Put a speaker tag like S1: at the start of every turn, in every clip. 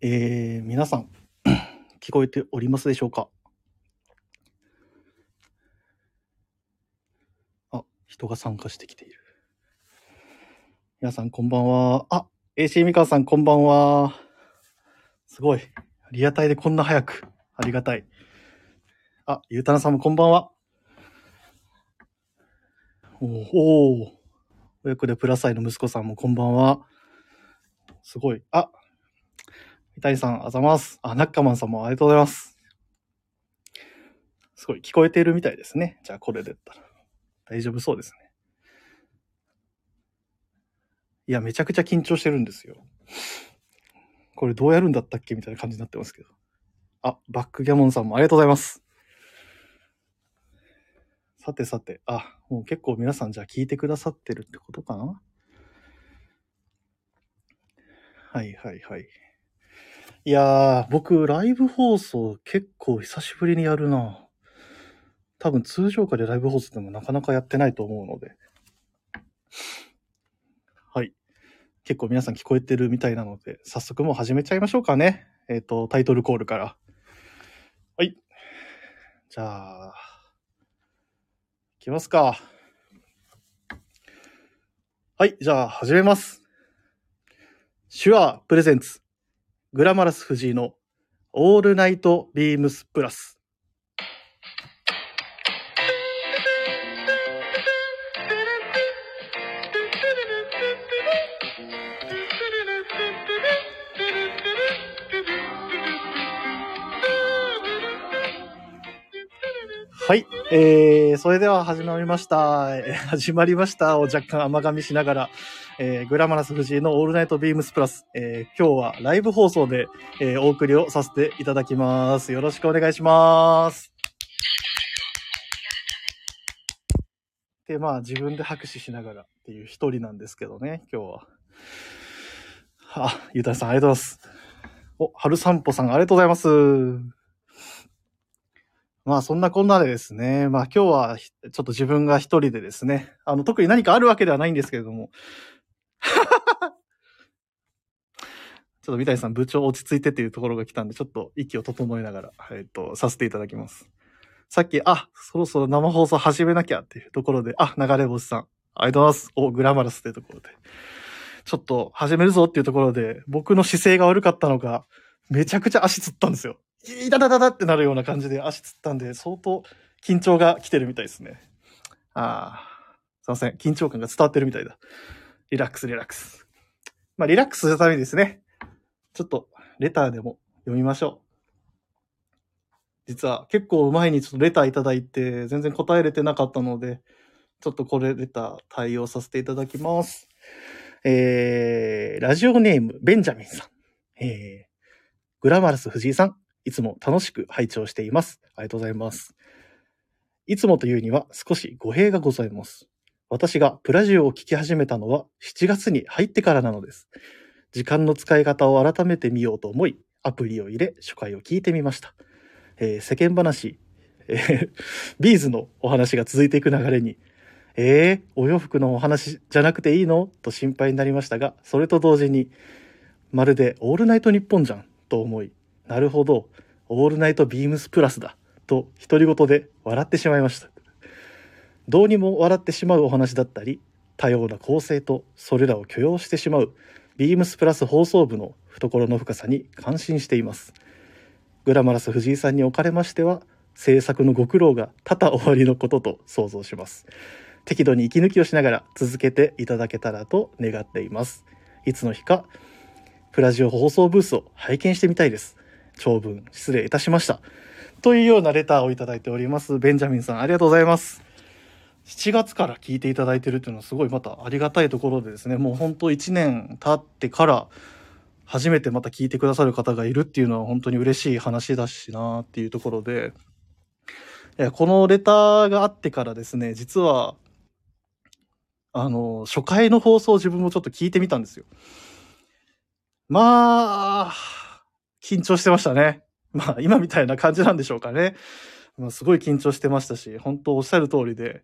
S1: えー、皆さん、 聞こえておりますでしょうかあ、人が参加してきている。皆さん、こんばんは。あ、AC みかんさん、こんばんは。すごい。リアタイでこんな早く。ありがたい。あ、ゆうたなさんもこんばんは。おーおー。親子でプラサイの息子さんもこんばんは。すごい。あ、三谷さん、あざます。あ、ナッカマンさんもありがとうございます。すごい、聞こえているみたいですね。じゃあ、これでったら。大丈夫そうですね。いや、めちゃくちゃ緊張してるんですよ。これどうやるんだったっけみたいな感じになってますけど。あ、バックギャモンさんもありがとうございます。さてさて、あ、もう結構皆さんじゃあ聞いてくださってるってことかなはいはいはい。いやー、僕、ライブ放送結構久しぶりにやるな。多分通常回でライブ放送でもなかなかやってないと思うので。はい。結構皆さん聞こえてるみたいなので、早速もう始めちゃいましょうかね。えっ、と、タイトルコールから。はい。じゃあ、いきますか。はい。じゃあ、始めます。手話プレゼンツ。グラマラス藤井のオールナイトビームスプラス。はい。えー、それでは始まりました。 えー始まりましたを若干甘噛みしながら、えーグラマラス藤井のオールナイトビームスプラス。えー今日はライブ放送で、えーお送りをさせていただきます。よろしくお願いします。で、まあ自分で拍手しながらっていう一人なんですけどね、今日は。あ、ゆうたさんありがとうございます。お、春散歩さんありがとうございます。まあそんなこんなでですね、まあ今日はひちょっと自分が一人でですね、あの特に何かあるわけではないんですけれども、 ちょっと三谷さん部長落ち着いてっていうところが来たんで、ちょっと息を整えながら、えっ、と、させていただきます。さっき、あ、そろそろ生放送始めなきゃっていうところで、あ、流れ星さん、ありがとうございます。お、グラマラスというところで。ちょっと始めるぞっていうところで、僕の姿勢が悪かったのか、めちゃくちゃ足つったんですよ。いたたたたってなるような感じで足つったんで、相当緊張が来てるみたいですね。ああ、すいません。緊張感が伝わってるみたいだ。リラックス、リラックス。まあ、リラックスするためにですね、ちょっとレターでも読みましょう。実は結構前にちょっとレターいただいて、全然答えれてなかったので、ちょっとこれレター対応させていただきます。えー、ラジオネーム、ベンジャミンさん。えー、グラマラス藤井さん、いつも楽しく拝聴しています。ありがとうございます。いつもというには少し語弊がございます。私がプラジオを聞き始めたのは7月に入ってからなのです。時間の使い方を改めてみようと思い、アプリを入れ、初回を聞いてみました。えー世間話、えー ビーズのお話が続いていく流れに、えー、お洋服のお話じゃなくていいのと心配になりましたが、それと同時に、まるでオールナイトニッポンじゃんと思い、なるほど、オールナイトビームスプラスだと独り言で笑ってしまいました。どうにも笑ってしまうお話だったり、多様な構成とそれらを許容してしまうビームスプラス放送部の懐の深さに感心しています。グラマラス藤井さんにおかれましては、制作のご苦労が多々終わりのことと想像します。適度に息抜きをしながら続けていただけたらと願っています。いつの日か、プラジオ放送ブースを拝見してみたいです。長文失礼いたしました。というようなレターをいただいております。ベンジャミンさん、ありがとうございます。7月から聞いていただいてるっていうのはすごいまたありがたいところでですね、もう本当1年経ってから初めてまた聞いてくださる方がいるっていうのは本当に嬉しい話だしなっていうところで、えこのレターがあってからですね、実は、あの、初回の放送を自分もちょっと聞いてみたんですよ。まあ、緊張してましたね。まあ、今みたいな感じなんでしょうかね。まあ、すごい緊張してましたし、本当おっしゃる通りで、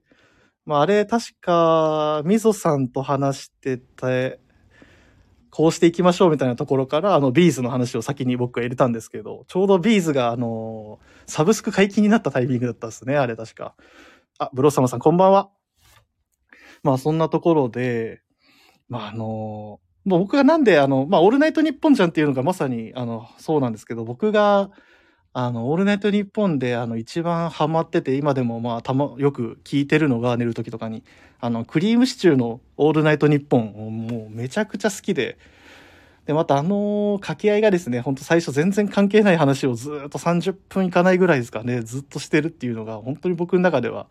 S1: まあ、あれ、確か、みぞさんと話してて、こうしていきましょうみたいなところから、あの、ビーズの話を先に僕は入れたんですけど、ちょうどビーズが、あのーサブスク解禁になったタイミングだったんですね、あれ確か。あ、ブロッサムさん、こんばんは。まあ、そんなところで、まあ、あのーもう僕がなんで、あの、まあ、オールナイトニッポンじゃんっていうのがまさに、あの、そうなんですけど、僕が、あの、オールナイトニッポンで、あの、一番ハマってて、今でも、まあ、たま、よく聞いてるのが、寝る時とかに、あの、クリームシチューのオールナイトニッポンをもうめちゃくちゃ好きで、で、またあの掛け合いがですね、ほんと最初全然関係ない話をずーっと30分いかないぐらいですかね、ずっとしてるっていうのが、本当に僕の中では、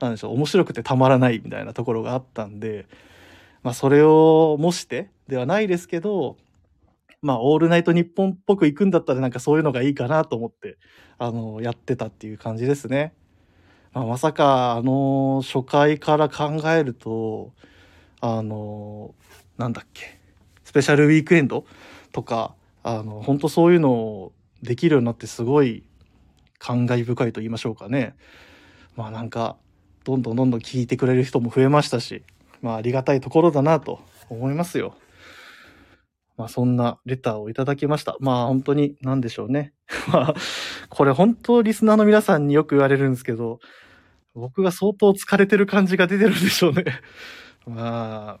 S1: なんでしょう、面白くてたまらないみたいなところがあったんで、まあ、それを模してではないですけど、まあ、オールナイト日本っぽく行くんだったらなんかそういうのがいいかなと思って、あのやってたっていう感じですね。まあ、まさか、あの初回から考えると、あのなんだっけ、スペシャルウィークエンドとか、あの、本当そういうのをできるようになってすごい感慨深いと言いましょうかね。まあなんか、どんどんどんどん聞いてくれる人も増えましたし、まあありがたいところだなと思いますよ。まあそんなレターをいただきました。まあ本当に何でしょうね。 まあ、これ本当リスナーの皆さんによく言われるんですけど、僕が相当疲れてる感じが出てるんでしょうね。 まあ、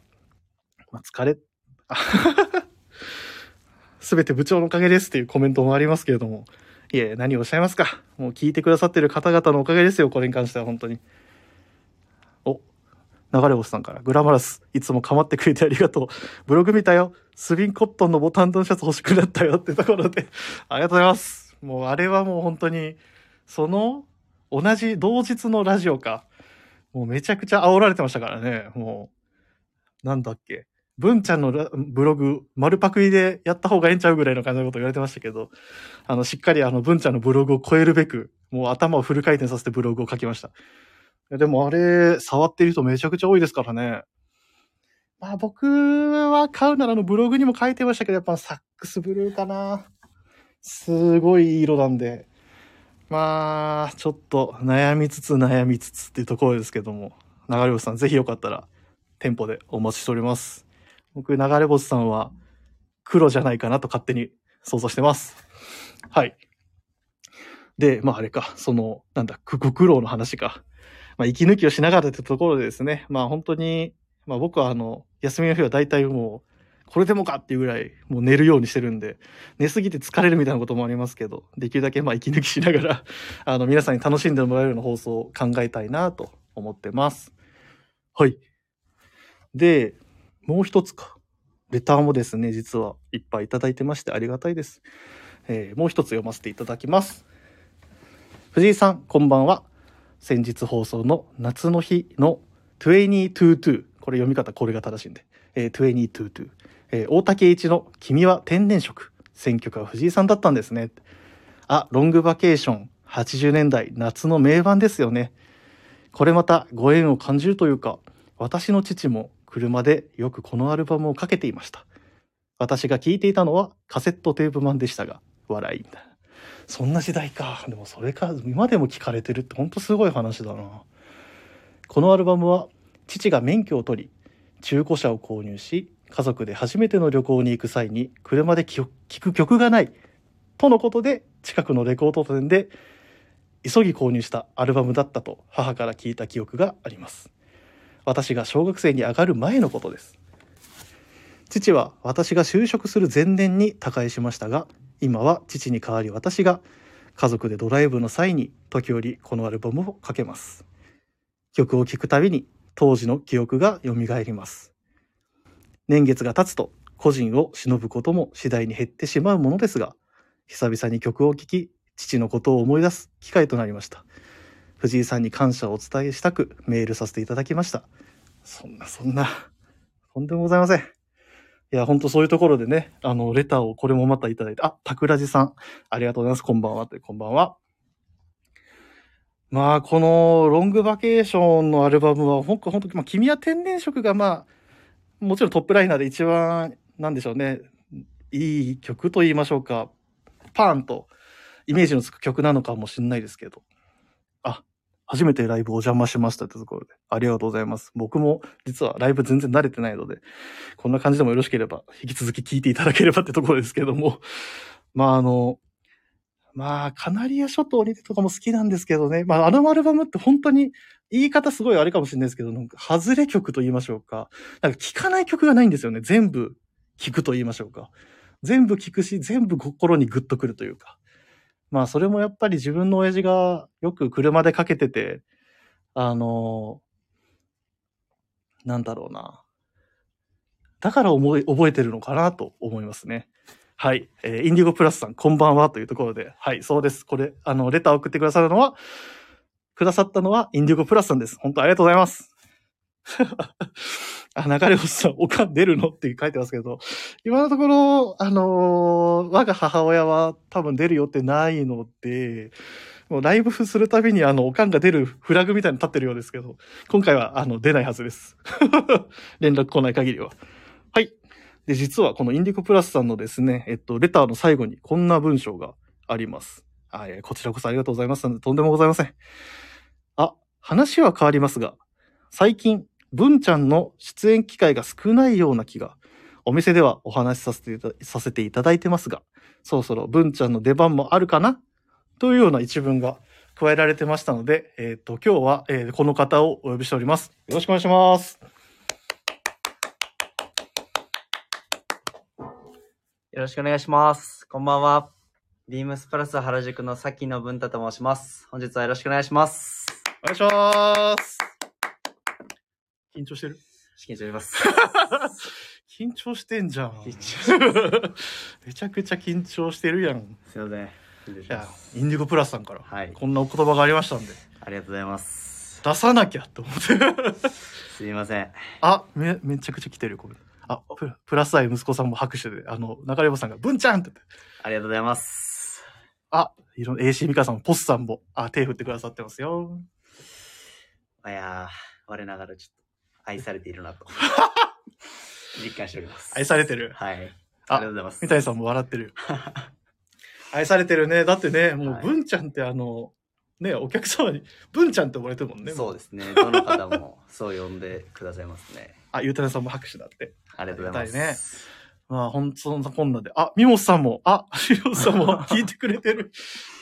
S1: まあ、疲れ、 すべて部長のおかげですっていうコメントもありますけれども、いえ、何をおっしゃいますか。もう聞いてくださってる方々のおかげですよ、これに関しては本当に。お、流れ星さんから、グラマラス、いつも構ってくれてありがとう。 ブログ見たよ。スビンコットンのボタンのシャツ欲しくなったよってところで、 ありがとうございます。もうあれはもう本当に、その、同じ同日のラジオか。もうめちゃくちゃ煽られてましたからね、もう。なんだっけ。文ちゃんのラブログ、丸パクリでやった方がええんちゃうぐらいの感じのこと言われてましたけど、あの、しっかりあの、文ちゃんのブログを超えるべく、もう頭をフル回転させてブログを書きました。いやでもあれ、触ってる人めちゃくちゃ多いですからね。まあ僕は買うならのブログにも書いてましたけど、やっぱサックスブルーかな。すごいいい色なんで。まあ、ちょっと悩みつつ悩みつつっていうところですけども、流れ星さんぜひよかったら店舗でお待ちしております。僕、流れ星さんは黒じゃないかなと勝手に想像してます。はい。で、まああれか、その、なんだ、くご苦労の話か。まあ息抜きをしながらってところでですね、まあ本当に、まあ僕はあの、休みの日は大体もう、これでもかっていうぐらい、もう寝るようにしてるんで、寝すぎて疲れるみたいなこともありますけど、できるだけまあ息抜きしながら、 あの、皆さんに楽しんでもらえるような放送を考えたいなと思ってます。はい。で、もう一つか。レターもですね、実はいっぱいいただいてましてありがたいです。えーもう一つ読ませていただきます。藤井さん、こんばんは。先日放送の夏の日の2022。これ読み方、これが正しいんで。えー、2022。えー大竹一の君は天然色。選曲は藤井さんだったんですね。あ、ロングバケーション。80年代夏の名盤ですよね。これまたご縁を感じるというか、私の父も車でよくこのアルバムをかけていました。私が聴いていたのはカセットテープ版でしたが、笑いみたいな。そんな時代か。でもそれか、今でも聞かれてるってほんとすごい話だな。このアルバムは父が免許を取り、中古車を購入し、家族で初めての旅行に行く際に車で聴く曲がない。とのことで、近くのレコード店で急ぎ購入したアルバムだったと母から聞いた記憶があります。私が小学生に上がる前のことです父は私が就職する前年に他界しましたが今は父に代わり私が家族でドライブの際に時折このアルバムをかけます曲を聴くたびに当時の記憶が蘇ります年月が経つと個人を忍ぶことも次第に減ってしまうものですが久々に曲を聴き父のことを思い出す機会となりました藤井さんに感謝をお伝えしたくメールさせていただきました。そんなそんな、とんでもございません。いや、ほんとそういうところでね、あの、レターをこれもまたいただいて、あ、桜地さん、ありがとうございます。こんばんはって、こんばんは。まあ、この、ロングバケーションのアルバムは、ほんと、ほんと、まあ、君は天然色が、まあ、もちろんトップライナーで一番、なんでしょうね、いい曲と言いましょうか、パーンと、イメージのつく曲なのかもしれないですけど、初めてライブお邪魔しましたってところで、ありがとうございます。僕も実はライブ全然慣れてないので、こんな感じでもよろしければ、引き続き聞いていただければってところですけども、 まああの、まあ、カナリア諸島にてとかも好きなんですけどね。まあ、あのアルバムって本当に、言い方すごいあれかもしれないですけど、なんか、外れ曲と言いましょうか。なんか、聴かない曲がないんですよね。全部、聴くと言いましょうか。全部聴くし、全部心にグッとくるというか。まあ、それもやっぱり自分の親父がよく車でかけてて、あのなんだろうな。だから思い、覚えてるのかなと思いますね。はい。えーインディゴプラスさん、こんばんはというところで。はい、そうです。これ、あの、レターを送ってくださるのは、くださったのは、インディゴプラスさんです。本当ありがとうございます。 あ、流れ星さん、おかん出るのって書いてますけど、今のところ、あのー我が母親は多分出る予定ないので、もうライブするたびに、あの、おかんが出るフラグみたいに立ってるようですけど、今回は、あの、出ないはずです。 連絡来ない限りは。はい。で、実はこのインディコプラスさんのですね、えっと、レターの最後にこんな文章があります。あ、えーこちらこそありがとうございますので、とんでもございません。あ、話は変わりますが、最近、文ちゃんの出演機会が少ないような気が、お店ではお話しさせていたさせていただいてますが、そろそろ文ちゃんの出番もあるかなというような一文が加えられてましたので、えっ、と、今日は、えーこの方をお呼びしております。よろしくお願いします。
S2: よろしくお願いします。こんばんは。ビームスプラス原宿のさきの文太と申します。本日はよろしくお願いします。
S1: お願いします。緊張してる
S2: 資金しており ます。
S1: 緊張してんじゃん。
S2: 緊張
S1: めちゃくちゃ緊張してるやん。
S2: すいません。失礼し
S1: いや
S2: ま、す
S1: インディゴプラスさんから、
S2: はい
S1: こんなお言葉がありましたんで、
S2: ありがとうございます。
S1: 出さなきゃと思って。
S2: すいません。
S1: あ、め、めちゃくちゃ来てる、これ。あ、プラプラス愛息子さんも拍手で、あの、流れ星さんが、文ちゃんって言って。
S2: ありがとうございます。
S1: あ、いろん AC ミカさんも、ポスさんも、あ、手振ってくださってますよ。
S2: いやー、我ながらちょっと愛されている なと。実感しております。
S1: 愛されてる。
S2: はい。あり
S1: あ
S2: がとうございます。
S1: 三谷さんも笑ってる。 愛されてるね。だってね、もう、
S2: はい
S1: 文ちゃんってあの、ね、お客様に、文ちゃんって呼ばれてるもんね。
S2: そうですね。どの方もそう呼んでくださいますね。
S1: あ、ゆうたねさんも拍手だって。
S2: ありがとうござい
S1: ありが
S2: ま
S1: た
S2: す。
S1: まあ、ほんとそんなこんなで。あ、みもさんも、あ、しろさん も聞いてくれてる。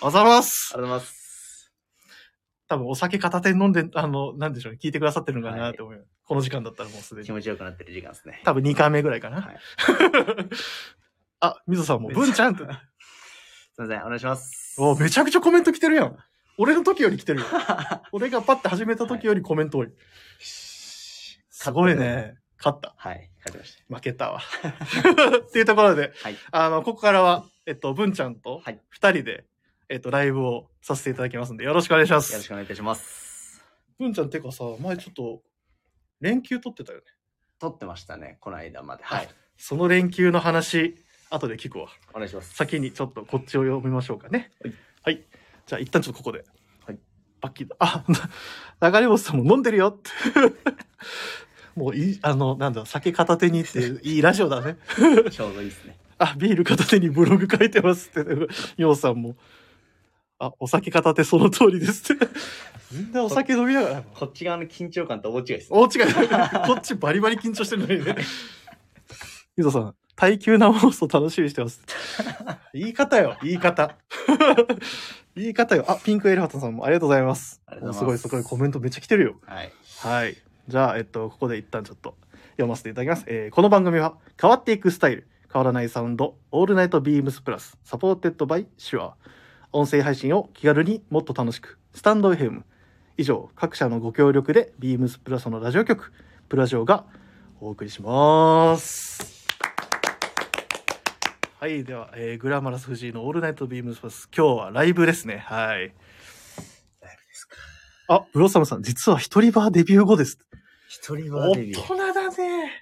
S1: あざます
S2: あ。りがとうございます。
S1: 多分お酒片手に飲んで、あの、なんでしょうね、聞いてくださってるのかな
S2: はい
S1: って思う、この時間だったらもうすで
S2: 気
S1: に。
S2: 持ちよくなってる時間ですね。
S1: 多分2回目ぐらいかな。
S2: はい
S1: あ、みぞさんも、文ちゃんって。
S2: すいません。お願いします。
S1: おめちゃくちゃコメント来てるやん。俺の時より来て るよ。俺がパッて始めた時よりコメント多い。すごいね。勝った。
S2: はい、書いてま
S1: 負
S2: し
S1: け たわ。っていうところで、
S2: た。はい。
S1: あの、ここからは、えっと、文ちゃんと
S2: はい
S1: 二人で、えっと、ライブをさせていただきますんで、よろしくお願いしま
S2: よろし
S1: す。
S2: くお願いいたします。
S1: 文ちゃん、てかさ、前ちょっと、連休取ってたよね。
S2: 撮ってましたね、この間まで。はい。
S1: その連休の話、後で聞くわ。
S2: お願いします。
S1: 先にちょっとこっちを読みましょうかね。
S2: はい。
S1: じゃあ一旦ちょっとここで。
S2: はい。
S1: バッキーだ。あ、 な流れ星さんも飲んでるよって。 もういい、あの、なんだ、酒片手にっていいラジオだね。
S2: ちょうどいいですね。
S1: あ、ビール片手にブログ書いてますって、ようさんも。あ、お酒片手その通りですって。みんなお酒飲みながら。
S2: こっち側の緊張感と大違いですね。
S1: 大違い。こっちバリバリ緊張してるのにね。ゆうとさん、耐久な放送楽しみにしてます。言い方よ、言い方。 言い方よ。あ、ピンクエレファントさんもありがとうございます。
S2: ありがとうご
S1: す
S2: ざい
S1: ご
S2: ま
S1: い
S2: す
S1: すごいコメントめっちゃ来てるよ。
S2: はい。
S1: はい。じゃあ、えっと、ここで一旦ちょっと読ませていただきます。えーこの番組は、変わっていくスタイル、変わらないサウンド、オールナイトビームスプラス、サポーテッドバイシュア。音声配信を気軽にもっと楽しく、スタンド FM。以上、各社のご協力で、ビームスプラスのラジオ局、プラジオがお送りします。はい、では、えーグラマラス藤井のオールナイトビームスプラス、今日はライブですね。はい。
S2: ライブですか。
S1: あ、ブロッサムさん、実は一人バーデビュー後です。
S2: 一人バ
S1: 大
S2: ーデビュー。かっ
S1: 人だね。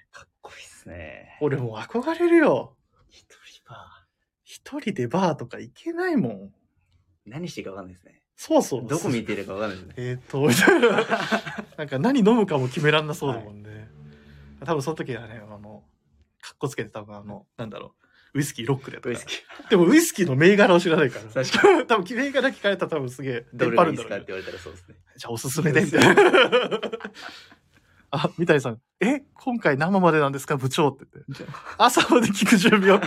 S2: こいいですね。
S1: 俺もう憧れるよ。
S2: 一人バ
S1: 一人でバーとか行けないもん。
S2: ー。何していいかわかんないですね。
S1: そうそう。
S2: どこ見てるかわかんないですね。
S1: えーっと、みたいな。 なんか何飲むかも決めらんなそうだもんね。多分その時はね、あの、かっこつけて多分あの、なんだろう。ウイスキーロックでとか。
S2: ウイスキー。
S1: でもウイスキーの銘柄を知らないから。
S2: 確
S1: 多分、銘柄聞かれたら多分すげえ、
S2: ど
S1: 出っ
S2: れ
S1: 張
S2: がい
S1: る
S2: い
S1: ん
S2: で
S1: だろ
S2: すか
S1: う
S2: っ
S1: ね
S2: て。言われたらそうですね。
S1: じゃあおすすめで、みたいな。あ、三谷さん、え今回生までなんですか部長って言って。朝まで聞く準備を。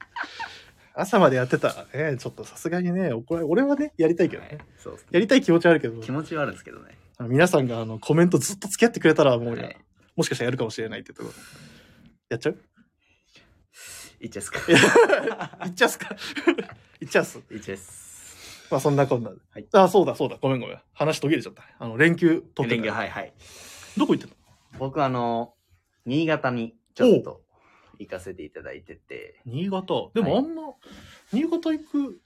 S1: 朝までやってたらね、ちょっとさすがにね、怒られ俺はね、やりたいけど
S2: は
S1: ね。
S2: いそうです
S1: や
S2: ね。
S1: りたい気持ちはあるけど、
S2: 気持ちはあるんですけどね。
S1: あの皆さんがあのコメントずっと付き合ってくれたらもうや、
S2: はい
S1: もしかしたらやるかもしれないってところ。やっちゃう
S2: いっちゃいっすか。
S1: いっちゃうっ すかいっちゃうっす。
S2: いっちゃいっす。
S1: まあそんなこんなで。
S2: はい
S1: あ、そうだそうだ。ごめんごめん。話途切れちゃった。あの、連休取って
S2: 連
S1: た
S2: 休、
S1: よ。
S2: はいはい。
S1: どこ行ってた
S2: 僕あの、新潟にちょっと行かせていただいてて、
S1: 新潟。でも
S2: は
S1: あ
S2: い
S1: んま、新潟行く、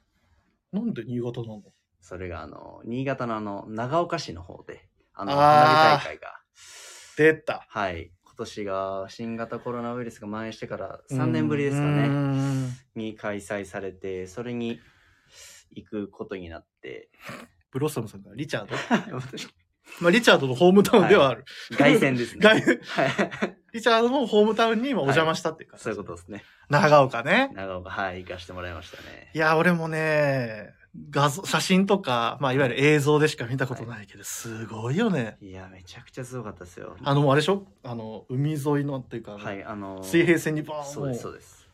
S1: なんで新潟なの
S2: それがあの、新潟のあの、長岡市の方で、あの、
S1: あー
S2: 花火大会が、
S1: 出た。
S2: はい、今年が新型コロナウイルスが蔓延してから3年ぶりですか
S1: う
S2: ね、
S1: ーん。
S2: に開催されて、それに行くことにな って、
S1: ブロッサムさんが、リチャード。
S2: 私
S1: まあ、リチャードのホームタウンではある。
S2: 凱旋ですね。
S1: 外
S2: はい。
S1: リチャードのホームタウンに今お邪魔したっていう感じ。
S2: そういうことですね。
S1: 長岡ね。
S2: 長岡、はい、行かしてもらいましたね
S1: い。や、俺もね、画像、写真とか、まあ、いわゆる映像でしか見たことないけど、すごいよね。
S2: いや、めちゃくちゃすごかったですよ。
S1: あの、あれでしょあの、海沿いのっていうか、
S2: はい、あのー
S1: 水平線にバーン
S2: そうです、そ
S1: も
S2: うです。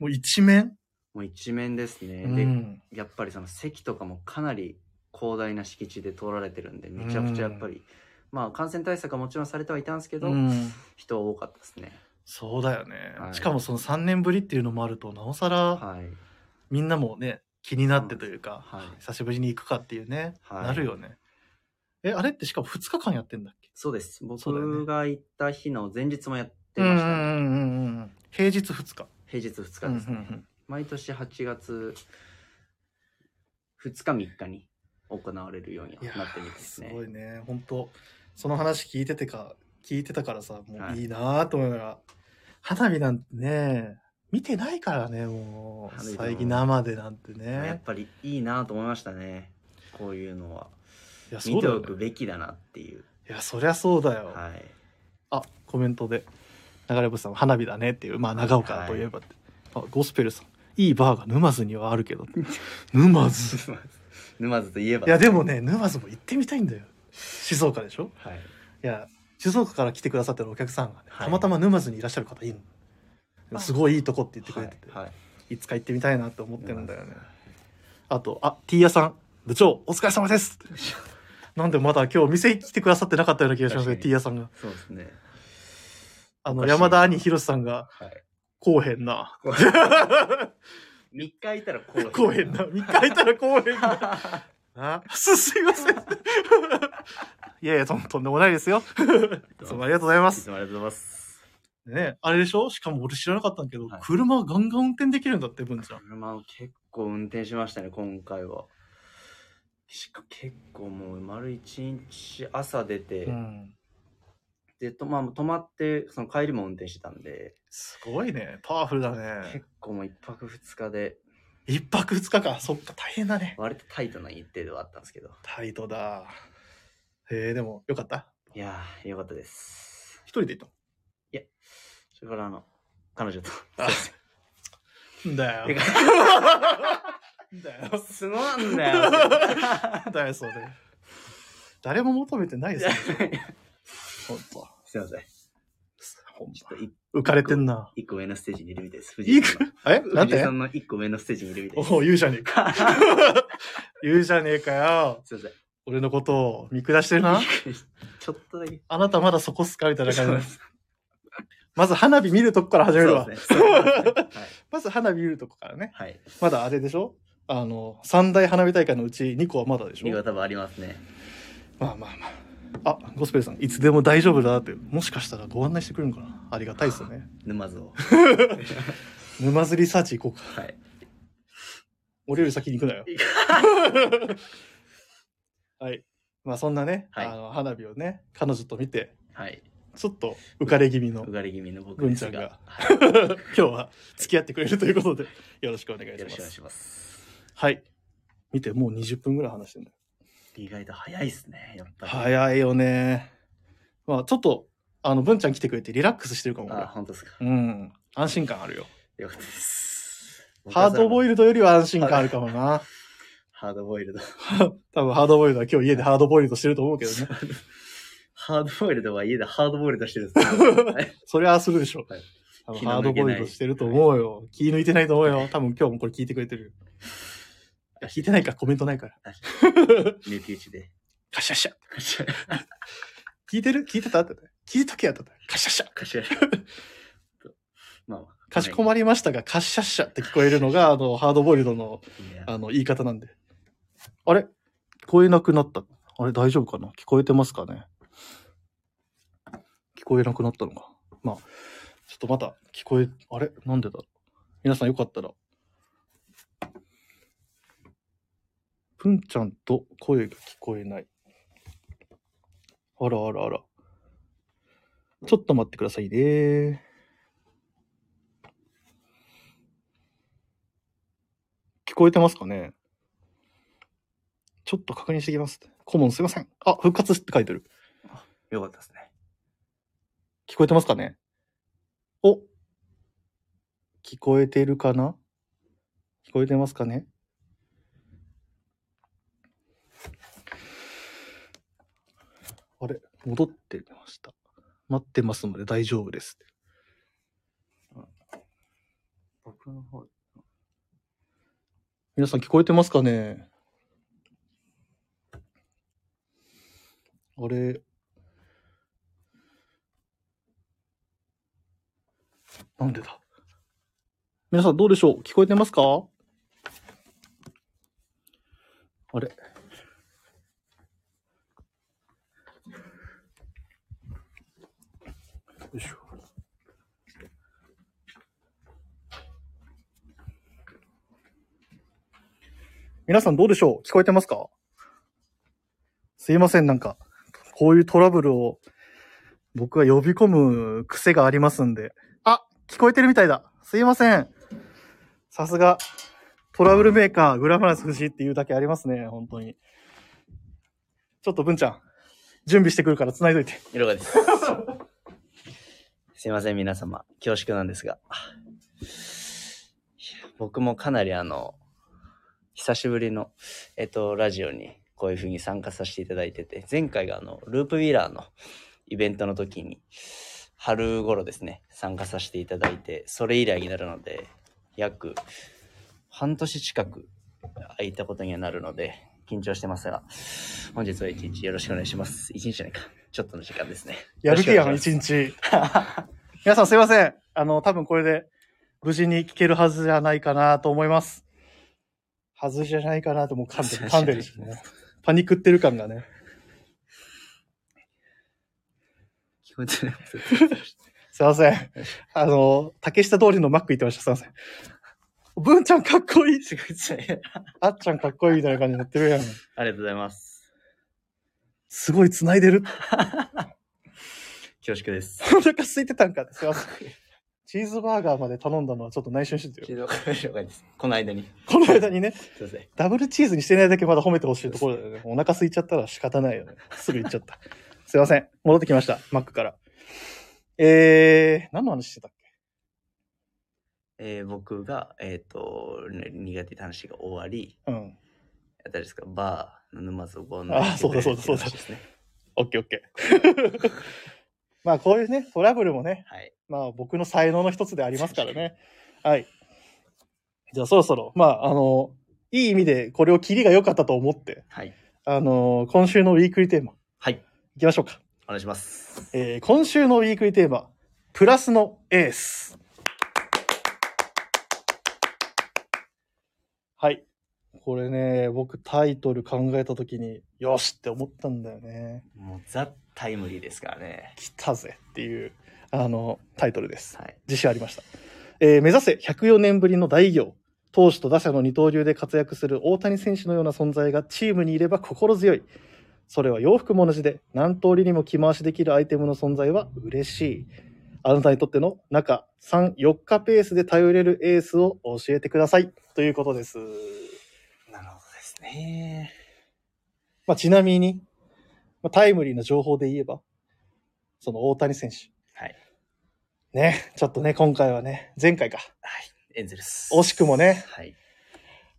S1: うもう一面、
S2: もう一面ですね。
S1: う
S2: で、
S1: ん、
S2: やっぱりその席とかもかなり広大な敷地で取られてるんでめちゃくちゃやっぱり、まあ感染対策はもちろんされてはいたんですけど、
S1: うん
S2: 人多かったですね
S1: そうだよね、
S2: はい
S1: しかもその3年ぶりっていうのもあると、なおさら
S2: はい
S1: みんなもね、気になってというか、
S2: はい
S1: 久しぶりに行くかっていうね、
S2: はい
S1: なるよね。え、あれってしかも2日間やってんだっけ
S2: そうです
S1: そうだよね
S2: 僕が行った日の前日もやってましたね、
S1: うんうんうんうん平日2日。
S2: 平日2日ですね、
S1: うんうんうん
S2: 毎年8月2日3日に行われるように
S1: いや
S2: なってみて
S1: ー
S2: ですすね
S1: ごいね本当その話聞いててか聞いてたからさも
S2: は
S1: う
S2: い
S1: いいなーと思いながら、花火なんてね見てないからねもう
S2: 花火
S1: 最近生でなんて
S2: でもやっ
S1: ね
S2: ぱりいいなと思いましたねこういうのはい
S1: やそ
S2: 見
S1: う
S2: て
S1: だよ、
S2: お
S1: ね
S2: く、べきだなっていう
S1: いやそりゃそうだよ、
S2: はい
S1: あコメントで流れ星さんは花火だねっていうまあ長岡といえばって、あゴスペルさんいいバーが沼津にはあるけど沼津
S2: 沼津といえば
S1: いやでもね沼津も行ってみたいんだよ静岡でしょ
S2: はい
S1: いや静岡から来てくださってるお客さんがね、
S2: はい
S1: たまたま沼津にいらっしゃる方いるの
S2: あ
S1: すごいいいとこって言ってくれてて、
S2: はいはい
S1: い、つか行ってみたいなって思ってるんだよねあとあ T 屋さん部長お疲れ様ですなんでまだ今日店来てくださってなかったような気がしますけど
S2: 確か
S1: T
S2: に
S1: 屋さんが
S2: そうですね。
S1: あ
S2: お
S1: の
S2: かしい
S1: 山田兄宏さんが
S2: はい。
S1: こうへんな
S2: 3日いたらこう。
S1: こうへんな。3日空いたらこうへん なあすすいません いやいやとんとんでもないですよいつもありがとうございま
S2: い
S1: す
S2: つもありがとうございます。
S1: ね、あれでしょしかも俺知らなかったんだけど、
S2: はい
S1: 車ガンガン運転できるんだって、文ちゃん。
S2: 車を結構運転しましたね、今回は。しか結構もう丸一日朝出て、
S1: うん。
S2: で、とまあ、泊まって、その帰りも運転してたんで、
S1: すごいね。パワフルだね
S2: 結。構もう1泊2日で、
S1: 一泊二日か。そっか、大変だね。
S2: 割とタイトな日程ではあったんですけど、
S1: タイトだ。へえ、でも、よかった。
S2: いやー、よかったです。
S1: 一人で行っ
S2: それからあの、彼女と。
S1: たの。あんだ
S2: て
S1: よ。
S2: か
S1: んだよ。
S2: すごなんだ よ。
S1: んだよ、それ。誰も求めてないですよ。ほんと。
S2: すいません。ち
S1: ほん
S2: ょっとい
S1: と浮かれてんな。
S2: 一個上のステージにいるみたいです。藤
S1: い
S2: 井
S1: いか
S2: さんの。
S1: えなん
S2: 藤井
S1: て
S2: さんの一個上のステージにいるみたいです。
S1: おう言うじ ゃねえか。言うじゃねえかよ。
S2: すいません。
S1: 俺のことを見下してるな。
S2: ちょっとだけ。
S1: あなたまだそこっすかみたいな
S2: そう
S1: 感
S2: で
S1: じ。
S2: す
S1: まず花火見るとこから始めるわ。
S2: ね。そうですね
S1: まず花火見るとこからね。
S2: はい。はい。
S1: まだあれでしょあの、三大花火大会のうち2個はまだでし
S2: 見
S1: ょ
S2: 事もありますね。
S1: まあまあまあ。あ、ゴスペルさん、いつでも大丈夫だって、もしかしたらご案内してくれるのかなありがたいですよ ね。
S2: 沼津を。
S1: 沼津リサーチ行こうか。
S2: はい。
S1: 俺より先に行くなよ。 はい。まあそんなね、
S2: はい
S1: あの花火をね、彼女と見て、
S2: はい。
S1: ちょっと浮かれ気 味の
S2: うがれ気味の僕
S1: 文
S2: で
S1: ちゃ
S2: す
S1: んが
S2: が。は
S1: 今日は付き合ってくれるということで、よろしくお願い
S2: い
S1: し
S2: よ
S1: ま
S2: ろしくお願い
S1: す。
S2: します。
S1: はい。見て、もう20分ぐらい話してるんだよ。
S2: 意外と早いですね。やっぱり。い。
S1: 早いよね。まあ、ちょっと、あの、文ちゃん来てくれてリラックスしてるかも。
S2: あ、
S1: 俺
S2: 本当ですか。
S1: うん。安心感あるよ。
S2: いよかったです。
S1: ハードボ
S2: イ
S1: イ
S2: ル
S1: ルドよりは安心感あるかもな。
S2: ハードボイルド。
S1: 多分ハードボイルドは今日家でハードボイルドしてると思うけどね。
S2: ハードボイルドは家でハードボイルドしてるんです けどはい
S1: そりゃするでしょ。
S2: はい
S1: 多分
S2: 気
S1: ハ
S2: の
S1: ード
S2: 抜け
S1: ボ
S2: ない
S1: イルドしてると思うよ。気抜いてないと思うよ。多分今日もこれ聞いてくれてる。いや聞いてないか、コメントないから。
S2: 抜き打ち で。
S1: カシャシャ。聞いてる聞いてたってね。聞いとけやったって。カシャシャ。
S2: かしら。まあまあ。
S1: かしこまりましたが、カッシャッシャって聞こえるのが、あの、ハードボイルドの、
S2: いや
S1: あの、言い方なんで。あれ聞こえなくなった。あれ大丈夫かな聞こえてますかね聞こえなくなったのか。まあ、ちょっとまた聞こえ、あれなんでだろう皆さんよかったら。ぷんちゃんと声が聞こえない。あらあらあら。ちょっと待ってくださいね。聞こえてますかねちょっと確認してきます。顧問すいません。あ、復活って書いてる。
S2: よかったですね。
S1: 聞こえてますかねお聞こえてるかな聞こえてますかねあれ戻ってました。待ってますので大丈夫です。
S2: 僕の方、
S1: 皆さん聞こえてますかねあれなんでだ皆さんどうでしょう聞こえてますかあれよいしょ。皆さんどうでしょう聞こえてますかすいません、なんか、こういうトラブルを僕は呼び込む癖がありますんで。あ、聞こえてるみたいだ。すいません。さすが、トラブルメーカー、グラフランス藤井っていうだけありますね、本当に。ちょっと文ちゃん、準備してくるから繋いどいて。
S2: よかったです。すいません、皆様。恐縮なんですが。いや僕もかなりあの、久しぶりの、えっと、ラジオにこういうふうに参加させていただいてて、前回があの、ループウィーラーのイベントの時に、春頃ですね、参加させていただいて、それ以来になるので、約半年近く空いたことにはなるので、緊張してますが、本日は一日よろしくお願いします。一日じゃないか。ちょっとの時間ですね。
S1: やる気やん、一
S2: 日。
S1: 日。皆さんすいません。あの、多分これで無事に聞けるはずじゃないかなと思います。はずじゃないかなともう噛んでる、 噛んでるしね。パニックってる感がね。
S2: 聞こえてない。
S1: すいません。あの、竹下通りのマック行ってました。すいません。文ちゃんかっこいい。
S2: すごい辛い
S1: あっちゃんかっこいいみたいな感じになってるやん。
S2: ありがとうございます。
S1: すごい繋いでる。
S2: 恐縮です。
S1: お腹空いてたんか。すいません。チーズバーガーまで頼んだのはちょっと内緒にしててよ。
S2: この間に。
S1: この間にね。
S2: すいません。
S1: ダブルチーズにしてないだけまだ褒めてほしいところだよね。お腹空いちゃったら仕方ないよね。すぐ行っちゃった。すいません。戻ってきました。マックから。えー、何の話してたっけ
S2: えー僕が、えっ、と、ね苦手な話が終わり、
S1: うん。
S2: あたりですか、バーの沼津をご案
S1: あーそうだそうだそうだ
S2: ですね。
S1: オッケーオッケー。 まあこういうね、トラブルもね、
S2: はい。
S1: まあ僕の才能の一つでありますからね。はい。じゃあそろそろ、まああの、いい意味でこれを切りが良かったと思って、
S2: はい。
S1: あの、今週のウィークリーテーマ、
S2: はい。
S1: いきましょうか。
S2: お願いします。
S1: えー今週のウィークリーテーマ、プラスのエース。はい。これね、僕タイトル考えた時に、よしって思ったんだよね。
S2: もう、ザ・タイムリーですからね。
S1: 来たぜっていう、あの、タイトルです。
S2: はい。
S1: 自信ありました。えー目指せ104年ぶりの大偉業。投手と打者の二刀流で活躍する大谷選手のような存在がチームにいれば心強い。それは洋服も同じで、何通りにも着回しできるアイテムの存在は嬉しい。あなたにとっての中3、4日ペースで頼れるエースを教えてください。ということです。
S2: なるほどですね。
S1: まあ、ちなみに、まあ、タイムリーな情報で言えば、その大谷選手。
S2: はい。
S1: ね、ちょっとね、今回はね、前回か。
S2: エンゼルス。
S1: 惜しくもね。
S2: はい。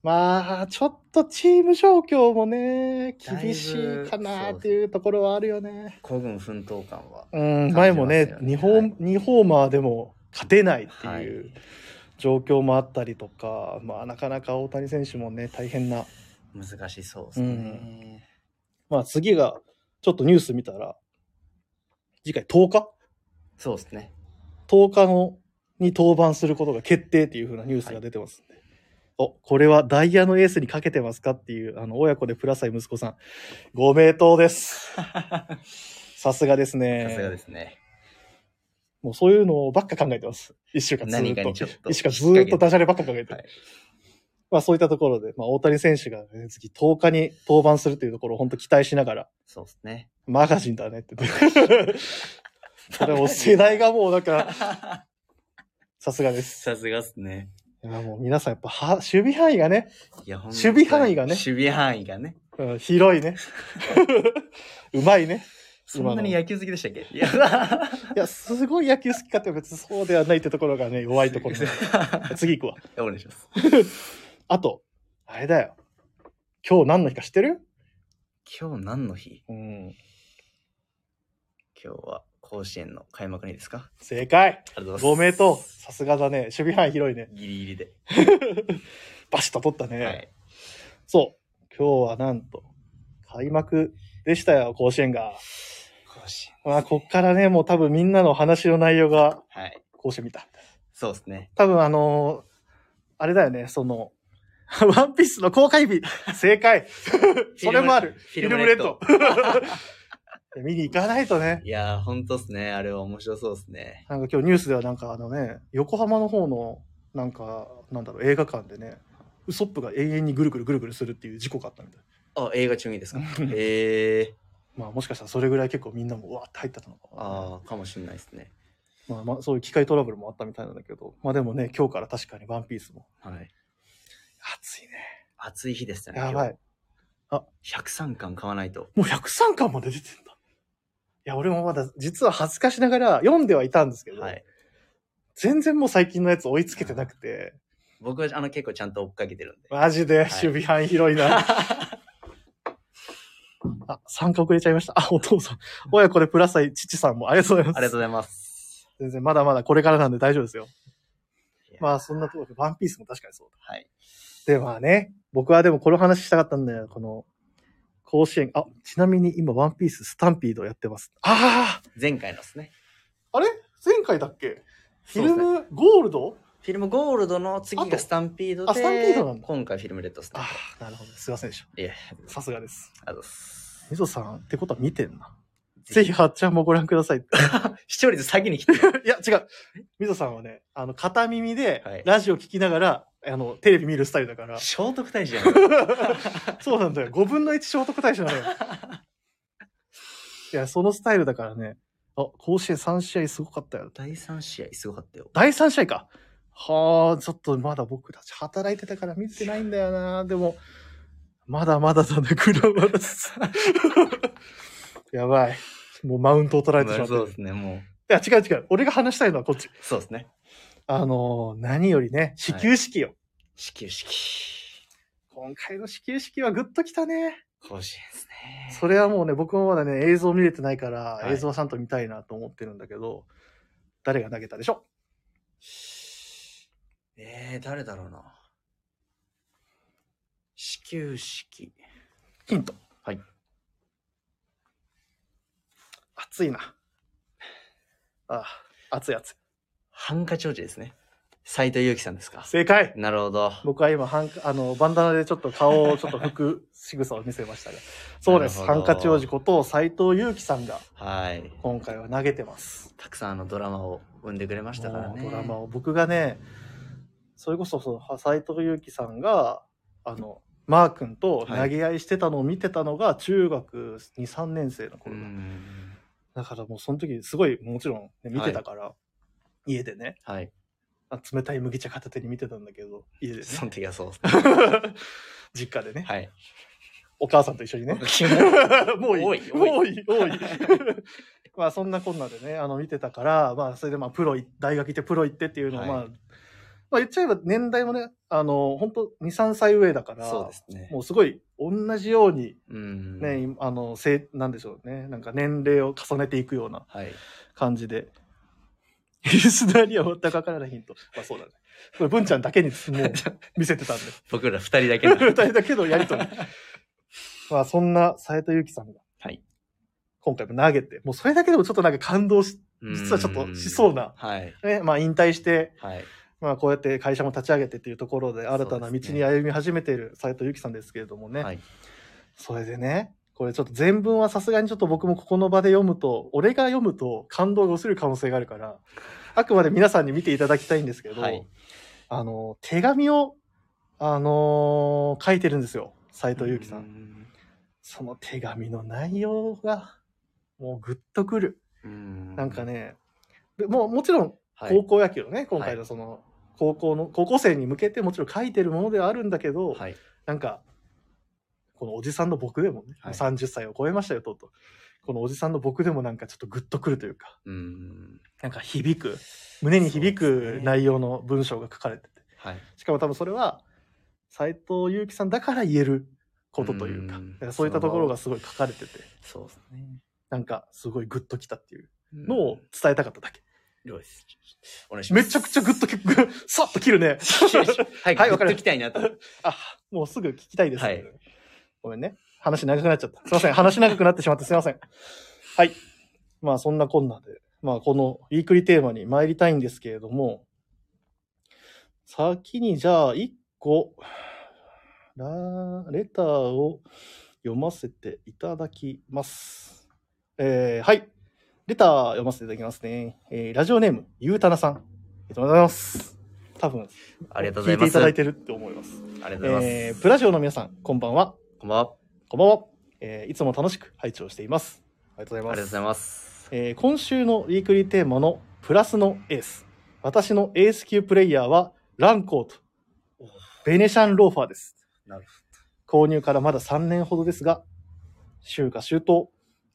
S1: まあ、ちょっとチーム状況もね、
S2: だいぶ
S1: 厳しいかなっていうところはあるよね。
S2: 孤軍奮闘感は。
S1: うん、前もね
S2: 感、
S1: 2
S2: じますよね
S1: ホーム、二ホーマーでも勝てないって
S2: はい
S1: いう状況もあったりとか、まあ、なかなか大谷選手もね、大変な。
S2: 難しそうです
S1: う
S2: ね。
S1: ん。まあ、次が、ちょっとニュース見たら、次回10日
S2: そうですね。
S1: 10日のに登板することが決定っていう風なニュースが出てますんで、おこれはダイヤのエースにかけてますかっていうあの親子でプラサイ息子さんご名答 です
S2: さ
S1: さすがですね
S2: すがですね。
S1: もうそういうのばっか考えてます一週間ず
S2: 何
S1: ー
S2: か
S1: っ
S2: に
S1: と
S2: ちょっと。
S1: 一週間ずーっとダ
S2: し
S1: ジャレばっか考えて、
S2: はい
S1: まあそういったところで、まあ、大谷選手が、ね、次10日に登板するというところを本当期待しながら
S2: そうですね。
S1: マガジンだね って。それもう世代がもうなんか、さすがです。
S2: さすがですね。
S1: いやもう皆さんやっぱは、守備範囲がね、
S2: いや、守
S1: 守備範囲がね
S2: 守備範囲がね。
S1: うん広いね。 うまいね。
S2: そんなに
S1: 今の
S2: 野球好きでしたっけいや、
S1: いや、すごい野球好きかって別にそうではないってところがね、弱いところ。次行くわ。
S2: お願いします。
S1: あと、あれだよ。今日何の日か知ってる
S2: 今日何の日
S1: うん。
S2: 今日は甲子園の開幕にですか
S1: 正解
S2: ありがとうご
S1: ご
S2: ざ
S1: 名
S2: います。
S1: 答さすがだね。守備範囲広いね。
S2: ギリギリで。
S1: バシッと取ったね。
S2: はい。
S1: そう。今日はなんと、開幕でしたよ、甲子園が。
S2: 甲子園。
S1: まあ、こっからね、もう多分みんなの話の内容が
S2: はい。
S1: 甲子園見た。
S2: そうですね。
S1: 多分あのーあれだよね、その、ワンピースの公開 日、正解それもある。
S2: フ
S1: フ
S2: ィ
S1: ィ
S2: ル
S1: ル
S2: ム
S1: ム
S2: レ
S1: レッ
S2: ッド
S1: ド。 見に行かないとね。
S2: いやー、ほんとっすね。あれは面白そうですね。
S1: なんか今日ニュースではなんかあのね、横浜の方の、なんか、なんだろう、映画館でね、ウソップが永遠にぐるぐるぐるぐるするっていう事故があったみたい。
S2: あ、映画中 にですか
S1: うん
S2: へえ
S1: まあもしかしたらそれぐらい結構みんなもうわーって入ったの
S2: ー。
S1: かな。
S2: あー、かもしれないですね。
S1: まあまあそういう機械トラブルもあったみたいなんだけど、まあでもね、今日から確かにワンピースも。
S2: はい。
S1: 暑いね。
S2: 暑い日でしたね。
S1: やばい。
S2: 今日。103巻買わないと。
S1: もう103巻まで出てんだ。いや、俺もまだ、実は恥ずかしながら読んではいたんですけど、
S2: はい。
S1: 全然もう最近のやつ追いつけてなくて、
S2: 僕はあの結構ちゃんと追っかけてるんで。
S1: マジで
S2: い
S1: 守備範囲広いな。 あ、参加遅れちゃいました。あ、お父さん。親子でプラスイ、父さんもありがとうござい
S2: あ
S1: ま
S2: りがと
S1: す。
S2: うございます。
S1: 全然まだまだこれからなんで大丈夫ですよ。ま
S2: あ、
S1: あそんなところで、ワンピースも確かにそう
S2: はい。
S1: だ。で、まあね、僕はでもこの話したかったんだよ。この、甲子園、あ、ちなみに今ワンピーススタンピードやってます。ああ
S2: 前回のですね。
S1: 前回だっけフィル
S2: そうっすね
S1: ムゴールド
S2: フィルムゴールドの次
S1: あ
S2: が
S1: と
S2: スタンピードで、
S1: あスタンピードなんだ
S2: 今回フィルムレッドですね
S1: あ。あ、なるほど。すいませんでし
S2: いや、
S1: た。さすがです。
S2: ありがとうございます。
S1: みぞさんってことは見てんな。
S2: ぜ
S1: ぜ
S2: ひ
S1: ひ、はっちゃんもご覧くだ さい。
S2: 視聴率詐欺に来てる。
S1: いや、違う。みぞさんはね、あの、片耳
S2: は
S1: で
S2: い、
S1: ラジオ聞きながら、あの、テレビ見るスタイルだ から。
S2: 聖徳太子じゃない
S1: そうなんだよ。5分の1聖徳太子なの よ。いや、そのスタイルだからね。あ、甲子園3試合すごかったよ。
S2: 第3試合すごかったよ。
S1: 第3試合か。はあ、ちょっとまだ僕たち働いてたから見てないんだよな。でも、まだまだだね、グラマラス。 やばい。もうマウントを取られてしまった。
S2: そうですね、も
S1: いや、違う違う。俺が話したいのはこっち
S2: う。。そうですね。
S1: あのー何よりね、始球式よ。
S2: 始球式。
S1: 今回の始球式はグッときたね。
S2: 甲子園ですね。
S1: それはもうね、僕もまだね、映像見れてないから、
S2: い
S1: 映像はちゃんと見たいなと思ってるんだけど、誰が投げたでしょ
S2: えー、誰だろうな。始球式。
S1: ヒント。
S2: はい。
S1: 熱いな。ああ、熱い熱い。
S2: ハンカチ王子ですね。斎藤佑樹さんですか。
S1: 正解
S2: なるほど。
S1: 僕は今、ハンカあの、バンダナでちょっと顔 をちょっと拭く仕草を見せましたが、そうです。
S2: なる
S1: ハ
S2: ほ
S1: ン
S2: ど
S1: カチ王子こと斎藤佑樹さんが
S2: はい。
S1: 今回は投げてます。
S2: たくさんあのドラマを生んでくれましたからね。
S1: もうドラマを僕がねそれこそその斎藤佑樹さんがあのマー君と投げ合いしてたのを見てたのが中学23年生の
S2: う
S1: 頃だ、
S2: ん。
S1: だからもうその時すごいもちろん、ね、見てたから、家でね
S2: はい。
S1: あ冷たい麦茶片手に見てたんだけど家でね
S2: その時はそうですね。
S1: 実家でね
S2: はい。
S1: お母さんと一緒にね。 もういい。
S2: 多い
S1: 多い。多い。まあそんなこんなでね、あの見てたから、まあそれでまあプロい、大学行ってプロ行ってっていうのを、
S2: はい
S1: まあ、まあ言っちゃえば年代もね、あの、本当2、3歳上だから、
S2: そうですね。
S1: もうすごい同じように
S2: うん。
S1: ね、今あの、せい、なんでしょうね、なんか年齢を重ねていくような
S2: はい。
S1: 感じで。リスナーには全くわからないヒント。まあそうだね。これ文ちゃんだけに もう見せてたんで。
S2: 僕ら二人だけの。
S1: 二人だけのやりとり。まあそんな斉藤由貴さんが
S2: はい。
S1: 今回も投げて、もうそれだけでもちょっとなんか感動し、 実はちょっとしそうな
S2: はい。
S1: ね、まあ引退して、
S2: はい。
S1: まあこうやって会社も立ち上げてっていうところで新たな
S2: そう
S1: 道
S2: ですね
S1: に歩み始めている斉藤由貴さんですけれどもね。
S2: はい。
S1: それでね、これちょっと全文はさすがにちょっと僕もここの場で読むと、俺が読むと感動が薄れる可能性があるから、あくまで皆さんに見ていただきたいんですけど、
S2: はい
S1: あの、手紙を、あのー書いてるんですよ。斉藤由貴さん。
S2: ん。
S1: その手紙の内容が、もうグッとくる。
S2: うん
S1: なんか、ね、でもうもちろん
S2: はい
S1: 高校野球のね、今回のその、高校の、高校生に向けてもちろん書いてるものではあるんだけど、
S2: はい。
S1: なんか、このおじさんの僕でもね、
S2: はい
S1: 30歳を超えましたよ、とうとう。このおじさんの僕でもなんかちょっとグッとくるというか、
S2: うん。
S1: なんか響く、胸に響
S2: そうです
S1: く
S2: ね
S1: 内容の文章が書かれてて。
S2: はい。
S1: しかも多分それは、斎藤佑樹さんだから言えることというか、
S2: うん
S1: なんかそういったところがすごい書かれてて、
S2: そうですね。
S1: なんかすごいグッときたっていうの
S2: う
S1: を
S2: ん、
S1: 伝えたかっただけ。
S2: 了解ですお願いします。
S1: めちゃくちゃグッとき、さっと切るね。
S2: はい、
S1: はいわ
S2: はい、
S1: か
S2: か
S1: る
S2: る。きたいなと。
S1: あ、もうすぐ聞きたいです、
S2: はい
S1: ごめんね。話長くなっちゃった。すいません。話長くなってしまってすいません。はい。まあそんなこんなで、まあこのウィークリーテーマに参りたいんですけれども、先にじゃあ一個、ラレターを読ませていただきます。えー、はい。レター読ませていただきますね。えー、ラジオネーム、ゆうたなさん。ありがとうございます。多分、
S2: ありがとうござい
S1: 聞
S2: ま
S1: いてい
S2: す。
S1: た
S2: あ
S1: だ
S2: り
S1: いてるって思います。
S2: がとうございます。
S1: えー、プラジオの皆さん、こんばんは。
S2: こんばんは。
S1: こんばんは。えーいつも楽しく拝聴しています。ありがとう
S2: あり
S1: ご
S2: が
S1: ざ
S2: と
S1: いうま
S2: ご
S1: す。
S2: ざいます。
S1: えー今週のウィークリーテーマのプラスのエース。私のエース級プレイヤーはランコート。ベネシャンローファーです。
S2: なる
S1: 購入からまだ3年ほどですが、秋夏秋冬、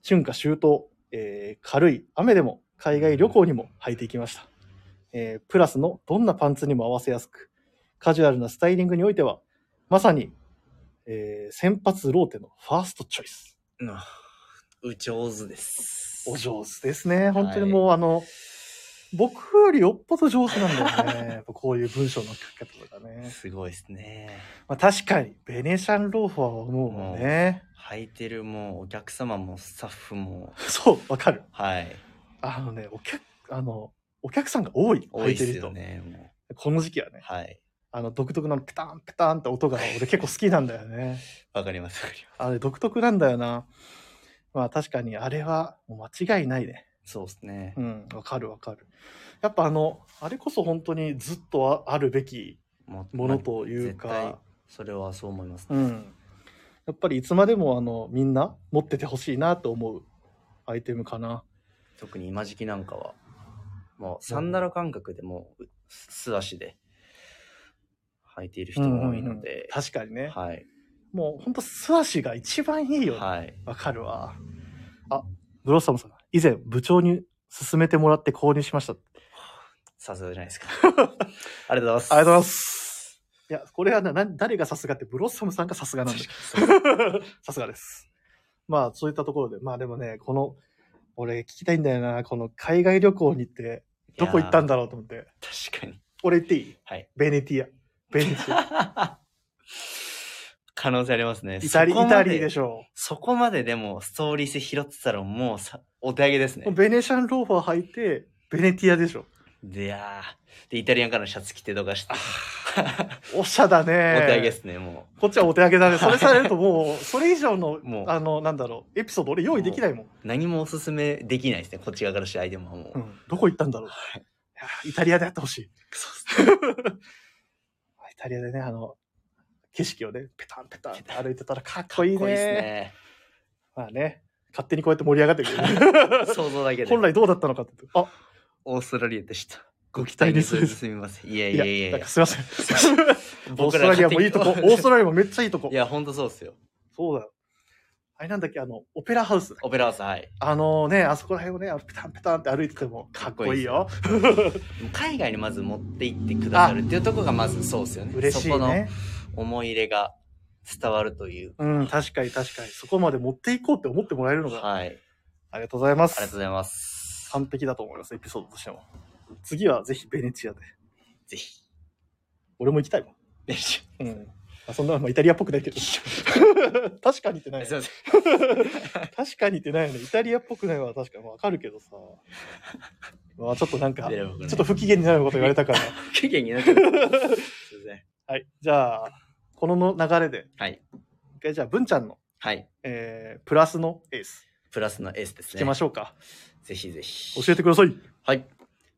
S1: 春夏秋冬、えー軽い雨でも海外旅行にも履いていきました。えープラスのどんなパンツにも合わせやすく、カジュアルなスタイリングにおいては、まさに、えー先発ローテのファーストチョイス。
S2: ほど。うんう上手です。
S1: お上手ですね。本当にもう、あの、僕よりよっぽど上手なんだよ ね。やっぱこういう文章の書き方とかね。
S2: すごいですね。
S1: まあ確かに、ベネシャンローファーは思うもんね。
S2: 履いてるもうお客様もスタッフも、
S1: そう、わかる。
S2: はい。
S1: あのね、お客、あの、お客さんが多い。
S2: 多い
S1: 履てる
S2: です
S1: 人
S2: よね。も
S1: この時期は
S2: う
S1: ね、
S2: はい。
S1: あの、独特なペタンペタンって音が俺結構好きなんだよ ね。
S2: わかります。わかりま
S1: あれ独特なんだよな。まあ確かにあれはもう間違いないね。
S2: す。そうですね
S1: う。ん、わかるわかる。やっぱあの、あれこそ本当にずっとああるべき
S2: も
S1: ものというか、
S2: まあ絶対それはそう思います。
S1: うん。やっぱりいつまでもあの、みんな持っててほしいなと思うアイテムかな。
S2: 特に今時期なんかは、もうサンダル感覚でもう素足で履いている人も多いので、
S1: 確かにね。
S2: はい。
S1: もう本当素足が一番いいよね。
S2: はい。
S1: わかるわ。あ、ブロッサムさん、以前部長に勧めてもらって購入しました。あり
S2: さすがじゃない ですか。ありがとうございます。
S1: がとうございます。いや、これはな、な誰がさすがって、ブロッサムさんがさすがなんで。
S2: 確かにそう
S1: さすがです。まあ、そういったところで、まあでもね、この、俺聞きたいんだよな、この海外旅行に行って、どこ行ったん
S2: いや
S1: だろうと思って。
S2: ー確かに。
S1: 俺行っていい
S2: はい。
S1: ベネティア。ベネテ ィア。
S2: 可能性ありますね。
S1: イタリ
S2: そこ
S1: イ
S2: ま
S1: タリーでしょ
S2: そこまででもストーリー性拾ってたらもうさお手上げですね
S1: う。。ベネシャンローファー履いて、ベネティアでしょ。
S2: でいやーで、イタリアンからのシャツ着てとかして、
S1: おしゃだ
S2: お
S1: ね。
S2: 手上げですね、も
S1: こっちはお手上げだ ね。それされるともう、それ以上の、
S2: もう
S1: あの、なんだろう、エピソード俺用意できないもん。
S2: う。何もおすすめできないですね、こっち側からして相手ももう。
S1: うん、どこ行ったんだろう。いやイタリアでやってほしい。 イタリアでね、あの、景色をね、ペタンペタンって歩いてたらかっこいいね。
S2: かっこいいですね。
S1: まあね、勝手にこうやって盛り上がって くる。
S2: 想像だけで。
S1: 本来どうだったのかって。あ、
S2: オーストラリアでした。
S1: ご期待に添えず
S2: すみません。いや
S1: い
S2: い
S1: や、
S2: やいやい
S1: なん
S2: や
S1: か。すいません。オース
S2: 僕
S1: トラ
S2: ら
S1: リアもいいとこ、オーストラリアもめっちゃいいとこ
S2: い。や、ほんとそうっすよ。
S1: そうだよ。あれなんだっけ、あの、オペラハウスだっけ
S2: オペラハウス、はい。
S1: あのね、あそこら辺をね、あのペタンペタンって歩いててもかっこいいよ。
S2: 海外にまず持って行ってくださるっていうところがまずそうですよね。
S1: 嬉しい
S2: そこの
S1: ね。
S2: 思い入れが伝わるという。
S1: うん、確かに確かに。そこまで持っていこうって思ってもらえるのが、
S2: はい。あり
S1: ありがとうございま
S2: がとう
S1: す
S2: ご。ざいます。
S1: 完璧だと思います、エピソードとしても。次はぜひベネチアで。
S2: ぜひ。
S1: 俺も行きたいもん。
S2: よいし
S1: うん。あそんな、まあ、イタリアっぽくないけ ど。確かにってな
S2: ょ
S1: い
S2: すい
S1: よ
S2: ません。
S1: 確かにってないよね。イタリアっぽくないのは確かにわかるけど さ。まあちょっとなんか、ちょ
S2: ちょ
S1: っと、不機嫌になること言われたから。
S2: 不機嫌にな っちゃう。すいません。
S1: はい。じゃあ、このの流れで、
S2: はい。
S1: 一回じゃあ、文ちゃんの、
S2: はい。
S1: えー、プラスのエース、
S2: プラスのエースです
S1: 聞
S2: ね。
S1: きましょうか。
S2: ぜひぜひ。
S1: 教えてください。
S2: はい。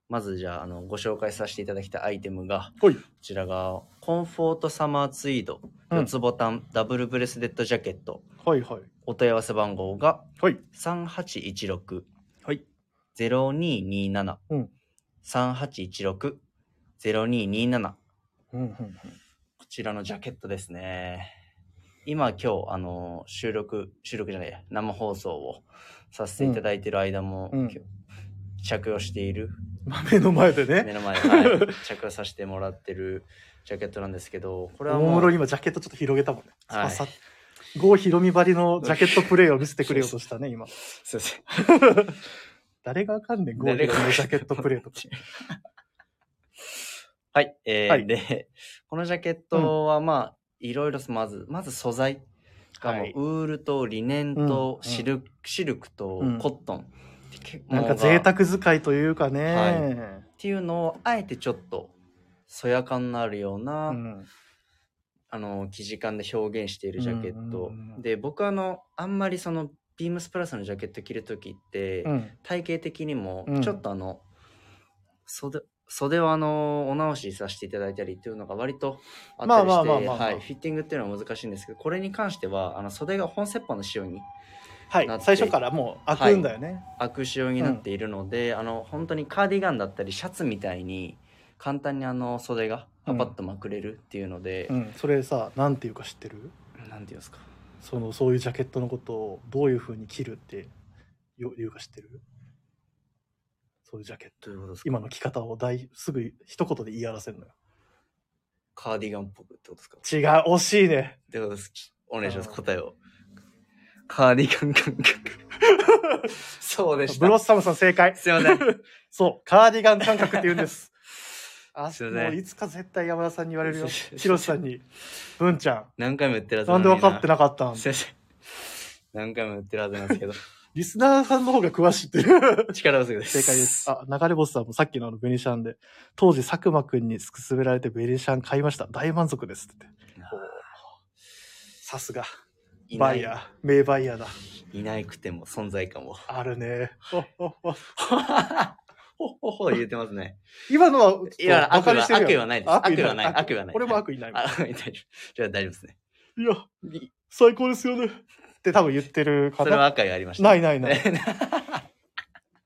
S2: まずじゃあ、あの、ご紹介させていただきたアイテムが、
S1: ほい
S2: こちらが、コンフォートサマーツイード、
S1: うん
S2: 四つボタン、ダブルブレスデッドジャケット、
S1: はいはい。
S2: お問い合わせ番号が
S1: はい。
S2: 3816、
S1: はい。
S2: 0227、
S1: うん
S2: 3816、0227。
S1: うんうんうん。
S2: こちらのジャケットですね。今今日、あの、収録、収録じゃないや、生放送をさせていただいている間も、
S1: うんうん
S2: 今日着用している、
S1: 豆の前で
S2: 目
S1: ね。
S2: の前で、 はい、着用させてもらってるジャケットなんですけど、これは
S1: お
S2: も
S1: もろ
S2: う、
S1: 今ジャケットちょっと広げたもんね。
S2: はい
S1: さ郷ひろみばりのジャケットプレイを見せてくれようとしたね、今。
S2: すいません。
S1: 誰がわかんねん、郷ひろみのジャケットプレイ とか。
S2: はい、えー
S1: はい
S2: で、このジャケットはまあ、いろいろ、まず、まず素材がもう
S1: はい
S2: ウールとリネンと
S1: うん
S2: シルク、シルクと
S1: うん
S2: コットン。結構
S1: なんか贅沢使いというかね。
S2: はっていうのをあえてちょっとそや感のあるような、
S1: うん
S2: あの生地感で表現しているジャケット、
S1: うんうんうん
S2: で僕あのあんまりそのビームスプラスのジャケット着る時って、
S1: うん。
S2: 体型的にも
S1: うん
S2: ちょっとあの、袖袖をあのお直しさせていただいたりっていうのが割とあったり
S1: まあ
S2: し
S1: まあまあまあまあ
S2: てはいフィッティングっていうのは難しいんですけどこれに関してはあの袖が本折半の仕様に
S1: はい
S2: なっ。て
S1: 最初からもう開くんだよね。
S2: 開く仕様になっているので、あの本当にカーディガンだったりシャツみたいに簡単にあの袖がパパッとまくれるっていうので、
S1: うん。それさ、なんていうか知ってる
S2: なんていうんですか
S1: そのそういうジャケットのことをどういうふうに着るってよ言うか知ってるそういうジャケット
S2: どういうことですか
S1: 今の着方を大すぐ一言で言い表せるのよ
S2: カーディガンっぽくってことですか
S1: 違
S2: っ
S1: う惜しいね
S2: てことですお願いします
S1: あー
S2: 答えをカーディガン感覚そうでし
S1: ブ
S2: た
S1: ロッサムさん正解
S2: すいません
S1: そうカーディガン感覚って言うんです あ
S2: すいません
S1: もういつか絶対山田さんに言われるよ
S2: すいません
S1: ヒロシさんに文ちゃ
S2: 何回も言ってるは
S1: ん
S2: ずな
S1: なんで
S2: の
S1: 分
S2: に
S1: かってなかったん
S2: すいません何回も言ってるはずなんですけど
S1: リスナーさんの方が詳しいっていう
S2: 力不足です
S1: 正解です。あ、流れ星さんもさっきのあのベニシャンで、当時佐久間くんに勧められてベニシャン買いました。大満足ですって言って。さすが。
S2: いな
S1: バ
S2: い
S1: イヤー。名バイヤーだ。
S2: いなくても存在感を
S1: ある ね。おおお
S2: ほほほ言ってますね
S1: 今のは、
S2: いや、
S1: バ
S2: 悪
S1: カ
S2: は
S1: にしてる
S2: 悪意
S1: やん
S2: はないです。悪意はない。悪意はない。
S1: 俺も悪意ないもん。
S2: あ、大丈夫。じゃあ大丈夫ですね。
S1: いや、最高ですよね。って多分言ってる
S2: そ
S1: 方
S2: れは悪意がありました。
S1: ないないない。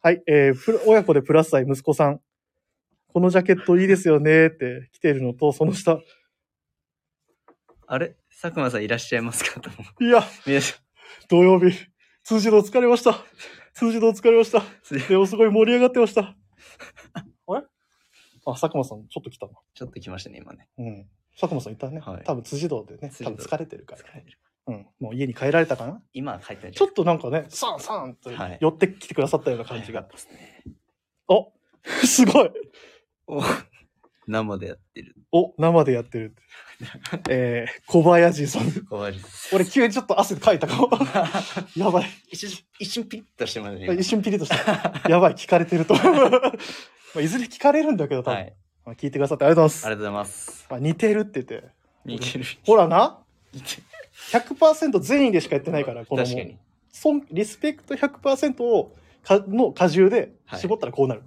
S1: はい、えープロ親子でプラス歳息子さん。このジャケットいいですよねって来てるのと、その下。
S2: あれ佐久間さんいらっしゃいますかと思う。
S1: いや、
S2: 皆さん
S1: 土曜日、通じの疲れました。通じの疲れました。
S2: すいません
S1: でもすごい盛り上がってま した。あれあ、佐久間さん、ちょっと来たな。
S2: ちょっと来ましたね、今ね。
S1: うん。佐久間さんいたね。
S2: はい
S1: 多分辻堂でね、
S2: 辻
S1: 多
S2: 堂
S1: 分疲れてるから。
S2: 疲れてる
S1: うん。もう家に帰られたかな
S2: 今は帰ってない。
S1: ちょっとなんかね、サンサンと
S2: はい
S1: 寄ってきてくださったような感じ
S2: 早
S1: が
S2: かっ。たですね。
S1: お すごい
S2: お生でやってる。
S1: お生でやって る。えー、小林さん。
S2: 怖いです。
S1: 俺急にちょっと汗かいた かも。やばい。
S2: 一瞬、一瞬ピリッとしてますね。
S1: 一瞬ピリッとした。やばい、聞かれてる と。まあ、いずれ聞かれるんだけど、多
S2: 今は
S1: 分、
S2: い。あり
S1: まあ聞いてくださってありがとうございます
S2: が。とうございます。
S1: まあ、似てるって言って。
S2: 似てる。
S1: ほらな、
S2: 似てる。
S1: 100%善意でしかやってないから、この
S2: 確かに。
S1: 尊リスペクト100%をかの荷重で絞ったらこうなる。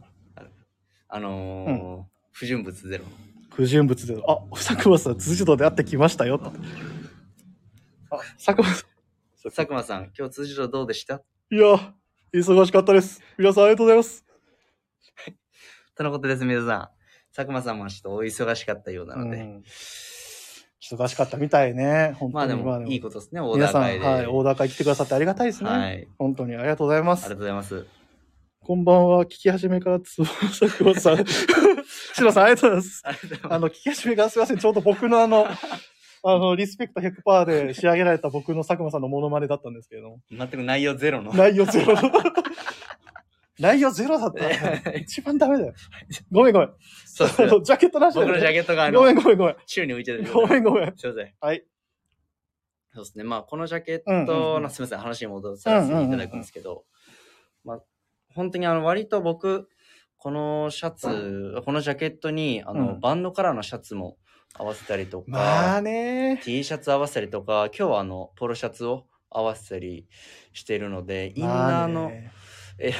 S2: あのー、不純物ゼロ。
S1: 不純物で、あ、佐久間さん、辻堂で会ってきましたよと。あ、佐久間さ
S2: 佐久間さん、今日辻堂どうでした
S1: ん、いや、忙しかったです。皆さんありがとうございます。
S2: とのことです、皆さん。佐久間さんもちょっとお忙しかったようなので、
S1: うん
S2: ち
S1: 忙しかったみたいね。本当に。
S2: まあでも、いいことですね、オー
S1: 皆
S2: ダー
S1: さん、
S2: 会で。
S1: はい、オーダー会来てくださってありがたいですね。
S2: はい。あり
S1: 本当にありがとうございま
S2: が
S1: す
S2: とう。ございます。
S1: こんばんは。聞き始めから、つぼさくぼさ ん。しのさん、ありがとうございます。
S2: ありがとうございます。
S1: あの、聞き始めからすいません。ちょうど僕のあの、 あの、リスペクト100%で仕上げられた僕の佐久間さんのモノマネだったんですけれど も。
S2: 全く内容 ゼロの。
S1: 内容ゼロ。 内容ゼロだった。一番ダメ だよ。ごめんごめん。
S2: そうです
S1: あのジャケットなしだ
S2: 僕
S1: よ
S2: のジャケットがあ
S1: ごめ
S2: の
S1: ん、ごめんごめん。
S2: 宙に浮いてる。
S1: ごめんごめん。
S2: すいません。
S1: はい。
S2: そうですね。まあ、このジャケッ
S1: うんうん
S2: ト
S1: う
S2: の、
S1: ん
S2: すみません、話に戻させていただくんですけど、まあ、本当にあの、割と僕、このシャツ、このジャケットに、あ
S1: う
S2: の、
S1: ん
S2: バンドカラーのシャツも合わせたりとか、
S1: まあね。
S2: T シャツ合わせたりとか、今日はあの、ポロシャツを合わせたりしているので、インナー
S1: まあ
S2: の、
S1: ね
S2: え、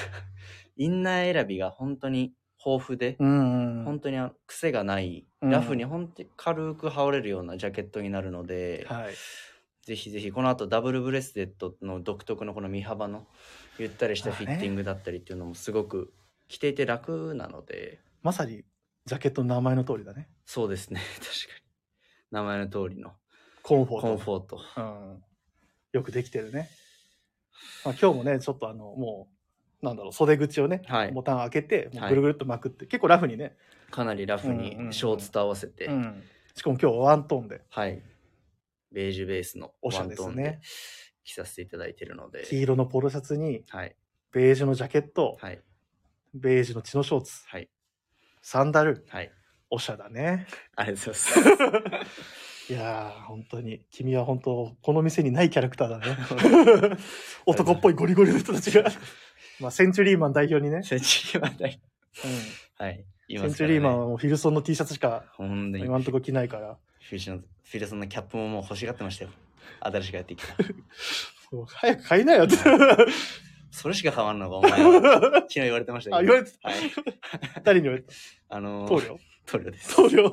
S2: インナー選びが本当に豊富で、
S1: うんうん。
S2: 本当にあの癖がない、
S1: うん
S2: ラフに本当に軽く羽織れるようなジャケットになるので、
S1: はい。
S2: ぜひぜひこの後ダブルブレスレットの独特のこの身幅のゆったりしたフィッティングだったりっていうのもすごく着ていて楽なので、
S1: まさに、ジャケットの名前の通りだね。
S2: そうですね 確かに名前の通りの
S1: コンフォート。
S2: コンフォート
S1: うんよくできてるね。まあ、今日もね、ちょっとあの、もう、なんだろう、袖口をね、
S2: はい
S1: ボタン開けて、もう
S2: はい
S1: ぐるぐるっと巻くって、結構ラフにね、
S2: かなりラフ
S1: うんうんう
S2: に
S1: ん
S2: ショーツと合わせて、
S1: うんしかも今日はワントーンで、
S2: はいベージュベースの
S1: おし
S2: ワ
S1: ゃれ
S2: ン
S1: です
S2: ト
S1: ね
S2: ーンで着させていただいてるので
S1: 黄色のポロシャツに、
S2: はい
S1: ベージュのジャケット、
S2: はい
S1: ベージュの血のショーツ、
S2: はい
S1: サンダル、
S2: はい
S1: おしゃだね。
S2: ありがとうございます
S1: いやー、本当に、君は本当、この店にないキャラクターだ ね。 男っぽいゴリゴリの人たちが。まあ、センチュリーマン代表に ね、
S2: センチュリーマンだ
S1: う
S2: はい
S1: ん
S2: い
S1: セ
S2: ま
S1: ン
S2: す
S1: チ
S2: か
S1: ュリ
S2: らね
S1: ーマンはもうフィルソンの T シャツしか
S2: ほんとに
S1: 今んとこ着ないから。
S2: フィルソンのフィルソンのキャップももう欲しがって ましたよ。新しくやってきた。
S1: もう早く買いなよって。
S2: それしか変わんのか、お前は。昨日言われてましたけど。
S1: あ言われて
S2: た。はい。
S1: 誰に言われた
S2: あのー、
S1: 棟梁
S2: 棟梁です。
S1: 棟梁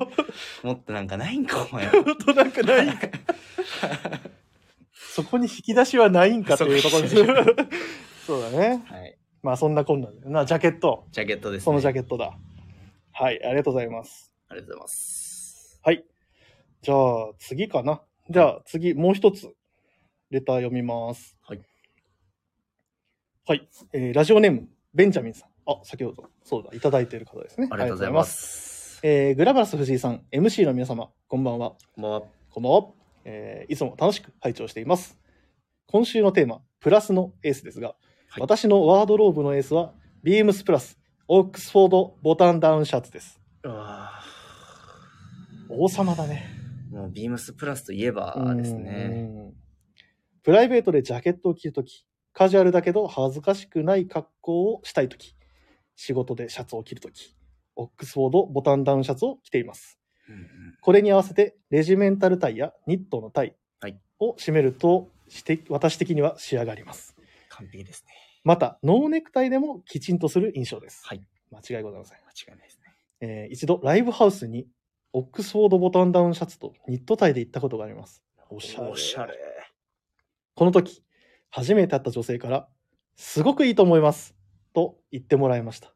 S2: もっとなんかないんか、お前は。
S1: ほんとなんかないん か。そこに引き出しはないんかというところです
S2: そこ。
S1: そうだね。
S2: はい。
S1: まあそんなこんなんだよな。ジャケット。
S2: ジャケットです、ね。
S1: そのジャ
S2: ケッ
S1: ケットだ。はい、ありがとうございます。
S2: ト。ありがとうございます。
S1: はい。じゃあ次かな。じゃあ次、もう一つ。レター読みます。
S2: はい。
S1: はい。えーラジオネーム、ベンジャミンさん。あ、先ほど、そうだ、いただいている方ですね。
S2: ありが
S1: ありが
S2: とうござい
S1: とうございま。
S2: ますす。
S1: えーグラバラス藤井さん、MC の皆様、こんばんは。
S2: こんばんは。
S1: こんばんは。えーいつも楽しく拝聴しています。今週のテーマ、プラスのエースですが、
S2: はい
S1: 私のワードローブのエースは、ビームスプラス、オックスフォードボタンダウンシャツです。
S2: あ
S1: 王様だね。
S2: ーもう、ビームスプラスといえばです
S1: う
S2: ね。
S1: ん。プライベートでジャケットを着るとき、カジュアルだけど恥ずかしくない格好をしたいとき、仕事でシャツを着るとき、オックスフォードボタンダウンシャツを着ています。
S2: うんうん
S1: これに合わせて、レジメンタルタイやニットのタイ
S2: はい
S1: を締めると、して私的には仕上がります。
S2: 完璧ですね。
S1: また、ノーネクタイでもきちんとする印象です。
S2: はい。
S1: 間違いございません。
S2: 間違いないですね。
S1: えー一度、ライブハウスに、オックスフォードボタンダウンシャツとニットタイで行ったことがあります。おしゃれ。
S2: おしゃれ。
S1: この時、初めて会った女性から、すごくいいと思います。と言ってもらいました。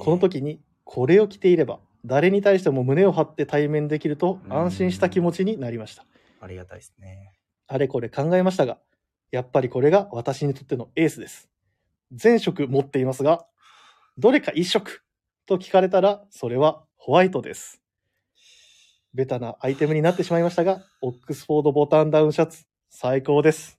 S1: この時に、これを着ていれば、誰に対しても胸を張って対面できると安心した気持ちになりました。
S2: ありがたいですね。
S1: あれこれ考えましたが、やっぱりこれが私にとってのエースです。全色持っていますが、どれか一色と聞かれたら、それはホワイトです。ベタなアイテムになってしまいましたが、オックスフォードボタンダウンシャツ、最高です。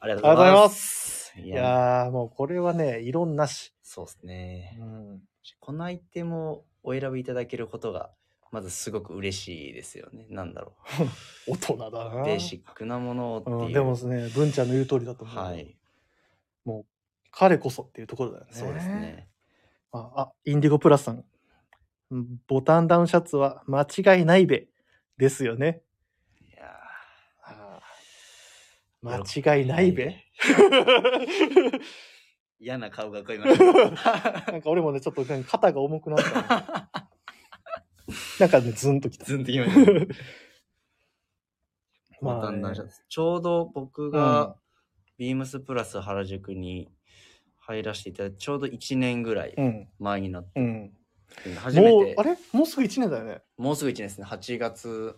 S2: ありがとうございます。い
S1: い
S2: や、
S1: やー、もうこれはね、異論なし。
S2: そうですね。
S1: うん、
S2: このアイテムをお選びいただけることが、まずすごく嬉しいですよね。なんだろ
S1: 大人だ
S2: う。
S1: な。
S2: ベーシックなものをっていう。
S1: うん、でもですね、文ちゃんの言う通りだと思う。
S2: はい。
S1: 彼こそっていうところだよね。
S2: そうですね。
S1: あ、あインディゴプラスさん。うんボタンダウンシャツは間違いないべ。ですよね。
S2: いや
S1: 間違いないべ。
S2: 嫌な顔が浮かびまし た。
S1: なんか俺もね、ちょっとなんか肩が重くなった ね。なんかね、ズンときた。
S2: ずんときました。
S1: まあね
S2: ボタンダウンシャツちょうど僕
S1: うん
S2: が、ビームスプラス原宿に入らせていただいて、ちょうど1年ぐらい
S1: うん。
S2: 前になって、
S1: うん。
S2: 初め
S1: もう
S2: て、
S1: あれもうすぐ1年だよね。
S2: もうすぐ1年ですね。8月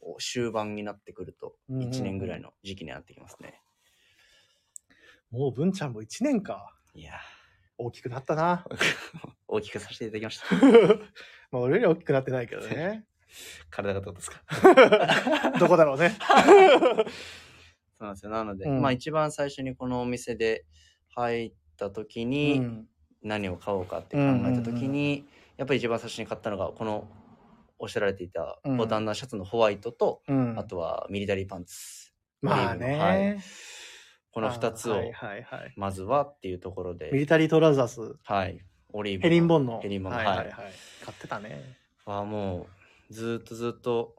S2: お終盤になってくると、
S1: うんうんうん
S2: 1年ぐらいの時期になってきますね。
S1: もう文ちゃんも1年か。
S2: いや
S1: 大きくなったな。
S2: ー、大きくさせていただきました。
S1: まあ俺よりは大きくなってないけど ね。
S2: 体がどうですか
S1: どこだろうね。
S2: そうなんですよ。なので、
S1: うん
S2: まあ一番最初にこのお店で入った時に、
S1: うん
S2: 何を買おうかって考えた時に、
S1: うんうん
S2: やっぱり一番最初に買ったのがこのおっしゃられていた
S1: うん
S2: ボタンのシャツのホワイトと、
S1: うん
S2: あとはミリタリーパンツ
S1: まあね、
S2: はいこの2つ
S1: あ
S2: を
S1: ーはいはいはい。
S2: まずはっていうところ
S1: ミ
S2: で
S1: リタリートラウザース、
S2: はいオリーブ
S1: ヘリンボンの。
S2: ヘリンボンの
S1: は
S2: はいい
S1: は
S2: はいい
S1: はい。買ってたね。
S2: はもうずっとずっと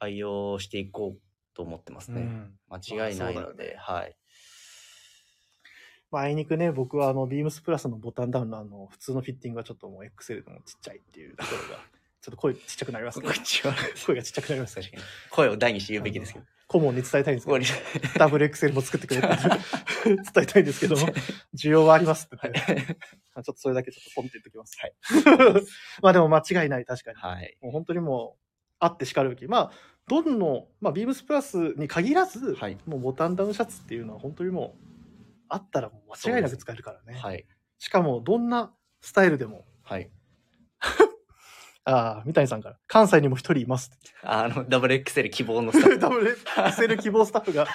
S2: 愛用していこうと思ってますね、
S1: うん
S2: 間違いない
S1: まあそ
S2: の
S1: うだよね
S2: で、はい
S1: まあ、あいにくね、僕はあの、ビームスプラスのボタンダウンのあの、普通のフィッティングはちょっともう XL でもちっちゃいっていうところが、ちょっと声ちっちゃくなりますね。 声がちっちゃくなりますね
S2: 確。かに声を大にして言うべきです けど
S1: 顧問に伝えたいんですけど
S2: 終わ、り
S1: ダブル XL も作ってくれって 伝えたいんですけ ども、需要はありますって言って、あちょっとそれだけちょっとポンって言ってきます。 まあでも間違いない、確かに。
S2: はい
S1: もう本当にもう、あってしかるべき。まあ、どの、まあ、ビームスプラスに限らず、
S2: はい
S1: もうボタンダウンシャツっていうのは本当にもう、あったらもう間違いなく使えるからね。
S2: はい
S1: しかも、どんなスタイルでも、
S2: はい
S1: ああ、三谷さんから、関西にも一人いますって
S2: あの WXL 希望のスタッフ
S1: ダブル SL 希望スタッフが。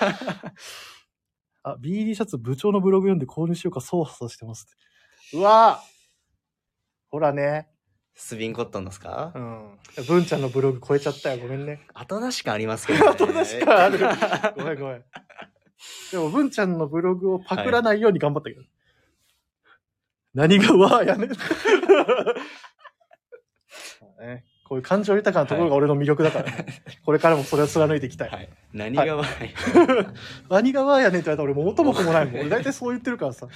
S1: あ、BD シャツ部長のブログ読んで購入しようか、そうそうしてますって。うわぁほらね。
S2: スビンコットンですか、
S1: うん。文ちゃんのブログ超えちゃったよ。ごめんね。
S2: 後出し感ありますけど、ね。
S1: 後出し感 あるごめんごめん。でも、文ちゃんのブログをパクらないように頑張ったけど。何がわーやね ん。そうねこういう感情豊かなところが俺の魅力だからね。 これからもそれを貫いていきたい。
S2: はい。何が悪い、
S1: 何がわーやねんって言われたら俺元も子もないもん。俺大体そう言ってるからさ。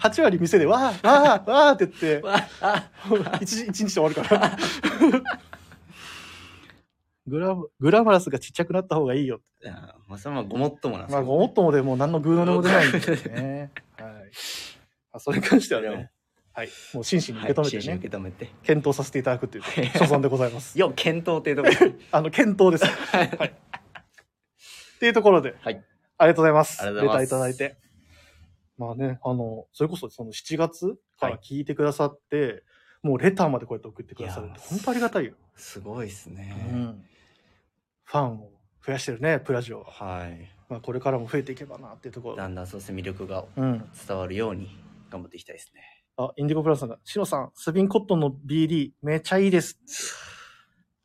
S1: 8割店でわー、わー、わーって言って、
S2: わあ
S1: 一日一日で終わるから。グラムグラマラスがちっちゃくなった方がいいよ。
S2: いや まあ、それはまあごもっともなんです
S1: ま
S2: け
S1: あ、
S2: ど
S1: ごもっともでもう何のグーの音も出ないんですね。はい。あ、それに関してはね、はい。もう真摯に受け
S2: はい
S1: 止め
S2: 真
S1: て
S2: 摯に
S1: ね、
S2: 受け止めて。
S1: 検討させていただくという所存でございます。
S2: よ、検討っ ていうところで。
S1: あの、検討です。はい。っていうところで、
S2: はい。
S1: ありがとうございます。
S2: ありがとうご
S1: レタ
S2: ざいます
S1: ーいただいて。まあね、あの、それこそその7月から聞いてくださって、もうレターまでこうやって送ってくださるって、
S2: いや
S1: 本当ありがたいよ。
S2: すごいですね。
S1: うんファンを増やしてるね、プラジオは。
S2: はい。
S1: まあ、これからも増えていけばなっていうところ。
S2: だんだんそうですね、魅力が
S1: うん。
S2: 伝わるように頑張っていきたいですね。
S1: あ、インディゴプラスさんが、シノさん、スビンコットンの BD、めちゃいいですって。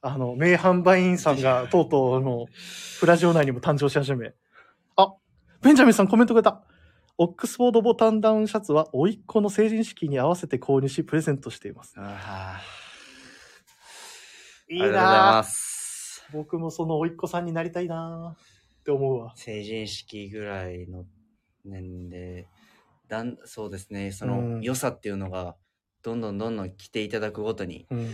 S1: あの、名販売員さんが、とうとう、あの、プラジオ内にも誕生し始め。あ、ベンジャミンさんコメントくれた。オックスフォードボタンダウンシャツは、甥っ子の成人式に合わせて購入し、プレゼントしています。
S2: あ
S1: い
S2: りがとうございます。
S1: 僕もその甥っ子さんになりたいなって思うわ。
S2: 成人式ぐらいの年齢だんそうですねそ
S1: うん
S2: の良さっていうのがどんどんどんどん来ていただくごとに
S1: うん。ね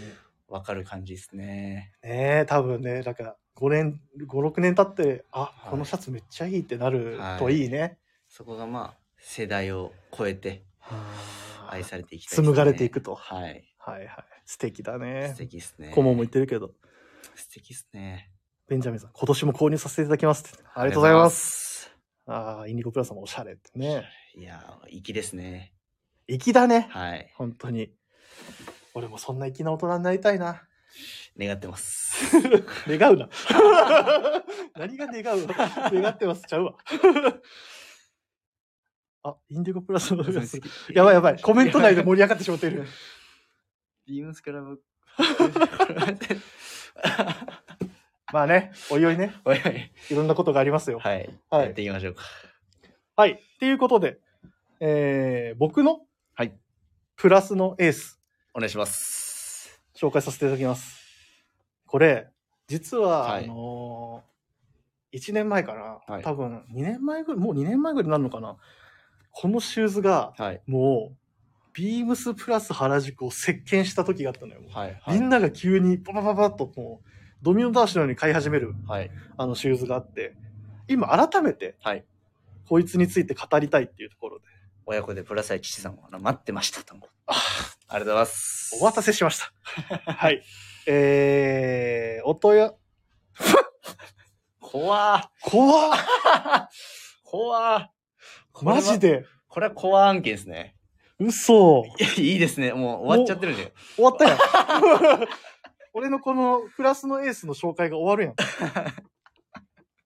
S2: 分かる感じですね
S1: え、多分ね、なんか、5年、5、6年経って、あ、
S2: い
S1: このシャツめっちゃいいってなる
S2: はい
S1: といいね。
S2: そこがまあ世代を超えて愛されていきたいですね
S1: 紡がれていくと。
S2: はい
S1: はいはい。素敵だね
S2: 素。敵ですね
S1: 顧問も言ってるけど、
S2: 素敵ですね
S1: ベンジャミンさん、今年も購入させていただきますって。ありがとうございます。
S2: す
S1: ああ、インディゴプラスもおしゃれってね。
S2: いやー粋ですね
S1: 粋だね。
S2: はい
S1: 本当に。俺もそんな粋な大人になりたいな。
S2: 願ってます
S1: 願うな。何が願 うわ。願ってます。ちゃうわ。 あ、インディゴプラスの。 やばいやばい。コメント内で盛り上がってしまっている。
S2: ビームスクラブ
S1: まあね、おいおいね、
S2: おいおい
S1: いろんなことがありますよ。
S2: はい、
S1: はい
S2: やっていきましょうか
S1: はい。っていうことで、えー、僕の
S2: はい
S1: プラスのエース。
S2: お願いします
S1: 紹介させていただきます。これ、実は、
S2: はい
S1: あのー、1年前かな、
S2: はい
S1: 多分2年前ぐらい、もう2年前ぐらいになるのかなこのシューズが、
S2: はい
S1: もう、ビームスプラス原宿を席巻した時があったのよ。もう
S2: はい、
S1: みんなが急にパパパパッともう、ドミノ倒しのように買い始める、
S2: はい、
S1: あのシューズがあって、今改めて、
S2: はい
S1: こいつについて語りたいっていうところで、
S2: 親子でプラス愛父さんを待ってましたと思うありがとうございます
S1: お待たせしました。はい。えー、おとや、
S2: 怖ー
S1: 怖っ
S2: 怖ーこれは
S1: マジで
S2: これは怖案件ですね。
S1: 嘘
S2: いやいいですね。もう終わっちゃってるじゃん。
S1: 終わったやん俺のこのプラスのエースの紹介が終わるやん。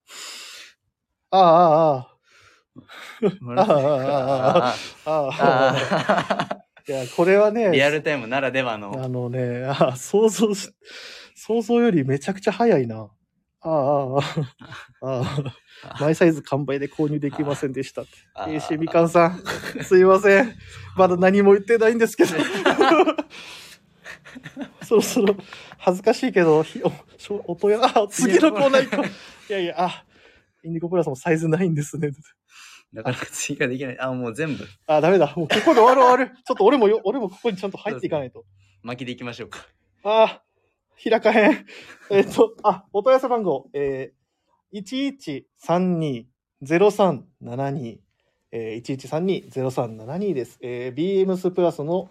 S1: ああああああああああああ
S2: あ
S1: ああ
S2: あ
S1: いや、これはね、
S2: リアルタイムならではの。
S1: あのね、あ想像し、想像よりめちゃくちゃ早いな。ああ、ああ、ああ、マイサイズ完売で購入できませんでしたって。
S2: あー
S1: AC みかんさん、すいません。まだ何も言ってないんですけ ど。そろそろ、恥ずかしいけど、ひおしょおとや、あ、次のコーナー行こう。いやいや、あ、インディゴプラスもサイズないんですね。
S2: なかなか追加できない。あ、もう全部
S1: あ、ダメだ。もうここで終わる終わる。ちょっと俺もよ、俺もここにちゃんと入っていかないと。
S2: 巻きでいきましょうか。
S1: あー、開かへん。 えっと、あ、お問い合わせ番号、えー、1132-0372、えー、1132-0372です。えー、BMS プラスの、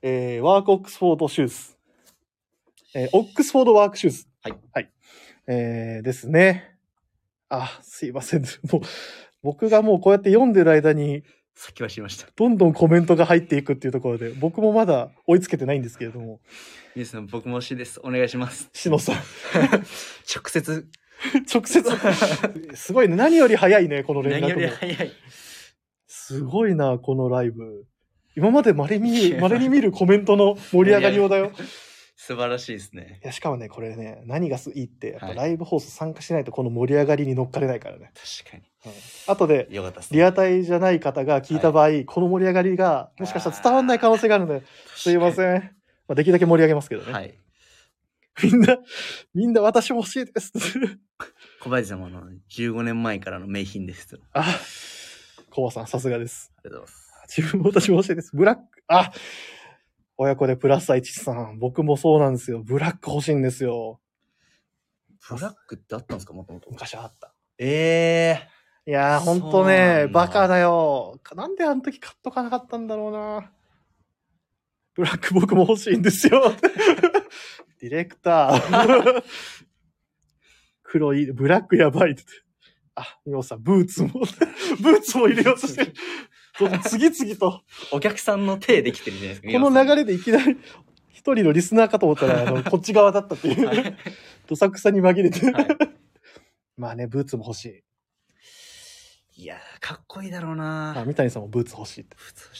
S1: えー、ワークオックスフォードシューズ。えー、オックスフォードワークシューズ。
S2: はい。
S1: はい。えー、ですね。あ、すいません。 もう、僕がもうこうやって読んでる間に、
S2: さっきはしました。
S1: どんどんコメントが入っていくっていうところで、僕もまだ追いつけてないんですけれども、
S2: ミュースさん、僕も推しです。お願いし ます。
S1: しのさん。
S2: 直接、
S1: 直接。すごいね。何より早いね、この連
S2: 何よ
S1: 絡
S2: り
S1: も。
S2: 早い。
S1: すごいな、このライブ。今まで稀
S2: い
S1: に、
S2: や
S1: 稀に見るコメントの盛り上がりようだよ。
S2: 素晴らしいですね。
S1: いや、しかもね、これね、何がすいいって、やっぱ
S2: はい
S1: ライブ放送参加しないとこの盛り上がりに乗っかれないからね。
S2: 確か
S1: うん後で、
S2: に。よかったですね。
S1: リアタイじゃない方が聞いた場合、この盛り上がりが、もしかしたら伝わんない可能性があるので、すいません。
S2: ん。
S1: まあ、できるだけ盛り上げますけどね。
S2: はい。
S1: みんな、みんな私も欲しいです。
S2: 小林様の15年前からの名品です。あり
S1: あ、コバさん、さすがです。
S2: がとうございます。
S1: 自分も私も欲しいです。ブラック、あ親子でプラス愛知さん。僕もそうなんですよ。ブラック欲しいんですよ。
S2: ブラックってあったんですかもともと。
S1: 昔あった。
S2: ええ
S1: いやー、ほんと
S2: そうな
S1: ね、
S2: んだ
S1: バカだよ。かなんであの時買っとかなかったんだろうな。ブラック僕も欲しいんです よ。ディレクター。黒い、ブラックやばいって。あ、ようさん、ブーツも、ブーツも入れようとして る。どんどん次々と。
S2: お客さんの手できてるじゃないですか。
S1: この流
S2: れ。
S1: れでいきなり、一人のリスナーかと思った ら、あの、こっち側だったってい
S2: は
S1: う、
S2: い
S1: どさくさに紛れて。
S2: は
S1: まあね、ブーツも欲しい。
S2: い、いやー、かっこいいだろう
S1: あ、
S2: な。
S1: 三谷さんもブーツ欲しいって。
S2: 普通欲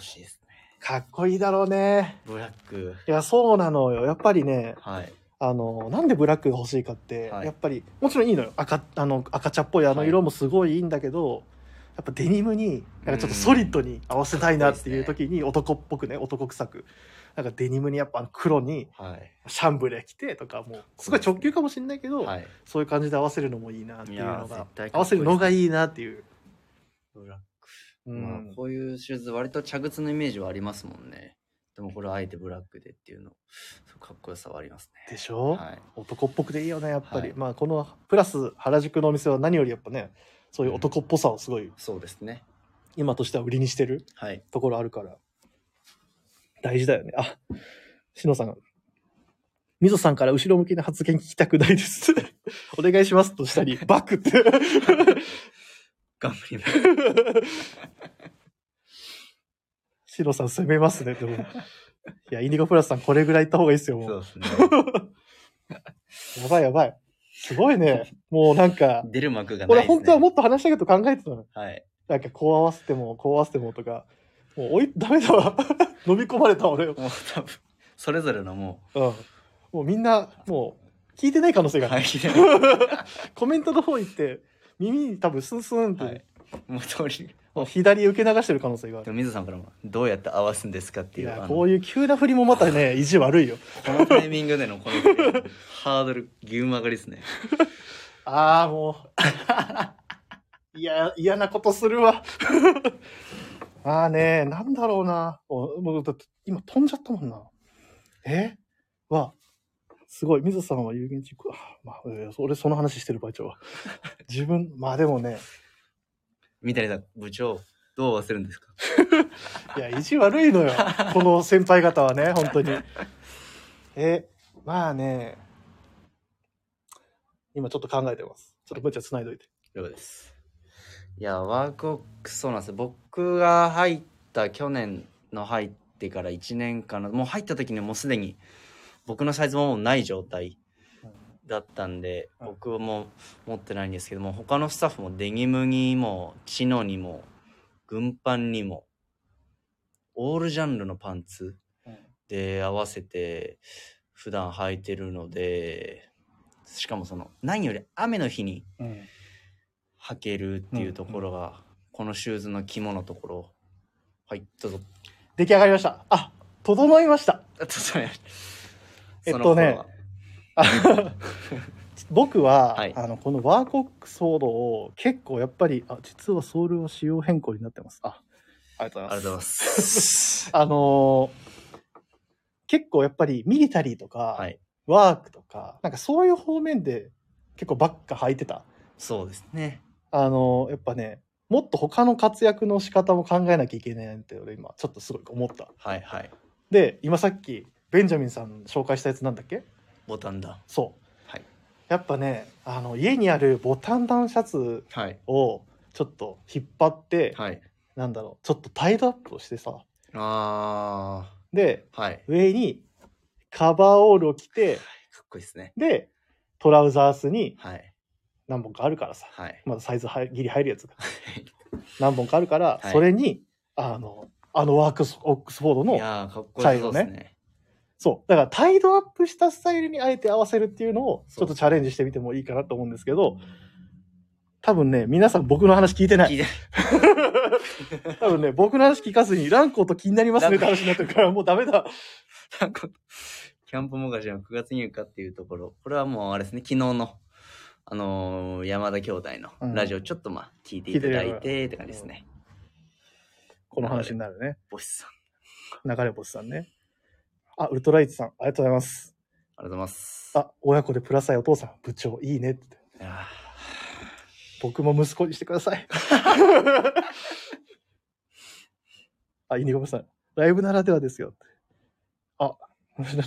S2: しいですね。
S1: かっこいいだろうね。
S2: ブラック。
S1: いや、そうなのよ。やっぱりね、
S2: はい。
S1: あの、なんでブラックが欲しいかって、
S2: はい
S1: やっぱり、もちろんいいのよ。赤、あの、赤茶っぽいあの
S2: はい
S1: 色もすごいいいんだけど、やっぱデニムに、なんかちょっとソリッドに合わせたいなっていう時に、男っぽくね、男臭く。なんかデニムにやっぱあの黒に
S2: はい。
S1: シャンブレー着てとか、もう、すごい直球かもしれないけど、
S2: はい。
S1: そういう感じで合わせるのもいいなっていうの
S2: いや
S1: が
S2: 絶対かっこいいですね
S1: 合わせるのがいいなっていう、
S2: ブラック。
S1: う
S2: ま
S1: ん
S2: あ、こういうシューズ、割と茶靴のイメージはありますもんね。でもこれあえてブラックでっていうの、そうかっこよさはありますね。
S1: でしょ、
S2: はい。
S1: 男っぽくていいよねやっぱり、
S2: はい
S1: まあこのプラス原宿のお店は何よりやっぱねそういう男っぽさをすごい
S2: そうですね。
S1: 今としては売りにしてる
S2: はい。
S1: ところあるから大事だよねあしのさんみぞさんから後ろ向きな発言聞きたくないです お願いしますとした りバックって
S2: 頑張ります。
S1: しのさん攻めますねでもいやインディゴプラスさんこれぐらい行った方がいいですよもう
S2: そうですね。
S1: やばいやばい。すごいね。もうなんか、
S2: 出る幕 がない
S1: 俺
S2: です、ね。
S1: 本当はもっと話したいこと考えてたの。
S2: はい。
S1: なんかこう合わせても、こう合わせてもとか。もうおい、ダメだわ。 飲み込まれた俺。うん。
S2: もう多分、それぞれのも
S1: もうみんな、もう、聞いてない可能性
S2: う、
S1: があ
S2: は
S1: る。
S2: い。
S1: コメントの方行って、耳に多分スンスンって、
S2: はい。もう通り。
S1: もう左受け流してる可能性があ
S2: で
S1: る。
S2: も水田さんからも、どうやって合わすんですかって
S1: い
S2: いう、あ
S1: や、
S2: の
S1: こう
S2: こ
S1: いう急な振りもまたね、意地悪いよ。
S2: のタイミングでのこの、ハードル、牛曲がりですね。
S1: ああ、もう。 いや、嫌なことするわ。 ああね、なんだろうな。おもうだって今飛んじゃったもんな。えは、すごい。水さんは有言実行。あまあ、えー俺その話してる場合ちゃうわ。 自分、まあでもね、
S2: 三谷さん、部長、どう合わせるんですか
S1: いや、意地悪いのよ。この先輩方はね、本当に。え、まあね、今ちょっと考えてます。ちょっとぶっちゃん繋いどいて。
S2: 了解です。いや、ワークオック、そうなんですよ。僕が入った、去年の入ってから1年間の、もう入った時にもうすでに、僕のサイズももうない状態だったん
S1: う
S2: で、
S1: ん
S2: 僕も持ってないんですけども、他のスタッフもデニムにも、チノにも、軍パンにも、オールジャンルのパンツで合わせて、普段履いてるので、しかもその、何より雨の日に、
S1: うん。
S2: 履けるっていうところが、このシューズの肝のところはいどうぞ
S1: 出来上がりました。あ、整いま した。
S2: あちょっと待って
S1: えっとねあ僕は、
S2: はい
S1: あの、このワーコックソードを結構やっぱり、あ、実はソールは仕様変更になってます。あ、ありがとうご。
S2: その頃はありがとうございますす
S1: あのー結構やっぱりミリタリーとか、
S2: はい
S1: ワークとか、なんかそういう方面で結構ばっか履いてた。
S2: そうですね
S1: あの、やっぱね、もっと他の活躍の仕方も考えなきゃいけないなって俺今ちょっとすごい思った。
S2: はいはい
S1: で、今さっきベンジャミンさん紹介したやつなんだっけ
S2: ボタンだ
S1: そう。
S2: はい
S1: やっぱね、あの家にあるボタンダウンシャツ
S2: はい
S1: をちょっと引っ張って、
S2: はい
S1: なんだろう、ちょっとタイドアップをしてさ、
S2: あ
S1: で、
S2: ーはい
S1: 上にカバーオールを着て、
S2: かっこいいですね
S1: で、トラウザースに
S2: はい
S1: 何本かあるからさ、
S2: はい
S1: まだサイズはギリ入るやつが何本かあるから、
S2: はい
S1: それに、あの、あのワークスオックスフォード
S2: い
S1: の
S2: やーかっこいいそうで
S1: 最
S2: す
S1: 後
S2: ね
S1: そう。だから、タイドアップしたスタイルにあえて合わせるっていうのを、ち
S2: そ
S1: ょ
S2: う
S1: っとチャレンジしてみてもいいかなと思うんですけど、多分ね、皆さん僕の話聞いてな
S2: 聞い
S1: い。
S2: て
S1: 多分ね、僕の話聞かずに、ランコと気になりますねって話になってるから、もうダメだ。
S2: なんか キャンプモガジンは9月入荷っていうところ、これはもうあれですね、昨日の、あのー山田兄弟
S1: うん
S2: のラジオ、ちょっとまあ、聞いていただいて、って感じですね。
S1: この話になるね。
S2: ボシさん、
S1: 流れ星さんね。あ、ウルトライツさん、ありがとうございます。
S2: ありがとうございます。
S1: あ、親子でプラスアイお父さん、部長、いいねって。
S2: いや
S1: 僕も息子にしてくだ さい。あ、イニゴムさん、ライブならではですよ。あ、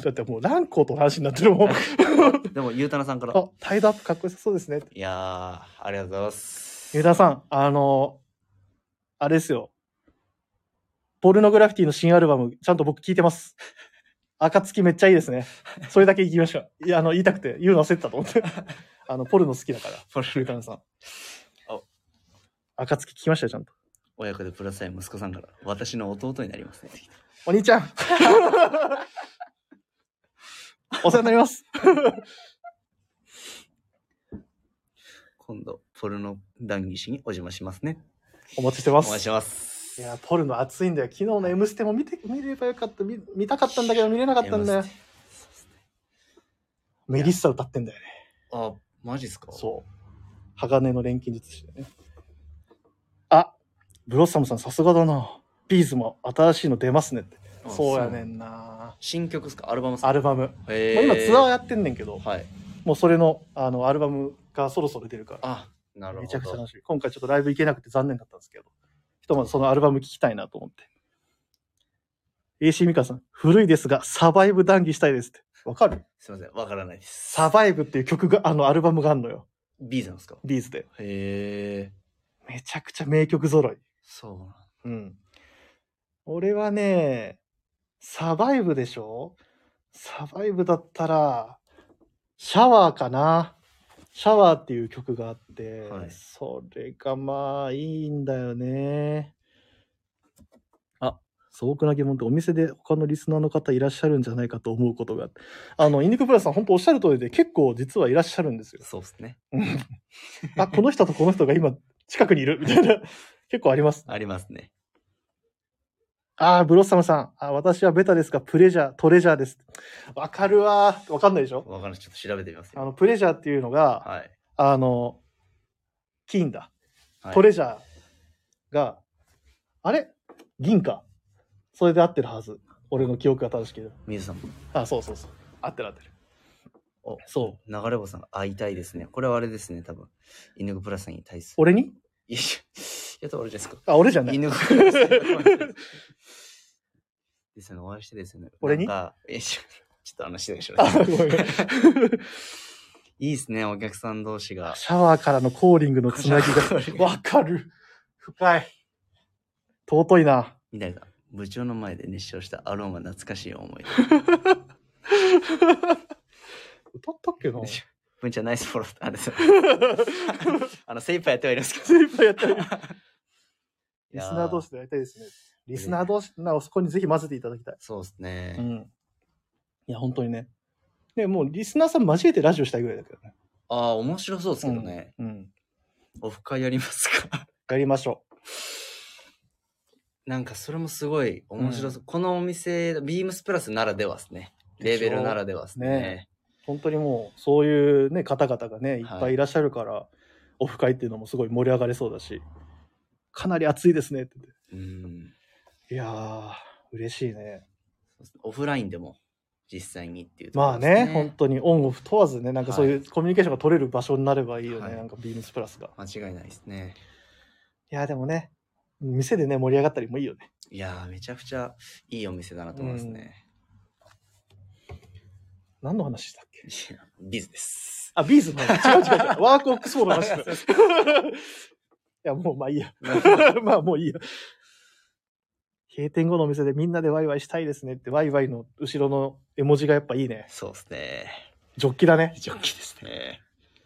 S1: だってもうランコとの話になってる もん。
S2: ーでも、ゆうたなさんから、
S1: あ、タイドアップかっこよさそうですね。
S2: いやー、ありがとうございます。
S1: ユダさん、あの、あれですよ。ポルノグラフィティの新アルバム、ちゃんと僕聞いてます。暁めっちゃいいですね。それだけ言いました。いや、あの、言いたくて、言うの焦ったと 思って。あの、ポルノ好きだから、
S2: ポル
S1: ユダさん。暁聞きましたよ、ちゃんと。
S2: 親子でプラスアイ息子さんから、私の弟になりますね。
S1: お兄ち ゃんお世話になります。
S2: 今度、ポルノ談義しにお邪魔しますね。
S1: お待ちして
S2: お
S1: ま
S2: 邪魔
S1: す。
S2: します。
S1: いや、ポルノ熱いんだよ。昨日の M ステも見て、見ればよかった。見見たかったんだけど見れなかったんだよ
S2: いや。そうっすね
S1: メリッサ歌ってんだよね。
S2: あ、マジっすか
S1: そう。鋼の錬金術師だよね。あ、ブロッサムさんさすがだな。ビーズも新しいの出ますねって。
S2: あ
S1: そうやねんな。
S2: 新曲っすかアルバムっすか
S1: アルバム。
S2: え
S1: もう今ツアーやってんねんけど、
S2: はい。
S1: もうそれの、あの、アルバムがそろそろ出るから。
S2: あ、なるほど。
S1: めちゃくちゃ楽しい。今回ちょっとライブ行けなくて残念だったんですけど、ひとまずそのアルバム聴きたいなと思って。AC ミカさん、古いですが、サバイブ談義したいですって。わかる
S2: すみません、わからないです。
S1: サバイブっていう曲が、あの、アルバムがあんのよ。
S2: ビーズなんですか
S1: ビーズで。
S2: へえ、
S1: めちゃくちゃ名曲揃い。
S2: そうなん。
S1: うん。俺はね、サバイブでしょサバイブだったら、シャワーかな。シャワーっていう曲があって、
S2: はい
S1: それがまあいいんだよね。あ、素朴な疑問ってお店で他のリスナーの方いらっしゃるんじゃないかと思うことが。あの、インディクプラスさん本当おっしゃる通りで結構実はいらっしゃるんですよ。
S2: そうですね。
S1: あ、この人とこの人が今近くにいるみたいな。結構あります。
S2: ありますね。
S1: ああ、ブロッサムさん。あー私はベタですが、プレジャー、トレジャーです。わかるわー。わかんないでしょ
S2: わからない。ちょっと調べてみます
S1: あ
S2: よ。
S1: の、プレジャーっていうのが、
S2: はい。
S1: あの、金だ。
S2: はい、
S1: トレジャーが、あれ銀か。それで合ってるはず。俺の記憶が正しければ。
S2: 水さんも、
S1: あ、そうそうそう。合ってる合ってる。
S2: お
S1: そう。
S2: 流れ星さんが会いたいですね。これはあれですね、多分。犬グプラスさんに対する。
S1: 俺に
S2: いやいや、やっと俺じゃないですか。
S1: あ、俺じゃない。
S2: 犬グプラスさん。ですよね、お会いしてですよね。
S1: 俺に
S2: なんか、えちょちょっとあの、失礼しま
S1: あ、
S2: す。
S1: ごめん。
S2: いいですね、お客さん同士が。
S1: シャワーからのコーリングのつなぎ が、わかる。深い。尊いな。
S2: みたいな。部長の前で熱唱したアローマ懐かしい思い
S1: 歌ったっけな
S2: 出。文ちゃんナイスフォロー。あれ、そうあの、精一杯やってはいるんですけど。
S1: 精一杯やったり。リ
S2: やー
S1: スナー同士でやりたいですね。リスナー同士、なそこにぜひ混ぜていただきたい。
S2: そうです
S1: う
S2: ね。
S1: ん。いや、本当にね。でもうリスナーさん交えてラジオしたいぐらいだけどね。
S2: ああ、面白そうですけどね。
S1: うん。
S2: オフ会やりますか
S1: やりましょ
S2: なんかそれもすごい面白そう。このお店、ビームスプラスならではですね。レーベルならではですね。
S1: ねう。本当にもう、そういうね、方々がね、いっぱいいらっしゃるから、オフ会っていうのもすごい盛り上がれそうだし、かなり暑いですねって言っ
S2: うん。
S1: て。いやー、嬉しいね。
S2: オフラインでも実際にっていうとこ
S1: ま
S2: ろ
S1: あ
S2: です
S1: ね、本当にオンオフ問わずね、なんかそうい
S2: は
S1: うコミュニケーションが取れる場所になればいいよね、
S2: はい
S1: なんかビームスプラスが。
S2: 間違いないですね。
S1: いや、でもね、店でね、盛り上がったりもいいよね。
S2: いやー、めちゃくちゃいいお店だなと思いますね。
S1: 何の話したっけ
S2: いやビズです。
S1: あ、ビーズ の、違う違う違う。ワークオックスフォーの話だ。いや、もうまあいいや。 まあもういいや。閉店後のお店でみんなでワイワイしたいですねって、ワイワイの後ろの絵文字がやっぱいいね。
S2: そうですね。
S1: ジョッキだね。
S2: ジョッキですね。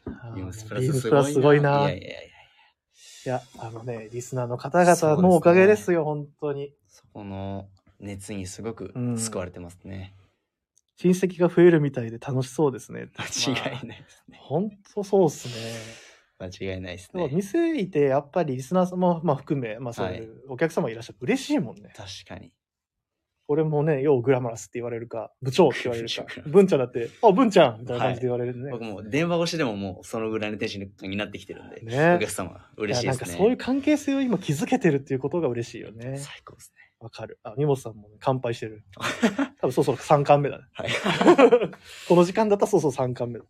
S1: ビ
S2: ビ
S1: ー
S2: ー
S1: ム
S2: ム
S1: ス
S2: ス
S1: プ
S2: プ
S1: ラ
S2: ラ
S1: スす
S2: スす
S1: ご
S2: ご
S1: い
S2: い
S1: な。
S2: な。いやいやいや。
S1: いや、あのね、リスナーの方々のおかげですよ、本当に。
S2: そこの熱にすごく
S1: うん
S2: 救われてますね。
S1: 親戚が増えるみたいで楽しそうですね。
S2: 間違いないですね。
S1: 本当そうっすね。
S2: 間違いないです
S1: でも
S2: ね。
S1: 店いて、やっぱりリスナーさんも、まあ、含め、まあ、そういうお客様いらっしゃる。嬉しいもんね。
S2: 確かに。
S1: 俺もね、ようグラマラスって言われるか、部長って言われるか
S2: 部、長
S1: 文ちゃんだって、あ、文ちゃんみたいな感じで言われるね。
S2: 僕もう電話越しでももうそのぐらいのテンションになってきてるんで、
S1: ね
S2: お客様嬉しい
S1: や
S2: で
S1: なん
S2: す
S1: か
S2: ね。
S1: そういう関係性を今築けてるっていうことが嬉しいよね。
S2: 最高ですね。
S1: わかる。あ、荷本さんも、ね、乾杯してる。 多分そろそろ3巻目だね。
S2: はい。
S1: この時間だったらそうそう3巻目だ。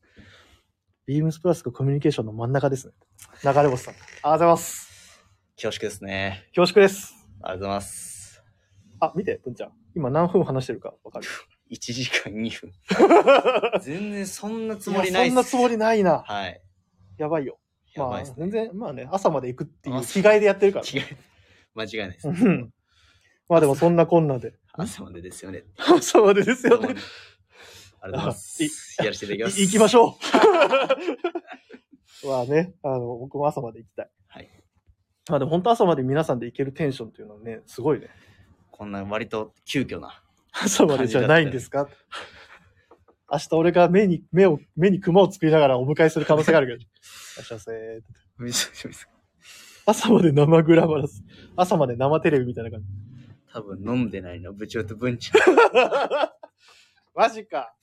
S1: ビームスプラスがコミュニケーションの真ん中ですね。流れ星さん。ありがとうございます。
S2: 恐縮ですね。
S1: 恐縮です。
S2: ありがとうございます。
S1: あ、見て、文ちゃん。今何分話してるかわかる。
S2: 1時間2分。 全然そんなつもりない
S1: やそ
S2: っす
S1: んなつもりないな。
S2: はい。
S1: やばいよ。
S2: やば
S1: ま
S2: い
S1: あ、
S2: ですね。
S1: 全然、まあね、朝まで行くっていう
S2: あ
S1: 気概でやってるから。
S2: 違う間違いないです
S1: う
S2: ね。
S1: んまあでもそんなこんなで。
S2: 朝までですよね。
S1: 朝までですよ
S2: どうもあ
S1: ね
S2: り。がとうございます。やらせていただきます。
S1: い行きましょう。 はね、あの、僕も朝まで行きたい。
S2: はい。
S1: まあでも本当朝まで皆さんで行けるテンションっていうのはね、すごいね。
S2: こんな割と急 遽な。
S1: 朝までじゃないんですか明日俺が目に、目を、目に熊を作りながらお迎えする可能性があるけど。いらっしゃいませ朝まで生グラマラス。朝まで生テレビみたいな感じ。
S2: 多分飲んでないの、部長と文ちゃん。
S1: マジか。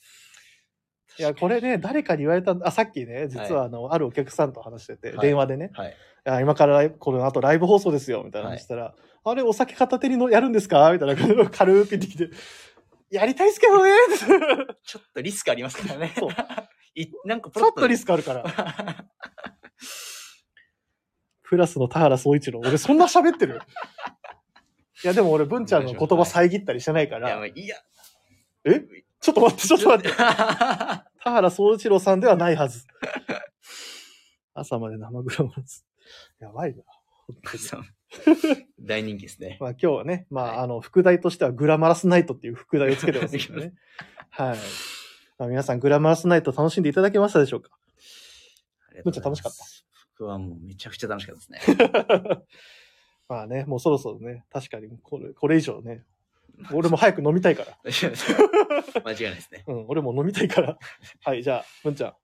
S1: いや、これね、誰かに言われたんあ、さっきね、実はあの、あるお客さんと話してて、
S2: はい
S1: 電話でね、
S2: はい。
S1: いや今からライブこの後ライブ放送ですよ、みたいな話したら、あれ、お酒片手にのやるんですかみたいな 感じで軽く言ってきて、やりたいっすけど ねって
S2: ちょっとリスクありますからね。
S1: そう
S2: いなんか
S1: ちょっとリ
S2: ス
S1: スクあるから。プラスの田原総一郎、俺そんな喋って るいや、でも俺、文ちゃんの言葉遮ったりしてないか
S2: クいや、ま
S1: ら、
S2: あ、いや。
S1: えちょっと待って、ちょっと待って。
S2: って。
S1: 田原総一郎さんではないはず。朝まで生グラマラス。やばいな。
S2: 大人気ですね。
S1: まあ今日はね、まあ、
S2: はい
S1: あの、副題としてはグラマラスナイトっていう副題をつけてますけどね。はい。まあ、皆さんグラマラスナイト楽しんでいただけましたでしょうか めっちゃ楽しかった。
S2: 僕はもうめちゃくちゃ楽しかったですね。
S1: まあね、もうそろそろね、確かにこれ、これ以上ね、俺も早く飲みたいから。
S2: 間違いないですね。
S1: うん、俺も飲みたいから。はい、じゃあ、文ちゃん。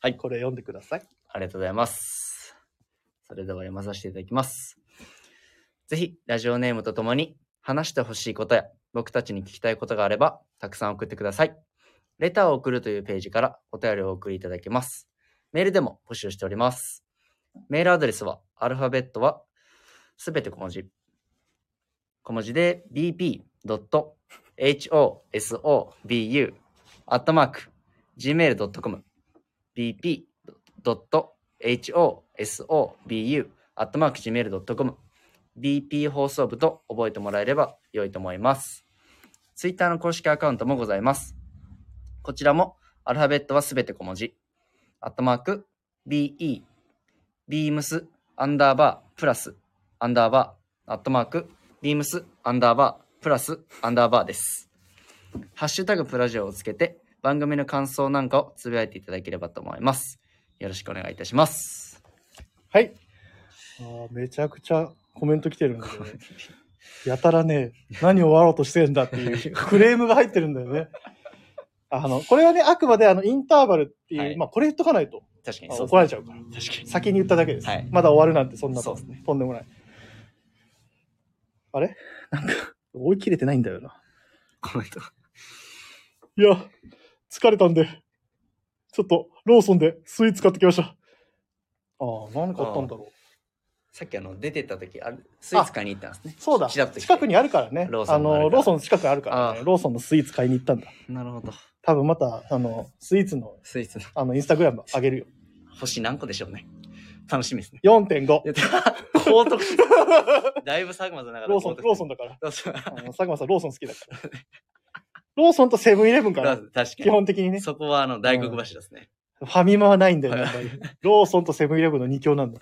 S2: はい
S1: これ読んでください。
S2: ありがとうございます。それでは読まさせていただきます。ぜひ、ラジオネームとともに、話してほしいことや、僕たちに聞きたいことがあれば、たくさん送ってください。レターを送るというページからお便りをお送りいただけます。メールでも募集しております。メールアドレスは、アルファベットは、すべて小文字。小文字で bp.hosobu.gmail.com bp bp.hosobu.gmail.com bp 放送部と覚えてもらえれば良いと思います。Twitter の公式アカウントもございます。こちらもアルファベットはすべて小文字。アットマーク、be, beams, アンダーバー、プラス、アンダーバー、アットマーク、beams, アンダーバー、プラス、アンダーバーです。ハッシュタグプラジオをつけて、番組の感想なんかをつぶやいていただければと思います。よろしくお願いいたします。
S1: はい。あーめちゃくちゃコメント来てるんだけど、やたらね、何を笑おうとしてんだって いうクレームが入ってるんだよね。あの、これはね、あくまであの、インターバルっていう、
S2: はい
S1: まあ、これ言っとかないと、
S2: 確かに
S1: あ
S2: そう
S1: 怒られちゃうから。
S2: ですね。確かに。
S1: 先に言っただけです。
S2: はい
S1: まだ終わるなんてそんな
S2: そう
S1: と
S2: ですね
S1: とんでもない。あれなんか、追い切れてないんだよな。
S2: コメント。
S1: いや、疲れたんで、ちょっと、ローソンでスイーツ買ってきました。ああ、何買ったんだろう。
S2: さっきあの、出てった時、あれ、スイーツ買いに行ったんですね。
S1: そうだ、
S2: ちらっと来て
S1: 近くにあるからね。
S2: ローソ
S1: あ
S2: ンがあ
S1: の、
S2: るから
S1: ローソン近くあるから
S2: あ
S1: ね。
S2: あ
S1: ローソンのスイーツ買いに行ったんだ。
S2: なるほど。
S1: 多分また、あの、スイーツの、
S2: スイーツの
S1: あの、インスタグラム上げるよ。
S2: 星何個でしょうね。楽しみですね。
S1: 4.5。
S2: やった高得点。 だいぶ佐久間さんだから
S1: ローソン、ローソン
S2: だ。
S1: だから。
S2: ローソ
S1: あ
S2: ン。
S1: の佐久間さん、ローソン好きだから。ローソンとセブンイレブンか
S2: ロー
S1: な
S2: ソ。ン確か
S1: 基
S2: に。
S1: 本的にね。
S2: そこはあの、大黒柱ですね。
S1: ファミマはないんだよ、
S2: はい
S1: やっぱり。ローソンとセブンイレブンの2強なんだ。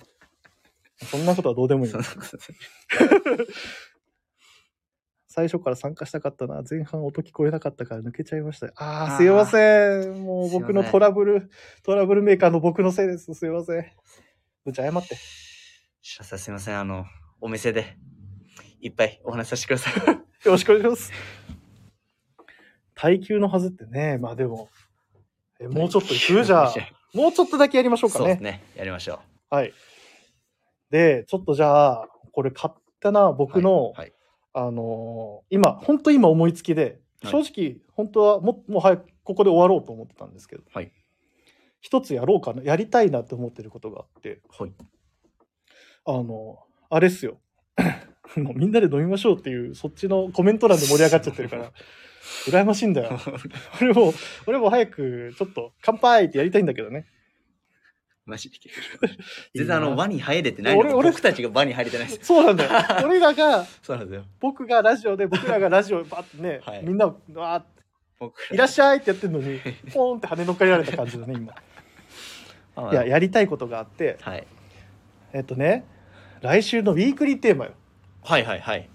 S1: そんなことはどうでもいい
S2: そ。う
S1: 最初から参加したかったな。前半音聞こえなかったから抜けちゃいました。あ
S2: あ
S1: あ、
S2: ー
S1: すいません。もう
S2: すいま
S1: 僕
S2: せん
S1: のトラブル、トラブルメーカーの僕のせいです。すいません。ぶっちゃ謝って。
S2: 白さんすいません、あの、お店で、いっぱいお話しさせてください。
S1: よろしくお願いします。耐久のはずってね、まあでも、えもうちょっと行く じゃあ、もうちょっとだけやりましょうか
S2: そうで
S1: ね
S2: す。ね。やりましょう。
S1: はい。で、ちょっとじゃあ、これ買ったな、僕の、
S2: はいはい
S1: あのー今、本当今思いつきで、
S2: はい
S1: 正直、本当はも、もう早くここで終わろうと思ってたんですけど、
S2: はい
S1: 一つやろうかな、やりたいなって思ってることがあって、
S2: はい。
S1: あのーあれっすよ。 もうみんなで飲みましょうっていう、そっちのコメント欄で盛り上がっちゃってるから、羨ましいんだ よ。俺も、俺も早く、ちょっと、乾杯ってやりたいんだけどね。
S2: マジで。全然あの、
S1: いいな
S2: 輪に入れてないの
S1: 俺俺
S2: 僕たちが輪に入れてないです。
S1: そうなんだよ。俺らが、
S2: そうなんですよ。
S1: 僕がラジオで僕らがラジオバッてね、
S2: はい
S1: みんなわーっ
S2: 僕
S1: ていらっしゃいってやってるのにポーンって跳ねのっかりられた感じだね今
S2: ゃ
S1: いややりたいことがあって
S2: はい。
S1: えっとね来週のウィークリーテーマよ
S2: はいはいはい。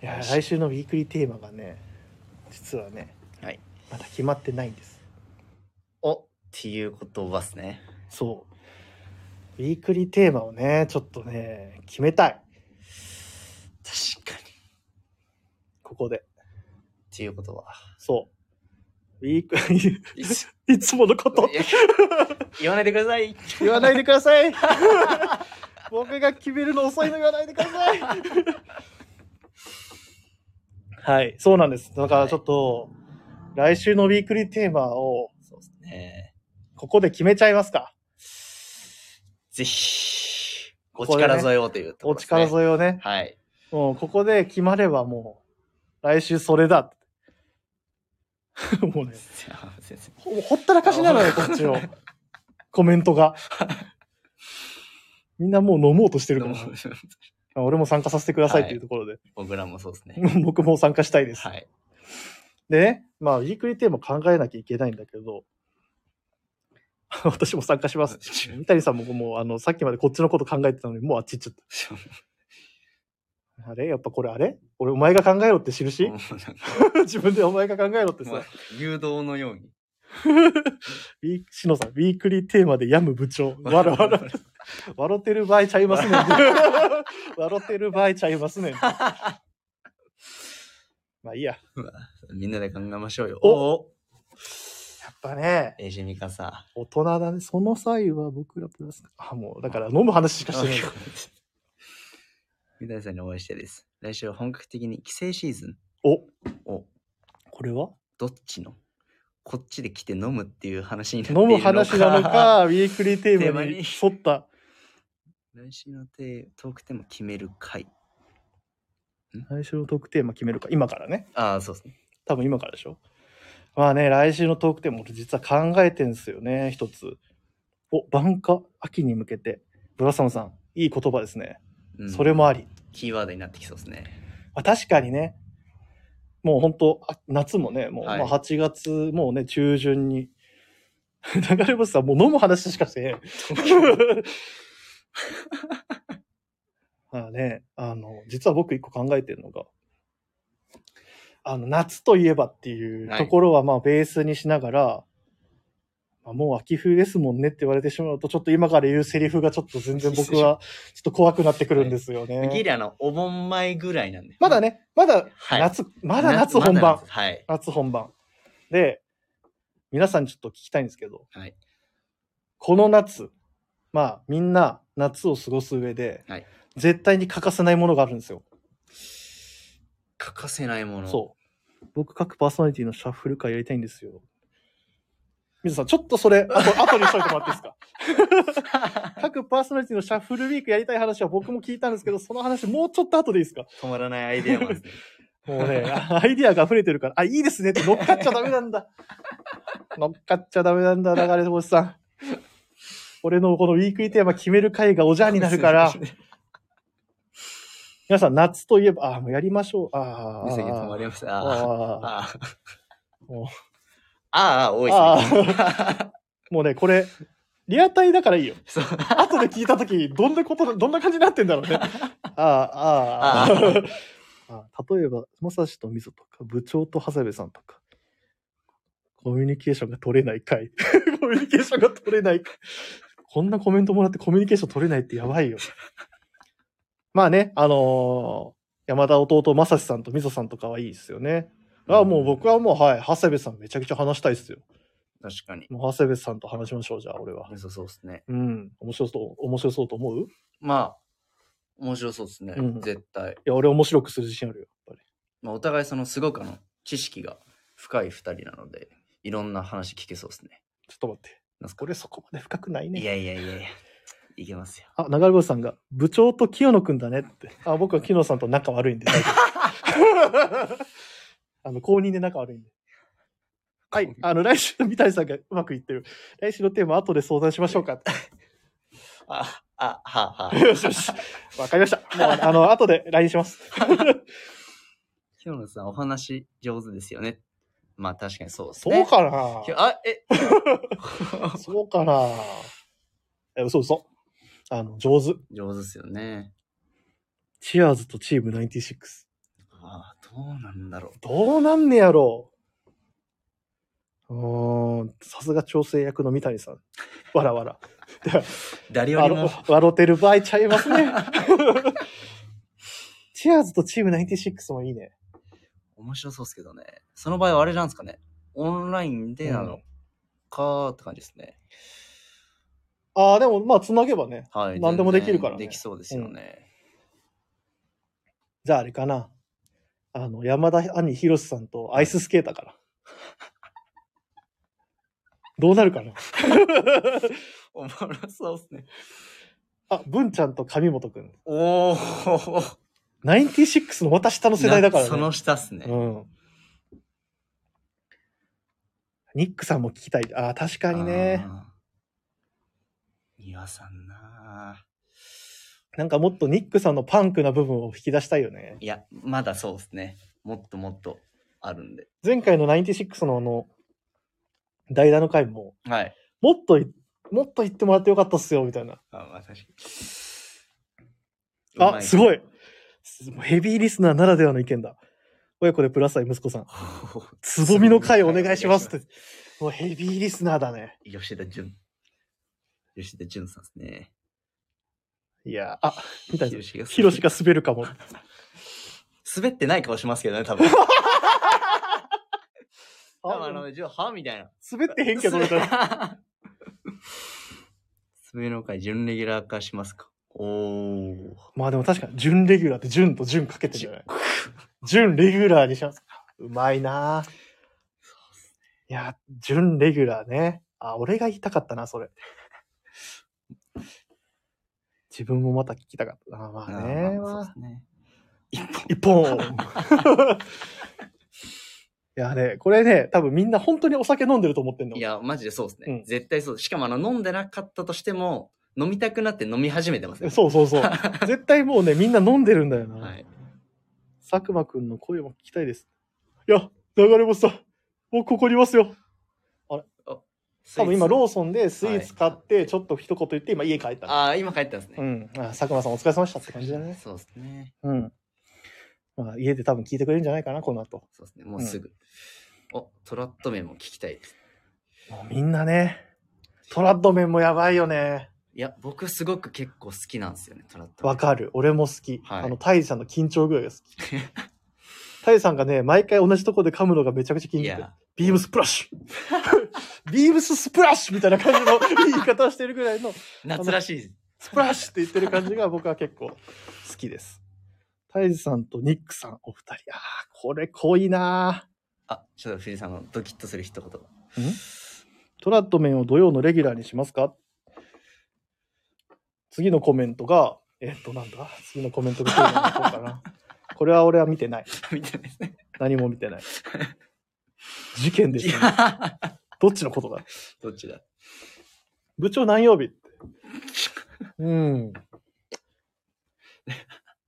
S1: いや
S2: よし
S1: 来週のウィークリーテーマがね実はね
S2: はい。
S1: まだ決まってないんです
S2: お、っていうことはですね。
S1: そうウィークリーテーマをねちょっとね決めたい
S2: 確かに。っ
S1: ここで
S2: ていうことは。
S1: そうウィークリ
S2: いいっす
S1: ー いつものこと
S2: いや言わないでください。
S1: 言わないでくだ さい僕が決めるの遅いの言わないでくださいはいそうなんですだからちょっと、来週のウィークリーテーマを
S2: そうですね。
S1: ここで決めちゃいますか
S2: ぜひ、お
S1: ここでね
S2: 力添えをというとこ
S1: お
S2: ろですね、
S1: 力添えをね
S2: え。はい。
S1: もうここで決まればもう来週それだ もうね
S2: あ先生
S1: ほほったらかしなのよこっちの コメント がみんなもう飲もうとしてるから俺も参加させてくださいっていうところで、
S2: 僕らもそうですね。
S1: 僕も参加したいです
S2: はい。
S1: でね、まあ、ウィークリーテーマ考えなきゃいけないんだけど、 私も参加します。三谷さんももう、あの、さっきまでこっちのこと考えてたのに、もうあっち行っちゃった。あれやっぱこれあれ俺、お前が考えろって印自分でお前が考えろってさ、
S2: もう誘導のように。
S1: ウィーク、しのさん、ウィークリーテーマで病む部長。わらわら。笑ってる場合ちゃいますねん。 笑ってる場合ちゃいますねん。まあいいや。や
S2: みんなで考えましょうよ。
S1: お
S2: お
S1: っぱね、
S2: エイジミカさ
S1: 大人だね。その際は僕らプラス。あ、もう、だから飲む話しかしてない。
S2: 三谷さんにお会いしたいです。来週は本格的に帰省シーズン
S1: お、
S2: を
S1: これは
S2: どっちのこっちで来て飲むっていう話になってい
S1: 飲
S2: るのか
S1: む話なの か、ウィークリーテーマに
S2: テ
S1: 沿った。
S2: 来週のテートークテーマ決める回
S1: 来週のトークテーマ決めるか。今からね。
S2: ああそうですね
S1: 多分今からでしょ。まあね、来週のトークテーマ、俺実は考えてんすよね、一つ。お、晩夏、秋に向けて。ブラサムさん、いい言葉ですね。
S2: うん
S1: それもあり。
S2: キーワードになってきそうですね
S1: まあ、確かにね、もう本当あ夏もね、もう、
S2: はい
S1: まあ8月、もうね、中旬に 流れ星さん、もう飲む話しかせん。 まあね、あの、実は僕一個考えてるのが、あの、夏といえばっていう
S2: はい
S1: ところはまあベースにしながら、まあ、もう秋冬ですもんねって言われてしまうと、ちょっと今から言うセリフがちょっと全然僕はちょっと怖くなってくるんですよね。
S2: ギリあの、お盆前ぐらいなんで。
S1: まだね、まだ
S2: はい、
S1: 夏、まだ夏本
S2: ま
S1: 番
S2: だ。夏はい。
S1: 夏本番。で、皆さんにちょっと聞きたいんですけど、
S2: はい
S1: この夏、まあみんな夏を過ごす上で、
S2: はい
S1: 絶対に欠かせないものがあるんですよ。
S2: 欠かせないもの。
S1: そう。僕各パーソナリティのシャッフル会やりたいんですよ。水野さん、ちょっとそれ、あと、後にしといてもらっていいですか 各パーソナリティのシャッフルウィークやりたい話は僕も聞いたんですけど、その話もうちょっと後でいいですか
S2: 止まらないアイデアマ ンですね。
S1: もうね、アイディアが溢れてるから、あ、いいですねって乗っかっちゃダメなん だ。乗っかっちゃダメなんだ、流れ星さん。俺のこのウィークリーテーマ決める回がおじゃんになる から、皆さん夏といえば、あ、もうやりましょう。あー
S2: 水着止まりました。あー
S1: あー
S2: あ
S1: お
S2: ー。あーあー、多い
S1: もうね、これ、リアタイだからいいよ。
S2: です ね。そう
S1: 後で聞いたとき、どんなこと、どんな感じになってんだろうね。ああ、ああ、
S2: あー
S1: ああ例えば、まさしとみぞとか、部長と長谷部さんとか、コミュニケーションが取れない 回。コミュニケーションが取れない回。こんなコメントもらってコミュニケーション取れないってやばいよ。まあね、あのー山田弟まさしさんとみぞさんとかはいいですよね。ああもう僕はもう、はい、長谷部さんめちゃくちゃ話したいっすよ。
S2: 確かに。
S1: もう長谷部さんと話しましょう、じゃあ俺は。
S2: そうそうですね。
S1: うん。面白そう、面白そうと思うい
S2: まあ、面白そうですね
S1: うん。
S2: 絶対。
S1: や、俺面白くする自信あるよ、やっぱ
S2: まあ、お互いその、すごくあの、知識が深い二人なので、いろんな話聞けそうですね。
S1: り。ちょっと待って。
S2: なんすか
S1: 俺そこまで深くないね。
S2: いやいやいやいや、いけますよ。
S1: あ、流れ星さんが、部長と清野くんだねって。あ、僕は清野さんと仲悪いんで大丈夫。 あの、公認で仲悪いんで。はい。あの、来週の三谷さんがうまくいってる。来週のテーマ、後で相談しましょうか。
S2: あ、あ、は、は。
S1: よしよし。わかりました。もう、あの、後で LINE します。
S2: 清野さん、お話上手ですよね。まあ、確かにそうです
S1: そ
S2: ね。
S1: うかな
S2: ひょあ、え、
S1: そうかなえ、嘘嘘。あの、上手。
S2: 上手ですよね。
S1: チアーズとチーム96。
S2: ああ、どうなんだろう。
S1: どうなんねやろう。うーん、さすが調整役の三谷さん。わらわら。
S2: 誰よ
S1: わ
S2: り
S1: ろ
S2: も、
S1: 笑ってる場合ちゃいますね。 チアーズとチーム96もいいね。
S2: 面白そうですけどね。その場合はあれなんですかね。オンラインでな
S1: う
S2: の
S1: ん
S2: かーって感じですね。
S1: ああ、でも、まあ、つなげばね。
S2: はい。
S1: 何でもできるからね
S2: 全然できそうですよね。
S1: じゃあ、あれかな。あの、山田兄博さんとアイススケーターから。どうなるかな。
S2: おもろそうですね。
S1: あ、文ちゃんと上本くん。
S2: おー。
S1: 96のまた下の世代だからね。
S2: その下っすね。
S1: うん。ニックさんも聞きたい。ああ、確かにね。
S2: あー。美輪さんな
S1: なんかもっとニックさんのパンクな部分を引き出したいよね
S2: ー。いや、まだそうですね。もっともっとあるんで。
S1: 前回の96のあの、代打の回も、
S2: はい。
S1: もっとい、もっと言ってもらってよかったっすよ、みたいな。
S2: あ、まあ、確かに。うま
S1: あ、す
S2: い。
S1: ごいすヘビーリスナーならではの意見だ。親子でプラス愛息子さん。つぼみの回お願いしますって。もうヘビーリスナーだね。
S2: 吉田純。吉田純さんですね。
S1: いやー、あ、みたいな。
S2: しが
S1: ヒロシが滑るか も。
S2: 滑ってない顔しますけどね、 多分。多分あ
S1: あ
S2: の、じゃあ、はみたいな。
S1: 滑ってへんけど、みたいな。
S2: 滑りの会、準レギュラー化しますか。おー。
S1: まあでも確かに、準レギュラーって準と準かけてるじゃない準レギュラーにしますか。うまいなぁいや、準レギュラーね。あ、俺が言いたかったな、それ。自分もまた聞きたかったな。まあね。ま
S2: まあ
S1: あ
S2: そうっすね。
S1: 一本いやね、これね、多分みんな本当にお酒飲んでると思ってんの。
S2: いや、マジでそうですね。
S1: うん
S2: 絶対そうです。しかも、あの、飲んでなかったとしても、飲みたくなって飲み始めてますね。
S1: そうそうそう。絶対もうね、みんな飲んでるんだよな。
S2: はい。
S1: 佐久間くんの声も聞きたいです。いや、流れ星さん、もうここにいますよ。あれ
S2: あ
S1: 多分今ロー
S2: ス
S1: ソンでスイーツ買ってちょっと一言言って今家帰っ
S2: イーツ
S1: た、
S2: ああ、今帰ったんですね。
S1: うんあ佐久間さんお疲れ様でしたって感じだね
S2: そうですね。
S1: うんまあ家で多分聞いてくれるんじゃないかなこの後
S2: そうですね。もうすぐ。お、トラット麺も聞きたいです。
S1: もうみんなねトラッド麺もやばいよね
S2: いや、僕すごく結構好きなんですよね、トラット麺。
S1: わかる俺も好き、
S2: はい
S1: あのタイさんの緊張具合が 好きタイさんがね毎回同じとこで噛むのがめちゃくちゃ緊
S2: い
S1: 張
S2: や、
S1: ビームスプラッシュ ビームススプラッシュみたいな感じの言い方をしてるぐらいの
S2: 夏らしい。
S1: スプラッシュって言ってる感じが僕は結構好きです。タイジさんとニックさんお二人。ああ、これ濃いな
S2: あ、ちょっと藤井さんのドキッとする一言 が。
S1: ートラッド麺を土曜のレギュラーにしますか次のコメントが、えっと、なんだ次のコメントが来るのはどうか な。これは俺は見てない。
S2: みたいですね。
S1: 何も見てない。事件で
S2: い
S1: した、ね。
S2: や、
S1: どっちのことだ
S2: どっちだ
S1: 部長何曜日って。 うん。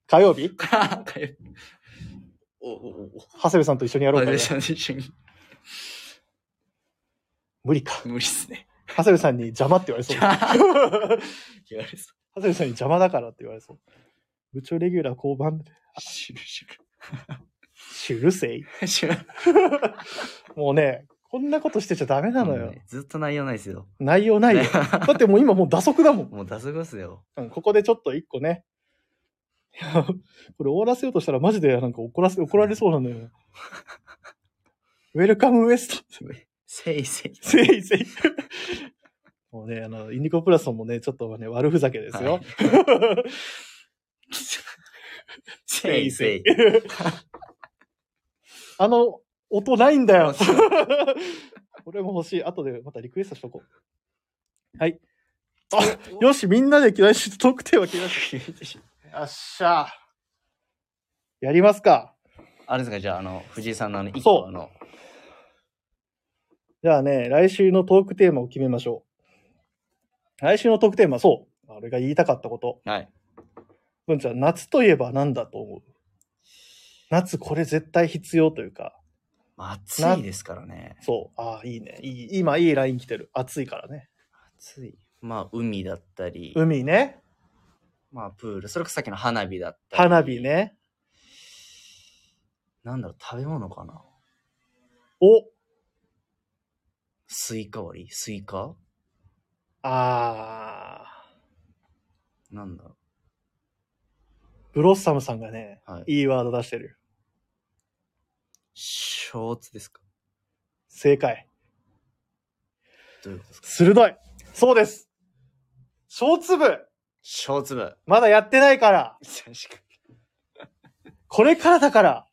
S1: 火曜日
S2: 火曜日おおおお。
S1: 長谷部さんと一緒にやろう
S2: あ
S1: か
S2: れ
S1: な
S2: で。しょ一緒に。
S1: 無理か。
S2: 無理っすね。
S1: 長谷部さんに邪魔って言われ そう。長
S2: 言われそ
S1: 谷部さんに邪魔だからって言われそう。部長レギュラー交番で、
S2: う。シュルシ
S1: しゅるせい。
S2: ュル。シュル。
S1: もうね、こんなことしてちゃダメなのよ。
S2: もうねずっと内容ないですよ。
S1: 内容 ないよ。だってもう今もう打足だもん。
S2: もう打足っすよ。
S1: うんここでちょっと一個ね。いやこれ終わらせようとしたらマジでなんか怒らせ、怒られそうなのよ。ウェルカムウエスト。
S2: せいせい。
S1: せいせい。もうね、あの、インディコプラソンもね、ちょっとね、悪ふざけですよ。
S2: はいせいせい。
S1: あの、音ないんだ よ。これも欲しい。後でまたリクエストしとこう。はい。あ、よし、みんなで嫌いし、トークテーマ嫌いし。 よっしゃ。やりますか。
S2: あれですか、じゃあ、あの、藤井さんのあの、一
S1: そう
S2: 個あの、
S1: じゃあね、来週のトークテーマを決めましょう。来週のトークテーマ、そう。俺が言いたかったこと。
S2: はい。
S1: 文ちゃん、夏といえば何だと思う夏これ絶対必要というか、
S2: まあ、暑いですからね。
S1: そう、ああ、いいね。いい、今いいライン来てる。暑いからね。
S2: 暑い。まあ、海だったり、
S1: 海ね。
S2: まあ、プール、それこそさっきの花火だったり。
S1: 花火。ね。
S2: なんだろう、食べ物かな。
S1: お
S2: スイカ割りスイカ
S1: あ
S2: なんだろ
S1: ー、ブロッサムさんがね、
S2: う。はい。
S1: いいワード出してる。
S2: ショーツですか
S1: 正解。
S2: どういうことですか
S1: 鋭いそうです小粒
S2: ショーツ部。
S1: まだやってないからこれからだから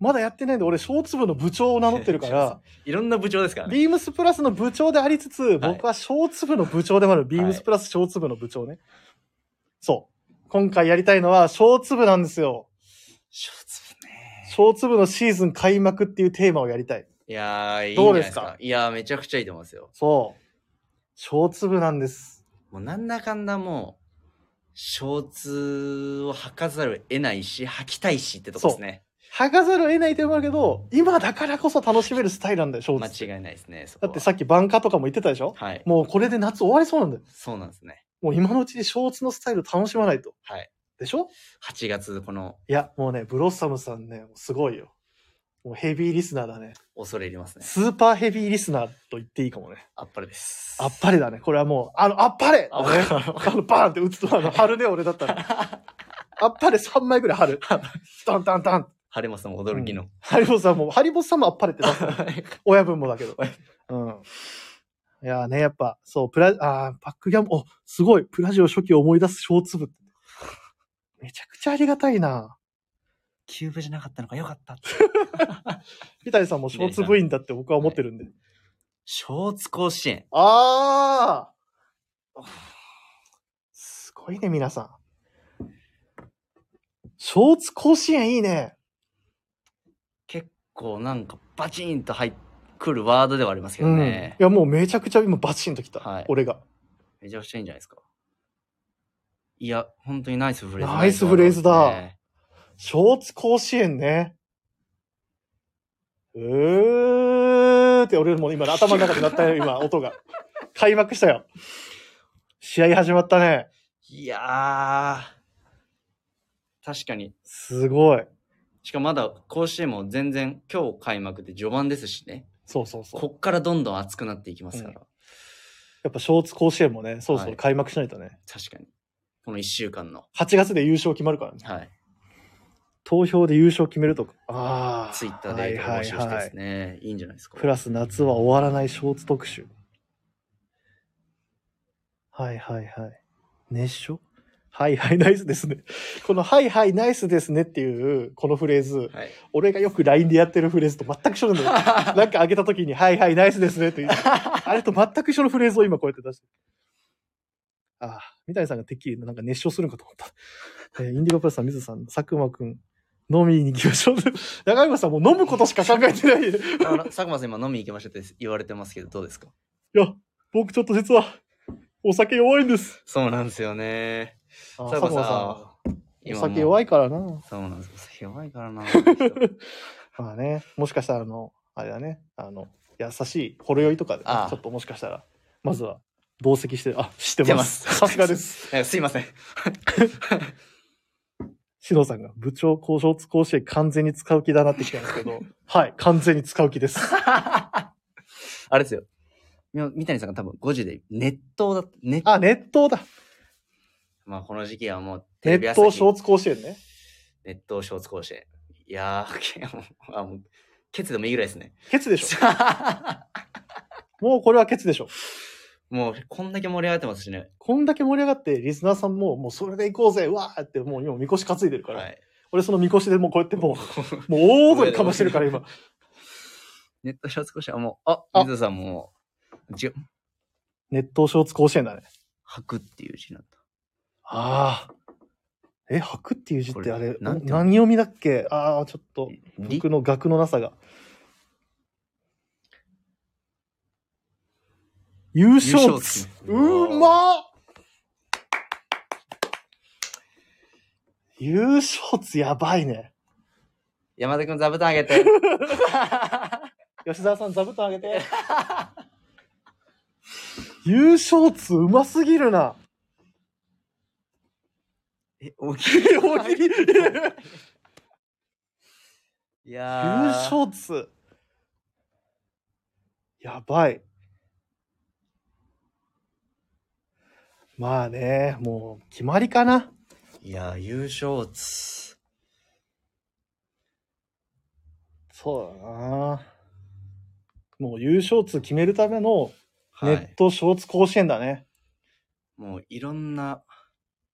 S1: まだやってないんで、俺、小粒の部長を名乗ってるから、
S2: いろんな部長ですからね。
S1: ビームスプラスの部長でありつつ、僕は小粒の部長でもある、ビームスプラス小粒の部長ね。そう。今回やりたいのは小粒なんですよ。
S2: ショーツ部ね。
S1: 小粒のシーズン開幕っていうテーマをやりたい。
S2: いやー、いいんじ
S1: ど
S2: ゃ
S1: う
S2: な
S1: で
S2: いですす
S1: か
S2: か。いやー、めちゃくちゃいいと思いますよ。
S1: そう。小粒なんです。
S2: もうなんだかんだもう、ショーツを履かざるを得ないし、履きたいしってとこですね。
S1: 履かざるを得ないテーマあるけど、今だからこそ楽しめるスタイルなんだよ、小
S2: 間
S1: 粒。
S2: 違いないですね。そこ
S1: だ
S2: は
S1: ってさっきバンカーとかも言ってたでしょ
S2: はい。
S1: もうこれで夏終わりそうなんだよ。
S2: そうなんですね。
S1: もう今のうちにショーツのスタイルを楽しまないと。
S2: はい。
S1: でしょ
S2: 8月、この、
S1: いや、もうね、ブロッサムさんね、もうすごいよ。もうヘビーリスナーだね。
S2: 恐れ入りますね。
S1: スーパーヘビーリスナーと言っていいかもね。
S2: あっぱれです。
S1: あっぱれだね。これはもう、あの、あっぱれ
S2: あ
S1: だねあの、バーンって打つと、あの、貼るね、俺だったら。あっぱれ3枚ぐらい貼 る。ダンダンダン。
S2: 晴れますも驚きの。
S1: ハリボスさんも、ハリボスさんもあっぱれって出す。親分もだけど
S2: 親。
S1: うん。いやーね、やっぱ、そう、プラ、あーバックギャモン、お、すごい、プラジオ初期を思い出す小粒。めちゃくちゃありがたいな。
S2: キューブじゃなかったのかよかった。
S1: 三谷さんも小粒員だって僕は思ってるんで。
S2: ショーツ甲子園。
S1: ああすごいね、皆さん。ショーツ甲子園いいね。
S2: 結構なんかバチンと入ってくるワードではありますけどね。
S1: いや、もうめちゃくちゃ今バチンときた。
S2: はい
S1: 俺が。
S2: めちゃくちゃいいんじゃないですか。いや、本当にナイスフレーズ。
S1: ナイスフレーズだ
S2: ナイスワードですね
S1: ショーツ甲子園ね。うーって俺も今頭の中で鳴ったよ、今、音が。開幕したよ。試合始まったね。
S2: いやー、確かに。
S1: すごい。
S2: しかもまだ甲子園も全然今日開幕で序盤ですしね。
S1: そうそうそう。
S2: こっからどんどん熱くなっていきますから。
S1: やっぱショーツ甲子園もね、そろそ
S2: は
S1: ろ
S2: い
S1: 開幕しないとね。
S2: 確かに。この1週間の。
S1: 8月で優勝決まるからね。
S2: はい。
S1: 投票で優勝決めるとか。ああ。
S2: ツイッターで
S1: は
S2: 募
S1: い
S2: 集し
S1: は
S2: て
S1: いは
S2: です
S1: い。
S2: ね、いい、んじゃないですか。
S1: プラス夏は終わらないショーツ特集。はいはいはい。熱唱はいはいナイスですね。このはいはいナイスですねっていうこのフレーズ、
S2: はい。
S1: 俺がよく LINE でやってるフレーズと全く一緒なんだよ。なんか上げた時にはいはいナイスですねっていう。あれと全く一緒のフレーズを今こうやって出してる。ああ、三谷さんがてっきりなんか熱唱するのかと思った。えーインディゴプラスさん、水さん、佐久間くん、飲みに行きましょう。 長山さんもう飲むことしか考えてない。い
S2: あら佐久間さん今飲み行きましょうって言われてますけど、どうですか
S1: や、僕ちょっと実は、お酒弱いんです。
S2: そうなんですよね。
S1: あ
S2: 佐久間さん。
S1: お酒弱
S2: い。
S1: いからな。
S2: そうなんですよ。お酒弱いから な。
S1: まあね、もしかしたらあの、あれだね、あの、優しい、ほろ酔いとかでね、
S2: ああ
S1: ちょっともしかしたら、まずは、同席して、あ、知って
S2: て
S1: ま。
S2: ますす
S1: さすがです。
S2: えすい ません。
S1: 獅童さんが、部長交渉甲子園完全に使う気だなってきたんですけ ど、はい、完全に使う気です。
S2: あれですよ。み三谷さんが多分5時で熱湯だ、熱
S1: あ、熱湯だ。
S2: まあこの時期はもうテレビ
S1: 熱
S2: 朝
S1: 湯
S2: 日
S1: ショーツ甲子園 ね。
S2: 熱湯ショーツ甲子園。いやー、もうあもうケツでもいいぐらいです ね。
S1: ケツでしょ。もうこれはケツでしょ。
S2: もうこんだけ盛り上がってますしね。
S1: こんだけ盛り上がって、リスナーさんも、もうそれで行こうぜ、うわーって、もう今、みこし担いでるから、
S2: はい。
S1: 俺そのみこしでもうこうやってもう、 もう大声かましてるから今。
S2: ネットショーツ甲子園はもう、あ、
S1: あ
S2: 水田さんもう、じ
S1: 熱湯ショーツ甲子園だね。
S2: 吐くっていう字なんだ。
S1: ああ。え、白っていう字っ
S2: こ
S1: て
S2: れ
S1: あれ、
S2: なん
S1: 何
S2: て読
S1: 読みだっけああ、ちょっと、
S2: り
S1: 僕の額のなさが。優勝つ。
S2: 優勝
S1: うまっ優勝つやばいね。
S2: 山田くん座布団あげ て。
S1: 吉沢さん座布団あげ て。優勝つうますぎるな。
S2: え、大きい。
S1: 大喜利優
S2: いやー。
S1: 勝つ。やばい。まあね、もう決まりかな。
S2: いやー、優勝つ。
S1: そうだな。もう優勝つ決めるための
S2: は
S1: ネ
S2: い
S1: ッ。トショーツ甲子園だね。
S2: もういろんな、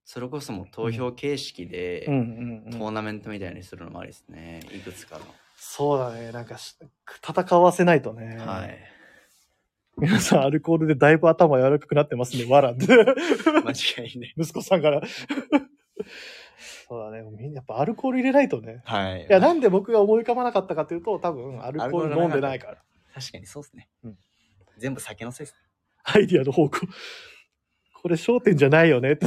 S2: それこそもう投票形式で、
S1: うんう
S2: ト
S1: んう
S2: ー
S1: ん。
S2: ナメントみたいにするのもありですね。いくつかの。
S1: そうだね。なんかし戦わせないとね。
S2: はい。
S1: 皆さんアルコールでだいぶ頭柔らかくなってますね。笑って。
S2: 間違いね。
S1: 息子さんから。 そうだね。みんなやっぱアルコール入れないとね。
S2: はい。
S1: いや、なんで僕が思い浮かばなかったかというと、多分、アルコール飲んでないから。
S2: 確かにそうですね。
S1: うん
S2: 全部酒のせいですね。
S1: アイディアの方向。これ、焦点じゃないよねって。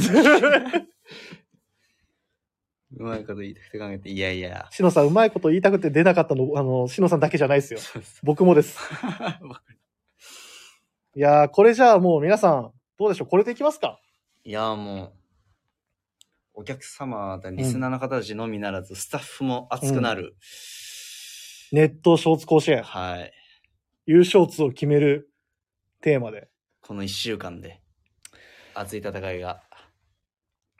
S2: うまいこと言いたくて考えて、いや いや。
S1: しのさん、うまいこと言いたくて出なかったの、あの、しのさんだけじゃないですよ。
S2: そうです。
S1: 僕もです。いやー、これじゃあもう皆さん、どうでしょうこれでいきますか
S2: いやーもう、お客様、リスナーの方たちのみならず、スタッフも熱くなる。
S1: ネットショーツ甲子園、
S2: はい。
S1: 優勝通を決めるテーマで。
S2: この1週間で、熱い戦いが。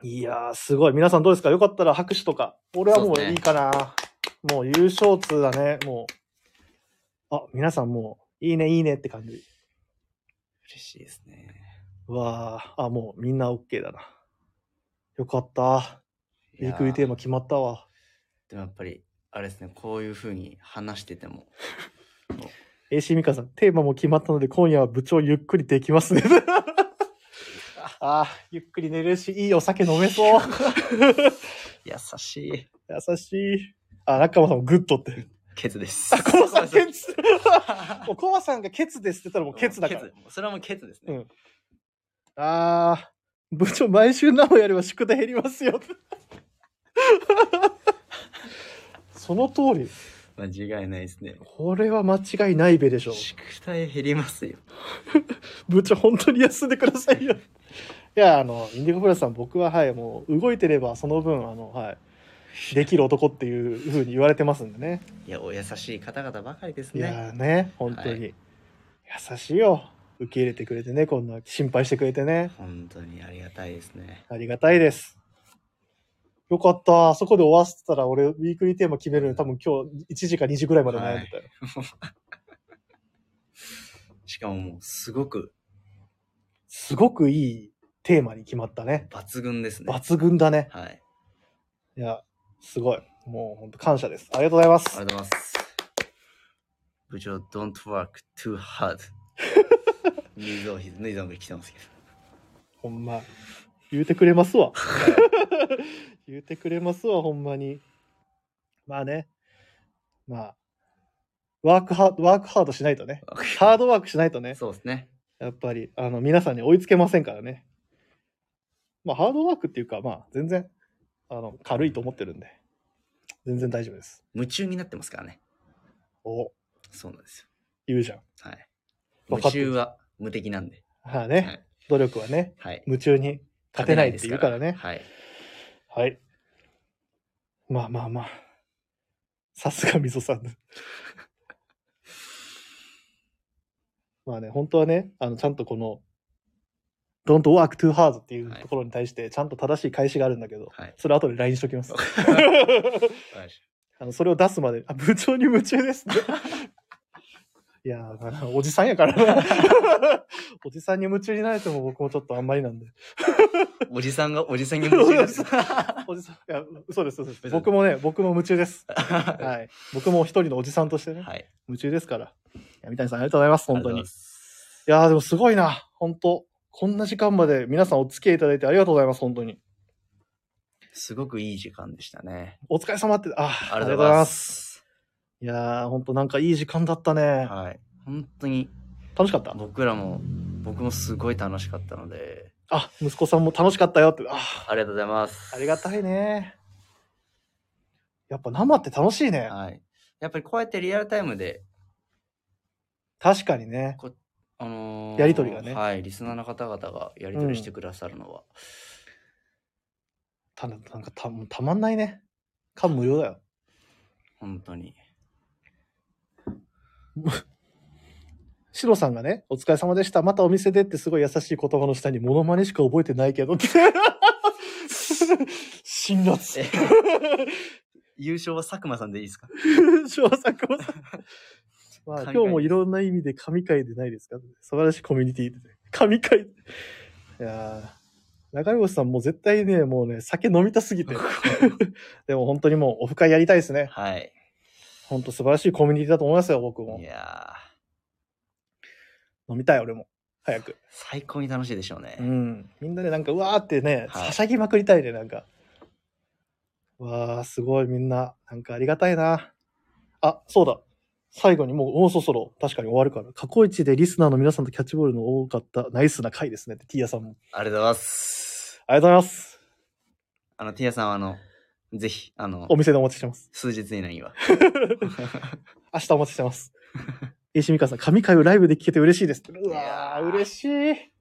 S1: いやー、すごい。皆さんどうですかよかったら拍手とか。俺はも
S2: そう
S1: う
S2: です
S1: いい
S2: ね
S1: かな。もう優勝通だね、もう。あ、皆さんもう、いいね、いいねって感じ。
S2: 嬉しいですね。
S1: うわあ、あ、もうみんな OK だな。よかった。ウィークリーテーマ
S2: いや
S1: 決まったわ。
S2: でもやっぱり、あれですね、こういうふうに話してても、
S1: AC ミカさん、テーマも決まったので、今夜は部長ゆっくりできますね。 ああ、ゆっくり寝れるし、いいお酒飲めそう。
S2: 優しい
S1: 優しい。あ、中間さんもグッドって。
S2: ケツです。
S1: あ、コバさん ケ
S2: ツ
S1: ツ。もうコバさんがケツですって言ったらもうケツだから。。
S2: それはもうケツですね。
S1: ああ、部長、毎週名古屋よりは宿題減りますよ。その通り。
S2: ま間違いないですね。
S1: これは間違いないべでしょう。
S2: 宿題減りますよ。
S1: 部長、本当に休んでくださいよ。いや、あの、インディゴブラスさん、僕は、はい、もう、動いてれば、その分、あの、はい、できる男っていうふうに言われてますんでね。
S2: いや、お優しい方々ばかりです
S1: い
S2: ね。
S1: やーね、本当に。
S2: は
S1: 優しいよ。受け入れてくれてね、こんな、心配してくれてね。
S2: 本当にありがたいですね。
S1: ありがたいです。よかった。あそこで終わせてたら、俺、ウィークリーテーマ決めるの多分今日1時か2時ぐらいまで悩んでたよ。
S2: しかももうすごく
S1: すごくいいテーマに決まったね。
S2: 抜群ですね。
S1: 抜群だね。
S2: はい。あり
S1: いや、すごい。もう本当感謝です。ありがとうございます。
S2: がとうございます。部長、don't work too hard. 水をひ、水を来てますけど。
S1: ほんま。言うてくれますわ。 言うてくれますわ、ほんまに。まあね。まあ。ワークハード、ワークハードしないとね。ハードワークしないとね。
S2: そうですね。
S1: やっぱり、あの、皆さんに追いつけませんからね。まあ、ハードワークっていうか、まあ、全然、あの、軽いと思ってるんで。全然大丈夫です。
S2: 夢中になってますからね。
S1: お、
S2: そうなんです
S1: 言うじゃん。
S2: よ。はい。
S1: わ
S2: 夢
S1: かってる
S2: 中は無敵なんで。
S1: はあ
S2: は
S1: ね。
S2: い。
S1: 努力はね、
S2: はい。
S1: 夢中に勝てないって言うからね。
S2: はい。
S1: はい。まあまあまあ。さすが溝さん。 まあね、本当はね、あの、ちゃんとこの、don't work too hard っていうところに対して、ちゃんと正しい返しがあるんだけど、
S2: はい。
S1: それ後で LINE しとき ます。
S2: はい
S1: あの、それを出すまで、あ、部長に夢中です ね。いやー、おじさんやからな。 おじさんに夢中になれても僕もちょっとあんまりなんで。
S2: おじさんがおじさんに 夢中です。
S1: おじさん、いや、嘘です、嘘です。僕もね、僕も夢中です。
S2: は
S1: はい。僕も一人のおじさんとしてね、
S2: い。
S1: 夢中ですから。いや、三谷さんありがとうございます、本当
S2: ありがとうござい
S1: に。い
S2: ます
S1: やー、でもすごいな、本当こんな時間まで皆さんお付き合いいただいてありがとうございます、本当に。
S2: すごくいい時間でしたね。
S1: お疲れ様って、あー、
S2: ありがとうございま。す。
S1: いやー、本当なんかいい時間だったね。
S2: はい。本当に
S1: 楽しかった。
S2: 僕らも、僕もすごい楽しかったので、
S1: あ、息子さんも楽しかったよって、あー、
S2: ありがとうございます。
S1: ありがたいね。やっぱ生って楽しいね。
S2: はい。やっぱりこうやってリアルタイムで、
S1: 確かにね。
S2: あのー
S1: やりとりがね
S2: はい。リスナーの方々がやりとりしてくださるのは、
S1: たなんかたもうたまんないね。感無量だよ。
S2: 本当に。
S1: シロさんがね、お疲れ様でした。またお店でってすごい優しい言葉の下にモノマネしか覚えてないけどって。辛
S2: え
S1: 辣。
S2: 優勝は佐久間さんでいいですか
S1: 小作も さん。まあ、
S2: 神回
S1: 今日もいろんな意味で神回でないですか素晴らしいコミュニティで。神回。いやー中越さんもう絶対ね、もうね、酒飲みたすぎ て。でも本当にもうオフ会やりたいですね。
S2: はい。
S1: 本当素晴らしいコミュニティだと思いますよ、僕も
S2: い。やー、
S1: 飲みたい、俺も。早く。
S2: 最高に楽しいでしょうね。
S1: うん。みんなでなんか、うわーってね、
S2: はい
S1: はしゃぎまくりたいね、なんか。わー、すごい、みんな。なんかありがたいな。あ、そうだ。最後にもう、もうそろそろ、確かに終わるから。過去一でリスナーの皆さんとキャッチボールの多かった、ナイスな回ですねって、ティアさんも。
S2: ありがとうございます。
S1: ありがとうございます。
S2: あの、ティアさんは、あの、ぜひ、あの
S1: お、店でお待ちして ます。
S2: 数日以 内には。
S1: 明日お待ちしてます。石美香さん、神回をライブで聞けて嬉しいです。う
S2: いや
S1: わー、
S2: ー
S1: 嬉しい。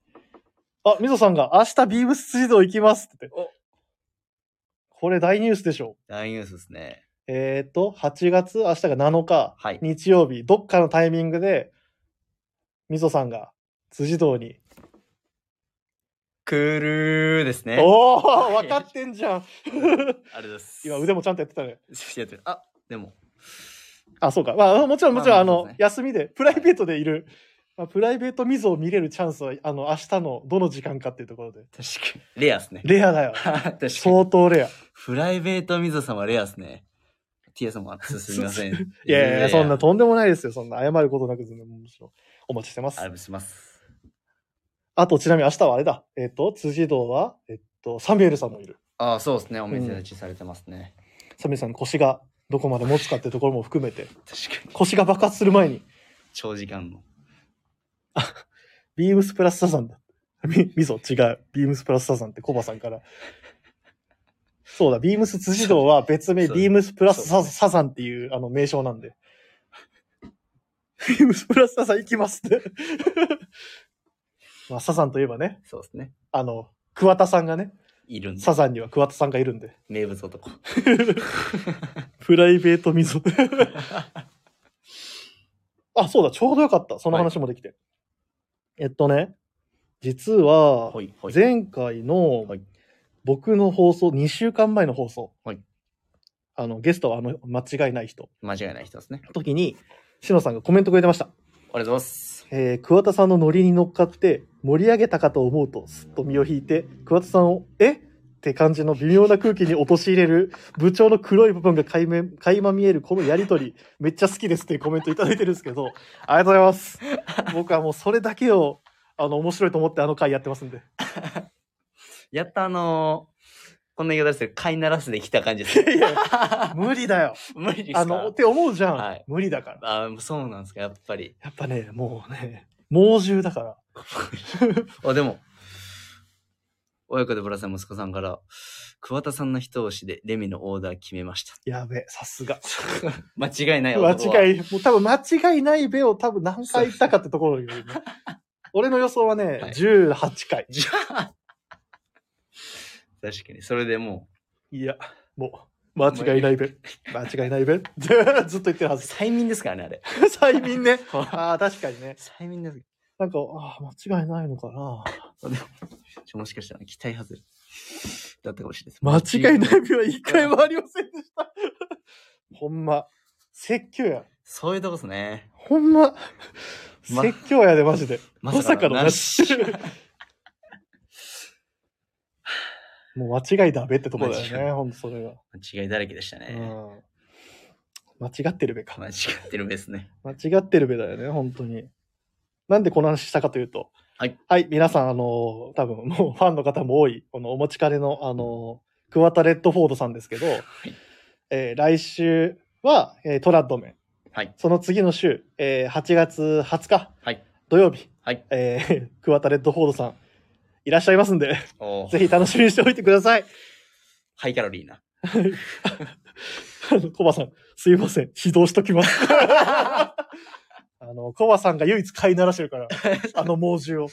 S1: あ、みぞさんが、明日ビームス辻堂行きますって
S2: お
S1: これ大ニュースでしょ
S2: 大ニュースですね。
S1: えっ、ー、と、8月、明日が7日、
S2: はい
S1: 日曜日、どっかのタイミングで、みぞさんが辻堂に。
S2: くるーですね。
S1: おー、分かってんじ ゃん。
S2: ありがとうございます。
S1: 今腕もちゃんとやってたね。
S2: やってる。あ、でも、
S1: あ、そうか。まあ、もちろん、もちろん、
S2: まあ
S1: あの、
S2: そうですね
S1: 休みで、プライベートでいる。まあ、プライベートみぞを見れるチャンスは、あの、明日のどの時間かっていうところで。
S2: 確かに。レアですね。。
S1: レアだよ
S2: 確かに。
S1: 相当レア。
S2: プライベートミゾ様レアですね。ティア様、すみません。
S1: いやいやいや、そんなとんでもないですよ。そんな謝ることなく、むしろお待ちしてます
S2: あ。れします。
S1: あと、ちなみに明日はあれだ。えっ、と、辻堂は、えっ、と、サミュエルさんもいる。
S2: ああ、そうですね。お店立ちされてますね。
S1: サミュエルさんの腰がどこまで持つかっていうところも含めて、
S2: 確かに。
S1: 腰が爆発する前に、
S2: 長時間の。
S1: ビームスプラス サザンだ。み、みぞ、違う。ビームスプラスサザンってコバさんから。そうだ、ビームス辻堂は別名、
S2: そう
S1: ビームスプラス
S2: そう
S1: ササザンっていうあの名称なんで。ビームスプラスサザン行きますね。 まあ、サザンといえばね、
S2: そうですね。
S1: あの、桑田さんがね、
S2: いるんで
S1: サ。ザンには桑田さんがいるんで。
S2: 名物男。
S1: プライベート溝。 あ、そうだ、ちょうどよかった。その話もできて。えっとね、実は、
S2: い、は
S1: 前回の
S2: はい
S1: 僕の放送、2週間前の放送、
S2: はい
S1: あのゲストはあの間違いない人
S2: 間違いない人ですね。
S1: 時に、しのさんがコメントくれてました。
S2: ありがとうございます。
S1: えー桑田さんのノリに乗っかって盛り上げたかと思うとすっと身を引いて桑田さんを「えっ?」て感じの微妙な空気に陥れる部長の黒い部分が垣面垣間見えるこのやりとりめっちゃ好きですっていうコメントいただいてるんですけどありがとうございます僕はもうそれだけをあの面白いと思ってあの回やってますんで
S2: やったあのーこんな言い方ですけど、飼いならすできた感じですね。
S1: いや無理だよ
S2: 無理ですか
S1: あのって思うじゃん、
S2: はい
S1: 無理だから
S2: あそうなんですか、やっぱり。
S1: やっぱねもうね猛獣だから
S2: あ、でも、親子でぶらさん息子さんから、桑田さんの一押しでレミのオーダー決めました。
S1: やべさすが
S2: 間違いない男は
S1: 間違い、もう多分間違いないべを多分何回言ったかってところよ、ね、 俺の予想はね、
S2: はい
S1: 18回。
S2: じゃあ、確かに、それでも
S1: いや、もう、間違いないべ。間違いないべ。 ずっと言ってるは
S2: う、
S1: ず。
S2: 催眠ですからね、あれ。
S1: 催眠 ね。ああ、確かにね。
S2: 催眠です。
S1: なんか、ああ、間違いないのかな。
S2: あでもちょもしかしたら期待外れだったかもしれな
S1: 間
S2: いです。
S1: 違いないべは一回もありませんで した。ほんま、説教や。
S2: そういうとこですね。
S1: ほんま、
S2: ま
S1: 説教やで、マジで。まさかの
S2: な
S1: な
S2: し
S1: し。 もう間違いだべってとこだよ
S2: 間違
S1: ね、
S2: い
S1: ほんとそれが。
S2: 間違いだらけでした
S1: う
S2: ね。
S1: ん間違ってるべか
S2: 間。違ってるんですね。
S1: 間違ってるべだよね、本当に。なんでこの話したかというと、
S2: はい。
S1: 皆さん、あのー、多分もうファンの方も多い、このお持ち帰りの、あのー、桑田レッドフォードさんですけど、えー来週は、えートラッドメン。
S2: はい
S1: その次の週、えー8月20日、
S2: はい
S1: 土曜日、
S2: はい
S1: えー 桑田レッドフォードさん、いらっしゃいますんで、
S2: おー
S1: ぜひ楽しみにしておいてください。
S2: ハイカロリーな。
S1: あのコバさん、すいません、指導しときます。 あの、コバさんが唯一飼いならしてる から、あの猛獣を。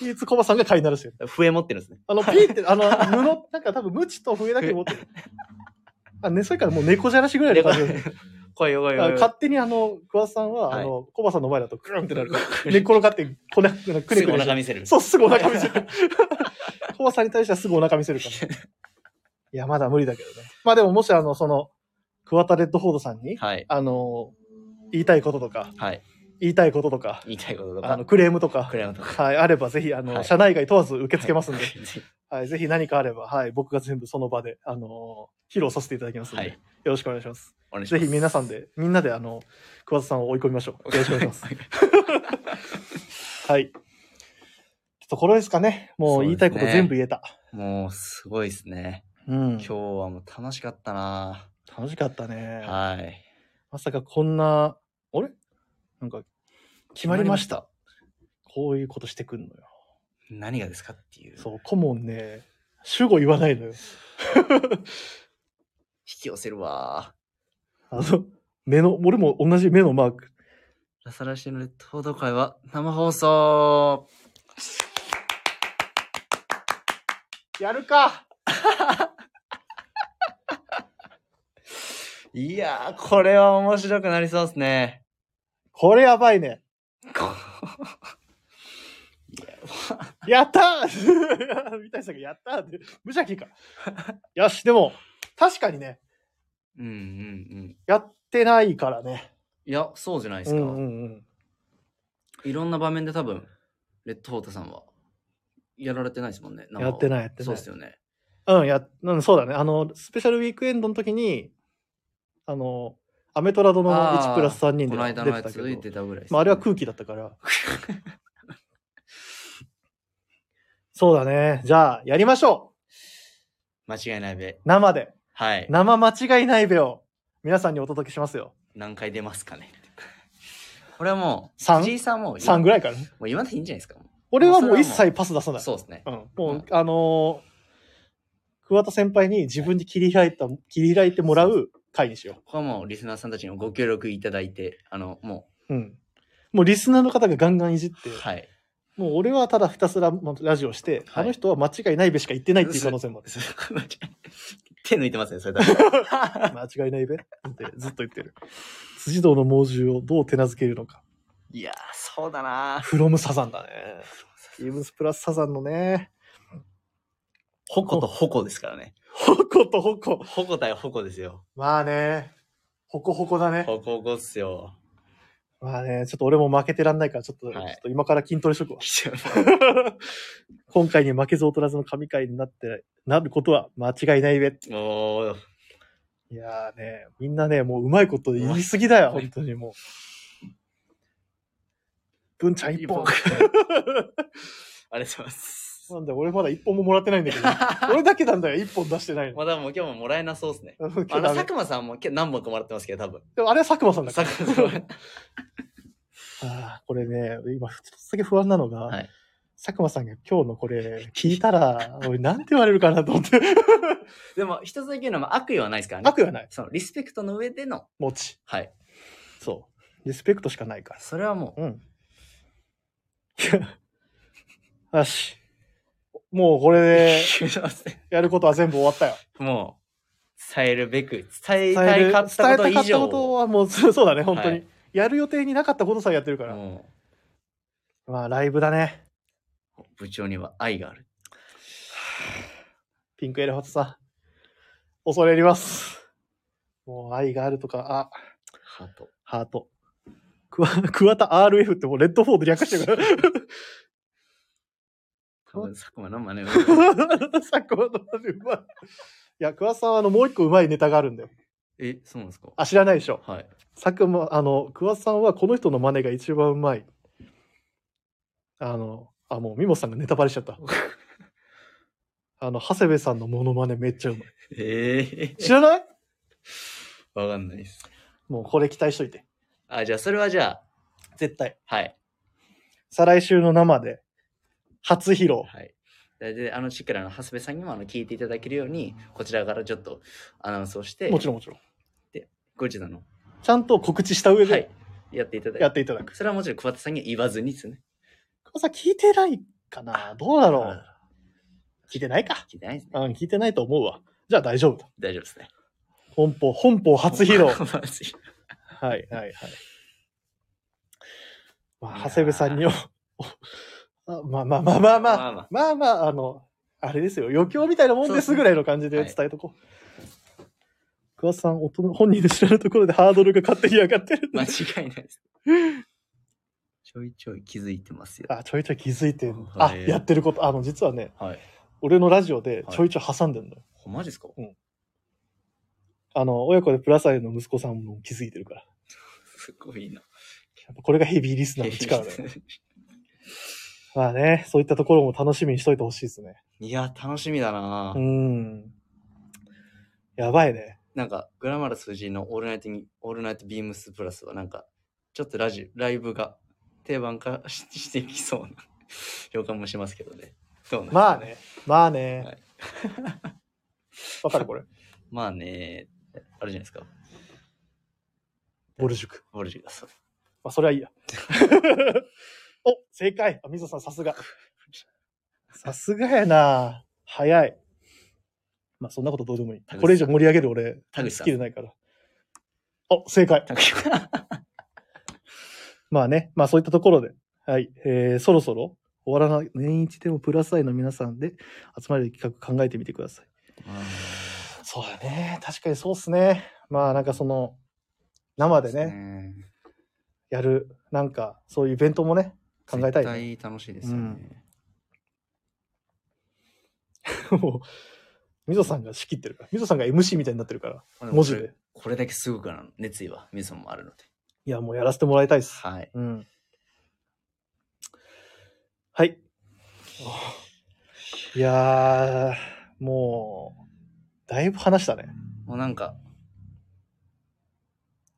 S1: 唯一コバさんが飼いならしてる。
S2: 笛持ってるんですね。
S1: あ の、ピーって、あの、布、なんか多分、ムチと笛だけ持って る。あ、ね、それからもう猫じゃらしぐらいの感じで。
S2: 声よ、声
S1: あ
S2: よ。
S1: 勝手にあの、桑田さんは、
S2: はい
S1: あの、コバさんの前だとグルンってなるから、
S2: 声
S1: 寝っ転がって、こね、くねくね
S2: すぐお腹見せる。
S1: そう、すぐお腹見 せる。コバさんに対してはすぐお腹見せるから。いや、まだ無理だけどね。まあでも、もしあの、その、桑田レッドフォードさんに、
S2: はい。
S1: あの、言いたいこととか、
S2: はい。
S1: 言いたいこととか、
S2: 言いたいことと
S1: あの、
S2: か、
S1: クレームとか
S2: ク、レームとか。
S1: はい、あればぜひ、あの、
S2: はい
S1: 社内外問わず受け付けますんで、
S2: は
S1: はいい、ぜひ何かあれば、はい、僕が全部その場で、あの、披露させていただきますの
S2: は
S1: で、
S2: い。
S1: よろしくお願いします。
S2: お願いしま
S1: ぜ
S2: す
S1: ひ皆さんで、みんなで、あの、桑田さんを追い込みましょう。よろ しくお願いします。はい。ところですかね。もう言いたいこと全部言えた。
S2: もう、すごいですね。
S1: うん
S2: 今日はもう楽しかったな
S1: 楽しかったね。
S2: はい。
S1: まさかこんな、あれなんか、決まりました。こういうことしてくんのよ。
S2: 何がですかっていう。
S1: そう、顧問ね、主語言わないのよ。
S2: 引き寄せるわ
S1: あの、目の、俺も同じ目のマーク。
S2: ラサラシのレッド報道会は生放送
S1: やるか
S2: いやー、これは面白くなりそうですね。
S1: これやばい ね。
S2: こ
S1: やったー 三谷さんがやったーって、無邪気か。よし、でも、確かにね、
S2: うんうんうん。
S1: やってないからね。
S2: いや、そうじゃないです
S1: う
S2: か。
S1: んうんうん。
S2: いろんな場面で多分、レッドホータさんは、やられてないですもんね。
S1: やって
S2: い。
S1: ない、やって
S2: そ
S1: な
S2: う
S1: い
S2: で。すよね。
S1: うん、や、うん、そうだね。あの、スペシャルウィークエンドの時に、あの、アメトラドの
S2: あー
S1: 1プラス3人
S2: こ
S1: で
S2: の間
S1: 出
S2: の
S1: て
S2: や
S1: た
S2: つ
S1: け
S2: 出
S1: ど、
S2: てたぐらいですね、
S1: まあ、あれは空気だった から。そうだね。じゃあ、やりましょ
S2: 間違いないべ
S1: う。生で。
S2: はい。
S1: 生間違いないべを、皆さんにお届けしますよ。
S2: 何回出ますかね。これはもう、
S1: 三
S2: 藤井さんはもう、
S1: 3ぐらいからね。
S2: もう言わないでいいんじゃないですか。
S1: 俺はも
S2: もう
S1: う一
S2: それはもう
S1: 切パス出さない。
S2: そうですね
S1: う。ん。もう、
S2: うん
S1: あのー桑田先輩に自分で切り開いた、切り開いてもらう回にしよ
S2: ここはもうリスナーさんたちにもご協力いただいて、あの、も
S1: う。うん。もうリスナーの方がガンガンいじって
S2: う、、はい。
S1: もう俺はただひたすらまラジオして、
S2: はい
S1: あの人は間違いないべしか言ってないっていう可能性もある。
S2: そこ間違え手抜いてますね、それ確かに
S1: 間違いないべってずっと言ってる。辻堂の猛獣をどう手なずけるのか。
S2: いやー、そうだな
S1: フロムサザンだね。イーブンスプラスサザンのね、
S2: ほことほこですからね。
S1: ほことほこ。
S2: ほこ対ほこですよ。
S1: まあね、ほこほこだね。
S2: ほこほこっすよ。
S1: まあね、ちょっと俺も負けてらんないから、ちょっと、
S2: はい
S1: ちょっと今から筋トレしと くわ。
S2: ちょっと
S1: 今回に負けず劣らずの神回になって、なることは間違いないべ。
S2: もう、
S1: いやーね、みんなね、もううまいこと言いすぎだよ、
S2: うまい
S1: 本当にもう。文ちゃん一本。
S2: ありがとうございます。
S1: なんだよ、俺まだ一本ももらってないんだ けど。俺だけなんだよ、一本出してないの。
S2: まだもう今日ももらえなそうですね。
S1: あの
S2: あの、佐久間さんも今日何本かもらってますけど、多分。
S1: でもあれは佐久間さんだから。
S2: 佐久間さん。
S1: あーこれね、今、ちょっとだけ不安なのが、
S2: はい
S1: 佐久間さんが今日のこれ、聞いたら、俺なんて言われるかなと思って。
S2: でも、一つだけ言うのも悪意はないですからね。
S1: 悪意はない。
S2: その、リスペクトの上での、
S1: 持ち。
S2: はい。
S1: そう。リスペクトしかないから。
S2: それはもう、
S1: うん。 よし。もうこれでやることは全部終わったよ。
S2: もう、伝えるべく、伝
S1: 伝
S2: えた
S1: える
S2: いかったこと
S1: 伝えた
S2: 以
S1: かった
S2: 上
S1: こと
S2: を。
S1: はもう、そうそうだね、本当に。
S2: はい
S1: やる予定になかったことさえやってるから。
S2: も
S1: まあ、ライブだね。
S2: う、部長には愛がある。
S1: ピンクエレファントさん。恐れ入ります。もう愛があるとか、あ、
S2: ハート。
S1: ハート。クワ、クワタ RF ってもうレッドフォード略してるから。
S2: 多分、佐久間の真似を。
S1: さっきの話うまい。いや、クワさんはあの、もう一個うまいネタがあるんだよ。
S2: え、そうなんですか
S1: あ、知らないでしょ。
S2: はい。
S1: 佐久間、あの、桑田さんはこの人の真似が一番うまい。あの、あ、もう、ミモさんがネタバレしちゃっ た。あの、長谷部さんのモノマネめっちゃうまい。
S2: ええ
S1: 知らない
S2: わかんないです。
S1: もうこれ期待しといて。
S2: あ、じゃあ、それはじゃ
S1: 絶対。
S2: あ、はい。
S1: 再来週の生で、初披露。
S2: はい。で、であの、しっかりあの、長谷部さんにもあの、聞いていただけるように、こちらからちょっとアナウンスをして、
S1: もちろんもちろん。
S2: 後日あの、
S1: ちゃんと告知した上
S2: は
S1: で
S2: い。やっていただいて。
S1: やっていただく。
S2: それはもちろん桑田さんには言わずにですね。
S1: 桑田さん聞いてないかなどうだろう
S2: あ
S1: 聞いてないか。
S2: 聞いてないですね。
S1: うん、聞いてないと思うわ。じゃあ大丈夫だ。
S2: 大丈夫ですね。
S1: 本邦、本邦初披露。
S2: マジ
S1: はいはいはい。 まあ、
S2: いやー
S1: 長谷部さんにも、 あまあまあまあまあま
S2: ま
S1: あ、
S2: あまあ
S1: まあまあ、あの、あれですよ、余興みたいなもんですぐらいの感じで
S2: そうですね
S1: 伝えとこう。桑田さん、大人、本人で知らぬところでハードルが勝手に上がって る。
S2: 間違いないです。ちょいちょい気づいてますよ。
S1: あ、ちょいちょい気づいてんのあ、
S2: はい
S1: やってること、あの、実はね、
S2: はい。
S1: 俺のラジオでちょいちょい挟んでんのよ。
S2: ほマジですか
S1: あの、親子でプラサイの息子さんも気づいてるから。
S2: すごいな。
S1: やっぱこれがヘビーリスナーの力だよ。まあね、そういったところも楽しみにしといてほしいですね。
S2: いや、楽しみだな、
S1: うん。やばいね。
S2: なんか、グラマラ数字のオールナイトに、オールナイトビームスプラスはなんか、ちょっとラジ、ライブが定番化ししてきそうな 予感もしますけどね。そうなんですか
S1: まあ。ね。まあね。わ
S2: は、い
S1: かるこれ。
S2: まあね、あるじゃないですか。
S1: ボル塾。
S2: ボルジュ がそう。
S1: まあ、それはいいや。 お、正解。あ、水野さん、さすが。さすがやな。早い。まあ、そんなことどうでもいい。これ以上盛り上げる俺、
S2: 田口さ
S1: ス
S2: ん
S1: キルないから。お、正解。
S2: 田口さん
S1: まあね、まあそういったところで、はい、えー、そろそろ終わらない、年一でもプラス愛の皆さんで集まれる企画考えてみてください。そうだね、確かにそうっすね。まあなんかその、生でね、
S2: ね。
S1: やる、なんかそういうイベントもね、考えたいね、
S2: 絶対楽しいですよね。
S1: もう、みぞさんが仕切ってるから、みぞさんが MC みたいになってるから、
S2: まあも
S1: 文字
S2: これ
S1: で。
S2: これだけすごくな熱意は、皆さんもあるので。
S1: いや、もうやらせてもらいたいっす。
S2: はい。
S1: うん。はい。いやー、もう、だいぶ話したね。
S2: もうなんか、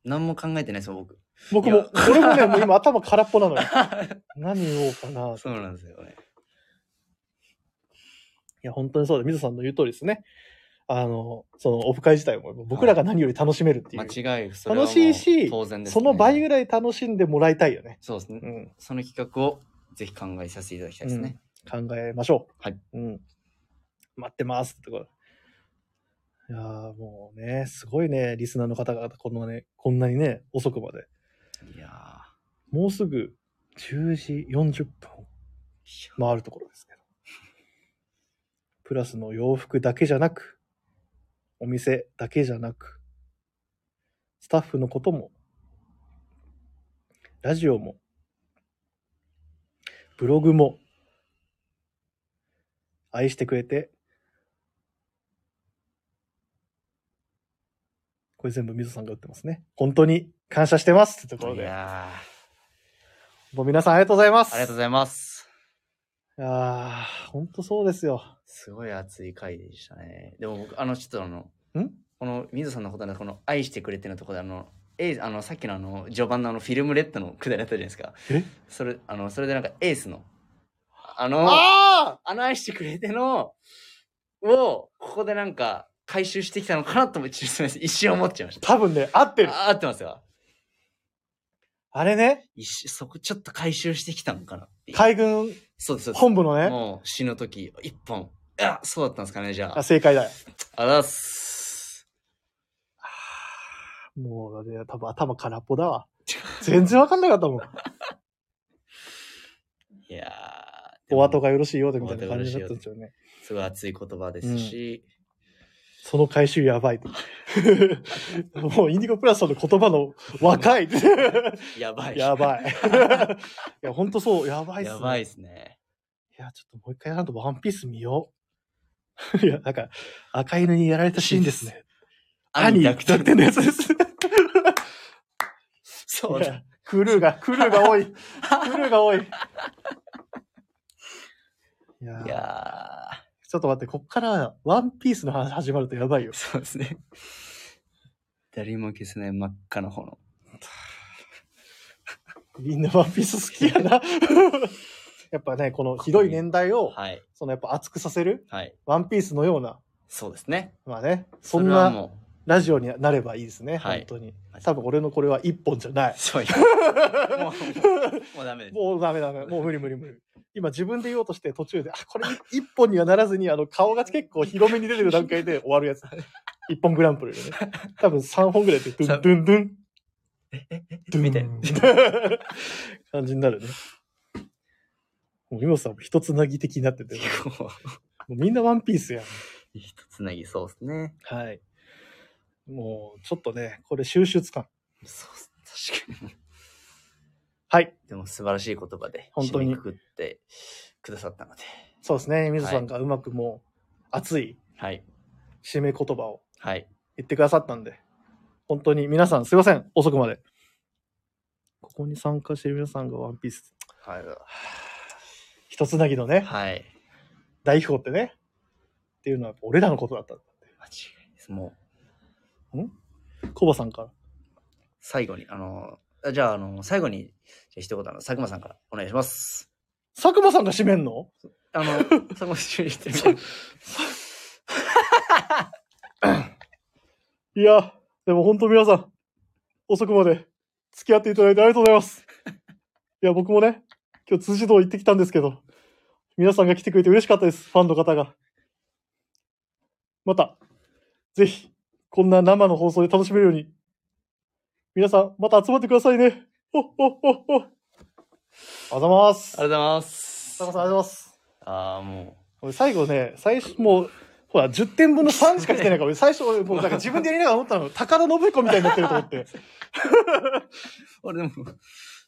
S2: 何も考えてないですよ、僕。
S1: 僕
S2: い
S1: も
S2: や、
S1: 俺もね、もう今頭空っぽな のよ。何言おうかな。
S2: そうなんですよね。
S1: や、本当にそうだ。水田さんの言う通りですね。あの、そのオフ会自体も僕らが何より楽しめるっていう。
S2: 間違い、それはもう
S1: 楽しいし、
S2: 当然です、
S1: そ
S2: ね。
S1: の倍ぐらい楽しんでもらいたいよね。
S2: そうですね
S1: う。ん。
S2: その企画をぜひ考えさせていただきたいですね。
S1: 考えましょう。
S2: はい。
S1: うん。待ってますってところ。いやーもうね、すごいね、リスナーの方々、このね、こんなにね、遅くまで。
S2: いや
S1: もうすぐ10時40分を
S2: ー
S1: 回るところですけど。プラスの洋服だけじゃなく、お店だけじゃなく、スタッフのことも、ラジオも、ブログも、愛してくれて、これ全部水野さんが打ってますね。本当に感謝してますってところ
S2: い
S1: で。
S2: や
S1: もう皆さんありがとうございます。
S2: ーありがとうございます。
S1: いやー、ほんとそうですよ。
S2: すごい熱い回でしたね。でも僕、あの、ちょっとあの、
S1: ん
S2: この水野さんのことのこの愛してくれてるところであの、エースあのさっきのあの序盤のあのフィルムレッドのくだりあったじゃないですか。
S1: え
S2: それあのそれでなんかエースのあの
S1: あ
S2: あの愛してくれてのをここでなんか回収してきたのかなとも一瞬一瞬思っちゃいまし
S1: 多分ね、合ってる。
S2: た。あ合ってますよ。
S1: あれね、
S2: 一瞬そこちょっと回収してきたのかなっていう。
S1: 海軍
S2: そうですそうです。
S1: 本部のね、
S2: もう死ぬ時一本。あそうだったんですかねじゃあ。あ
S1: あ正解だよ。
S2: りがとうございます。
S1: もう、ね、多分頭空っぽだわ。全然わかんなかったもん。
S2: いやー
S1: お後がよろしいようでみたいな感じだったんですよね。
S2: すごい熱い言葉ですし、
S1: その回収やばいって。 もうインディゴプラスさんの言葉の若い。
S2: やばい。
S1: やばい。 いや、ほんとそう、やばいっす
S2: や
S1: ね。
S2: ばいですね。
S1: いや、ちょっともう一回やらんとワンピース見よう。いや、なんか、赤犬にやられたシーンですね。兄
S2: だ
S1: 抱き取ってのやつです。
S2: そう
S1: い
S2: だ。
S1: やクルーが、クルーが多い。クルーが多い。いやー
S2: いや
S1: ちょっと待って、こっからワンピースの話始まるとやばいよ
S2: ー、。そうですね。誰も消せない真っ赤な炎。
S1: みんなワンピース好きや な。やっぱね、このひどい年代を、
S2: はい。
S1: そのやっぱ熱くさせる、
S2: はい。
S1: ワンピースのような、
S2: そうですね。
S1: まあね、そん
S2: れは
S1: な
S2: も
S1: ラジオになればいいですね、
S2: はい
S1: 本当に
S2: マ。ジ
S1: 多分俺のこれは一本じゃな
S2: う、
S1: い。
S2: そうい もう、もうダメです。
S1: もうダメ ダメ。もう無理無理無理。今自分で言おうとして途中で、あ、これ一本にはならずに、あの、顔が結構広めに出てる段階で 終わるやつ。一本グランプリ でね。多分3本ぐらいで、ドゥンドゥンドゥン。ドゥン
S2: みたい
S1: な。感じになるね。もう今さんも一つなぎ的になってて、も
S2: こう
S1: うみんなワンピースやん。
S2: 一つなぎそうですね。
S1: はい。もうちょっとね、これ収集つかん。
S2: そうっす確かに。
S1: はい。
S2: でも素晴らしい言葉で、
S1: 本当に
S2: 締めくくってくださったので。
S1: そうですね。水野さんがうまくもう熱い
S2: はい。
S1: 締め言葉を
S2: はい。
S1: 言ってくださったんで、本当に皆さんすいません、遅くまで。ここに参加してる皆さんがワンピース、
S2: はい。
S1: 一つなぎのね、
S2: はい。
S1: 代表ってね、っていうのは俺らのことだったんだっ
S2: 間違いです。もう。
S1: て。コバさんから。
S2: 最後に、あの、あじゃあ、あの、最後に、じゃあ一言、あの、佐久間さんからお願いします。
S1: 佐久間さんが締めんの
S2: あ の、佐久間さん、してみて。
S1: いや、でも本当皆さん、遅くまで付き合っていただいてありがとうございます。いや、僕もね、今日辻堂行ってきたんですけど、皆さんが来てくれて嬉しかったです、ファンの方が。また、ぜひ、こんな生の放送で楽しめるように、皆さん、また集まってくださいね。ほっほっほっほ。ありがとうございます。
S2: ありがとうございま
S1: 佐
S2: す。
S1: 久間さん、ありがとうございます。
S2: ああ、も
S1: 俺最後ね、最初もう、ほら、10点分の3しか来てないか ら、俺最初、俺もう、なんか自分でやりながら思ったの、宝信彦みたいになってると思って。
S2: う、俺でも、佐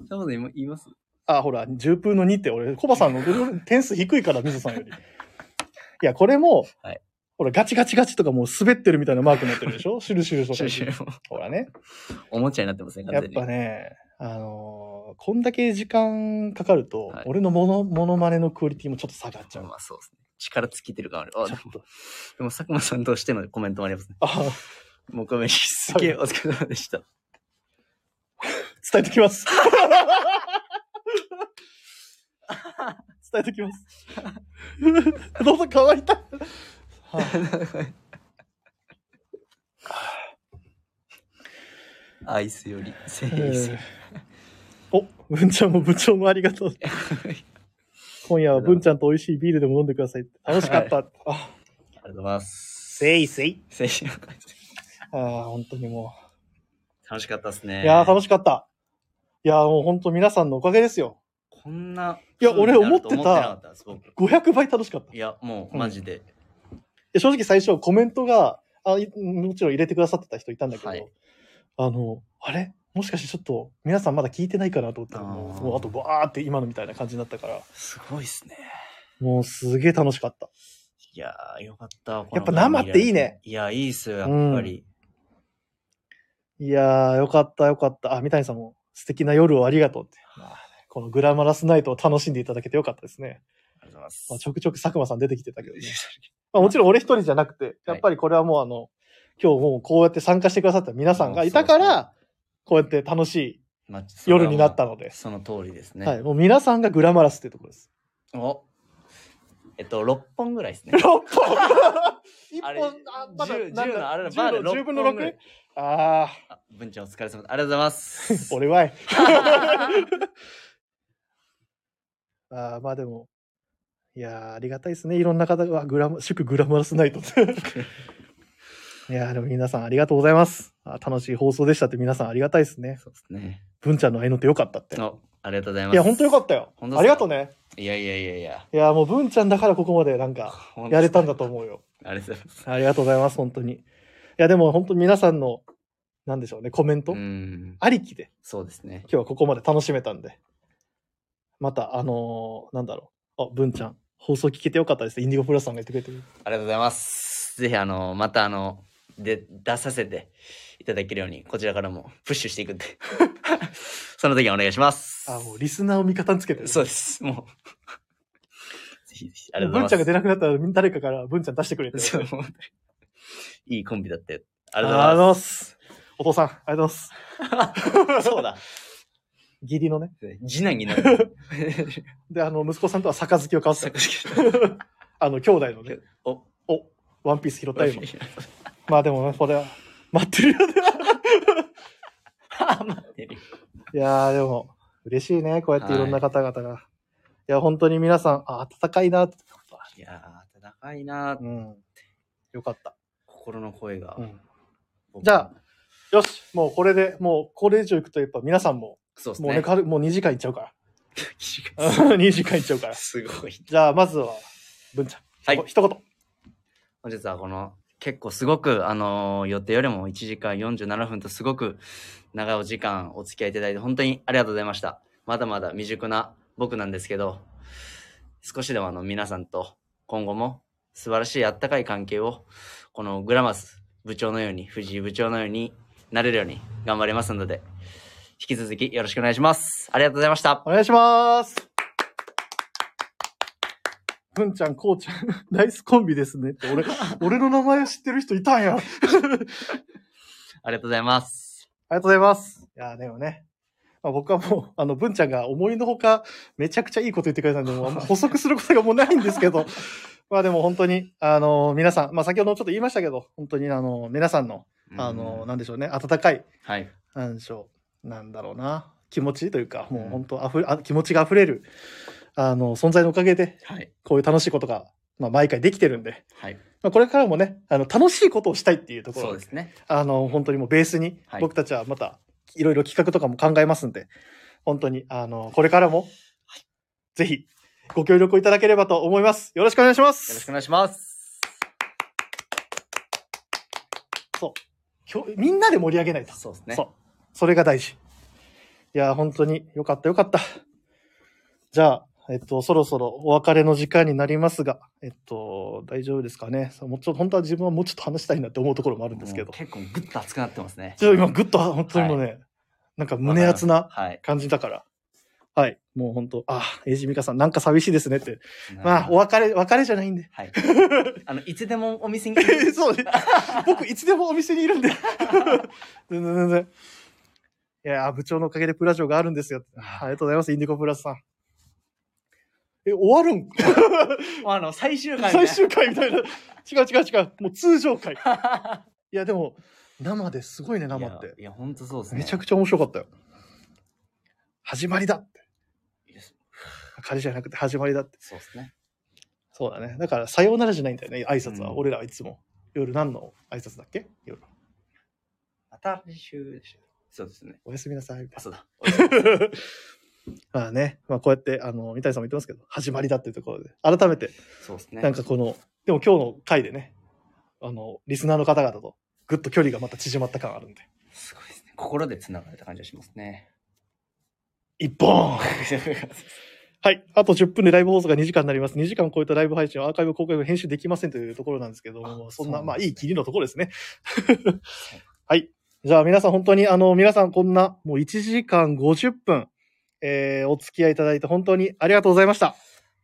S2: 久間さん今言います
S1: あ、ほら、10分の2って、俺、コバさんの点数低いから、水さんより。いや、これも、
S2: はい
S1: ほら、ガチガチガチとかもう滑ってるみたいなマークになってるでしょシュルシュルとか。
S2: シュルシュルもう
S1: ほらね。
S2: おもちゃになってますね、
S1: やっぱ
S2: ね。
S1: ね、あのーこんだけ時間かかると、
S2: はい
S1: 俺のモノ、モノマネのクオリティもちょっと下がっちゃう。
S2: まあそうですね。力尽きてる感ある。あ、
S1: ち
S2: で
S1: ょ
S2: も
S1: っ、と。
S2: でも佐久間さんとしてのコメントもありますね。
S1: あ、
S2: もうごめん、すげえお疲れ様でした。
S1: 伝えとき ます。伝えときます。どうぞ乾いた。
S2: アイスより誠
S1: え
S2: 意
S1: ーお、文ちゃんも部長もありがとう。今夜は文ちゃんと美味しいビールでも飲んでください。楽しかった。あ、
S2: ありがとうございます。
S1: せいせい。
S2: 誠意
S1: ああ、本当にも
S2: 楽しかったです
S1: う。
S2: ね。
S1: いやー楽
S2: し
S1: しかった。いやーもう本当皆さんのおかげですよ。
S2: こんな。
S1: いや俺思ってた
S2: 思ってなかったです僕
S1: 500倍楽しかった。
S2: いや、もう、マジで。
S1: で正直最初コメントがあいもちろん入れてくださってた人いたんだけど、
S2: はい
S1: あのあれもしかしてちょっと皆さんまだ聞いてないかなと思ったらも
S2: あー
S1: うもうあとバーって今のみたいな感じになったから
S2: すごいっすね。
S1: もうすげえ楽しかった
S2: いやー、よかった。
S1: やっぱ生っていいね。
S2: いや、いいっすよ、やっぱり。
S1: いやーよかったよかったあ三谷さんも素敵な夜をありがとうって、まあねこのグラマラスナイトを楽しんでいただけてよかったですね、
S2: ありがとうございます
S1: まあ、ちょくちょく佐久間さん出てきてたけ どね、まあ、もちろん俺一人じゃなくてやっぱりこれはもうあの、今日もうこうやって参加してくださった皆さんがいたからこうやって楽しい
S2: まあ
S1: 夜になったので
S2: その通りですね。
S1: はい、もう皆さんがグラマラスっていうところで す。
S2: おえっと、6本ぐらいですね
S1: 6 。本 !1
S2: あれ
S1: 本、 まだ
S2: 10
S1: なんだ
S2: 10のあれだ
S1: 10
S2: バーで
S1: の
S2: 6
S1: 10分の
S2: 本ぐら
S1: 6?
S2: い
S1: ああ、
S2: あ文ちゃんお疲れ様です。ありがとうございま す。
S1: 俺 はい。
S2: い
S1: あーまあでも、いやーありがたいですね。いろんな方がグラマ、祝グラマラスナイ トって。いやーでも皆さんありがとうございます。あー楽しい放送でしたって皆さんありがたいですね。
S2: そうですね。
S1: 文ちゃんの愛の手よかったって。
S2: おありがとうございます。
S1: いや、本当よかったよ。
S2: 本当っすか
S1: ありがとうね。
S2: いやいやいやいや。
S1: いやーもう文ちゃんだからここまでなんか
S2: 本当っすね
S1: やれたんだと思うよ。
S2: ありがとうございます。
S1: ありがとうございます、本当に。いや、でも本当皆さんの、なんでしょうね、コメント、
S2: うん。
S1: ありきで、
S2: そうですね
S1: 今。日はここまで楽しめたんで。また、あのーなんだろう。あ、文ちゃん、放送聞けてよかったです。インディゴプラスさんが言ってくれてる。
S2: ありがとうございます。ぜひ、あの、また、あの、で、出させていただけるように、こちらからもプッシュしていくんで。 その時はお願いします。
S1: あ、もうリスナーを味方につけてる。
S2: そうです。もう。ぜひぜひ、ありがとう
S1: 文
S2: ご
S1: ちゃん
S2: ざ
S1: が
S2: います。
S1: 出なくなったら、誰かから文ちゃん出してくれてる。
S2: そうもういいコンビだって。あ
S1: あ
S2: り
S1: り
S2: が
S1: が
S2: と
S1: とうござ
S2: うござい
S1: い
S2: ま。
S1: ます。お父さん、ありがとうございますす。
S2: そうだ。
S1: 義理のね。
S2: 次男になる。
S1: で、あの、息子さんとは杯を交わす
S2: 作
S1: か
S2: 詞家
S1: ら。あの、兄弟の ね。
S2: お、
S1: お、ワンピース拾ったよ、今。
S2: あ
S1: まあでも、これは、待ってるよね。
S2: 待ってる。
S1: いやーでも、嬉しいね。こうやっていろんな方々が。い、や、本当に皆さん、あ、温かいなって。
S2: いやー、高いな
S1: う、ん。よかった。
S2: 心の声が。
S1: うん。
S2: 僕
S1: じゃあ、よし、もうこれで、もうこれ以上いくと、やっぱ皆さんも、
S2: そうです
S1: もう
S2: ね。
S1: ね、軽いもう2時間いっちゃうから。
S2: す
S1: 2時間いっちゃうから。
S2: すごい。
S1: じゃあ、まずは、文ちゃん。
S2: はい。
S1: 一言。
S2: 本日はこの、結構すごく、あのー予定よりも1時間47分とすごく長いお時間お付き合いいただいて、本当にありがとうございました。まだまだ未熟な僕なんですけど、少しでもあの皆さんと今後も素晴らしいあったかい関係を、このグラマス部長のように、藤井部長のようになれるように頑張りますので、引き続きよろしくお願いします。ありがとうございました
S1: お。願いします。文ちゃん、こうちゃん、 ナイスコンビですねって、俺、俺の名前を知ってる人いたんや。
S2: ありがとうございます。
S1: ありがとうございます。いやー、でもね。まあ、僕はもう、 あの、文ちゃんが思いのほか、めちゃくちゃいいこと言ってくれたんで、もう もう補足することがもうないんですけど、まあでも本当に、あのー皆さん、まあ先ほどもちょっと言いましたけど、本当に、あのー皆さんの、あのー
S2: うん
S1: なんでしょうね、温かい、
S2: はい。
S1: なんでしょう、なんだろうな、気持ちというか、も
S2: う
S1: うん本当あふれ、あ気持ちが溢れる、あのー存在のおかげで、
S2: はい。
S1: こういう楽しいことが、まあ毎回できてるんで、
S2: はい。
S1: まあこれからもね、あの、楽しいことをしたいっていうところ
S2: そう
S1: で
S2: ですね。
S1: あの、本当にもうベースに
S2: は、い
S1: 僕たちはまた、いろいろ企画とかも考えますんで、本当に、あの、これからも、ぜひ、ご協力をいただければと思います。よろしくお願いしま
S2: よろしく
S1: す
S2: お。願いします。
S1: 今日みんなで盛り上げないと。
S2: そうですね。
S1: そう。それが大事。いや、本当によかったよかった。じゃあ、えっと、そろそろお別れの時間になりますが、えっと、大丈夫ですかね。そうもうちょっと、本当は自分はもうちょっと話したいなって思うところもあるんですけど
S2: もう、結構グッと熱くなってますね。
S1: ちょっと今、ぐっと、本当にもうね、なんか胸熱な、
S2: はい。
S1: 感じだから。はい。もう本当あ、エイジミカさん、なんか寂しいですねって。まあ、お
S2: わ
S1: 別れ、別れじゃないんで。
S2: はい。あの、いつでもお店に。
S1: そう ね。僕、いつでもお店にいるんで。 全然全然。いやー、部長のおかげでプラジオがあるんですよ。ありがとうございます、インディコプラスさん。え、終わるん
S2: もうあの、最終回ね
S1: 最終回みたいな。違う違う違う。もう通常回。い や、でも、生ですごいね、生っ
S2: いや
S1: て。
S2: いや、ほんとそうですね。
S1: めちゃくちゃ面白かったよ。始まりだって。
S2: いや
S1: 仮じゃなくて始まりだって。
S2: そうですね。
S1: そうだね。だから、さようならじゃないんだよね、挨拶は。
S2: うん
S1: 俺らはいつも。夜何の挨拶だっけ夜。
S2: また来週でしょ。そうですね。
S1: おやすみなさい。みたい
S2: あ、
S1: な
S2: そうだ。
S1: まあね、まあこうやって、あの、三谷さんも言ってますけど、始まりだっていうところで、改めて、
S2: そうですね。
S1: なんかこの、でも今日の回でね、あの、リスナーの方々と、ぐっと距離がまた縮まった感あるんで、
S2: すごいですね。心で繋がれた感じがしますね。
S1: 一本はい。あと10分でライブ放送が2時間になります。2時間を超えたライブ配信はアーカイブ公開後編集できませんというところなんですけども、
S2: あ
S1: そん
S2: そうな
S1: な、
S2: んですね
S1: まあいい切りのところですね。 はい。じゃあ皆さん本当に、あの、皆さんこんな、もう1時間50分、えー、お付き合いいただいて本当にありがとうございました。
S2: あ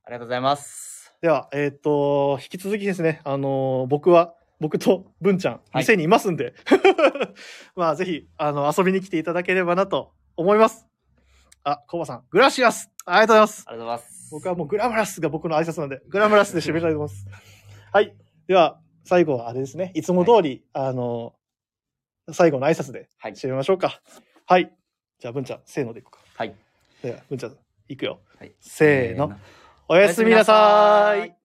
S2: りがとうございます。
S1: では、えーっ、と、引き続きですね、あのー僕は、僕と文ちゃん、
S2: はい
S1: 店にいますんで、 まあ、ぜひ、あの、遊びに来ていただければなと思います。あ、コバさん、グラシアスありがとうございます
S2: ありがとうございます。
S1: 僕はもうグラムラスが僕の挨拶なんで、グラムラスで締めたいと思います。 はい。では、最後はあれですね。いつも通り、あの、最後の挨拶で
S2: はい。
S1: 締めましょうか。はい。じゃあ、文ちゃん、せーのでいこうか。
S2: はい。
S1: では、文ちゃん、いくよ。
S2: はい
S1: せーの。。お
S2: お
S1: やすみなさーい。。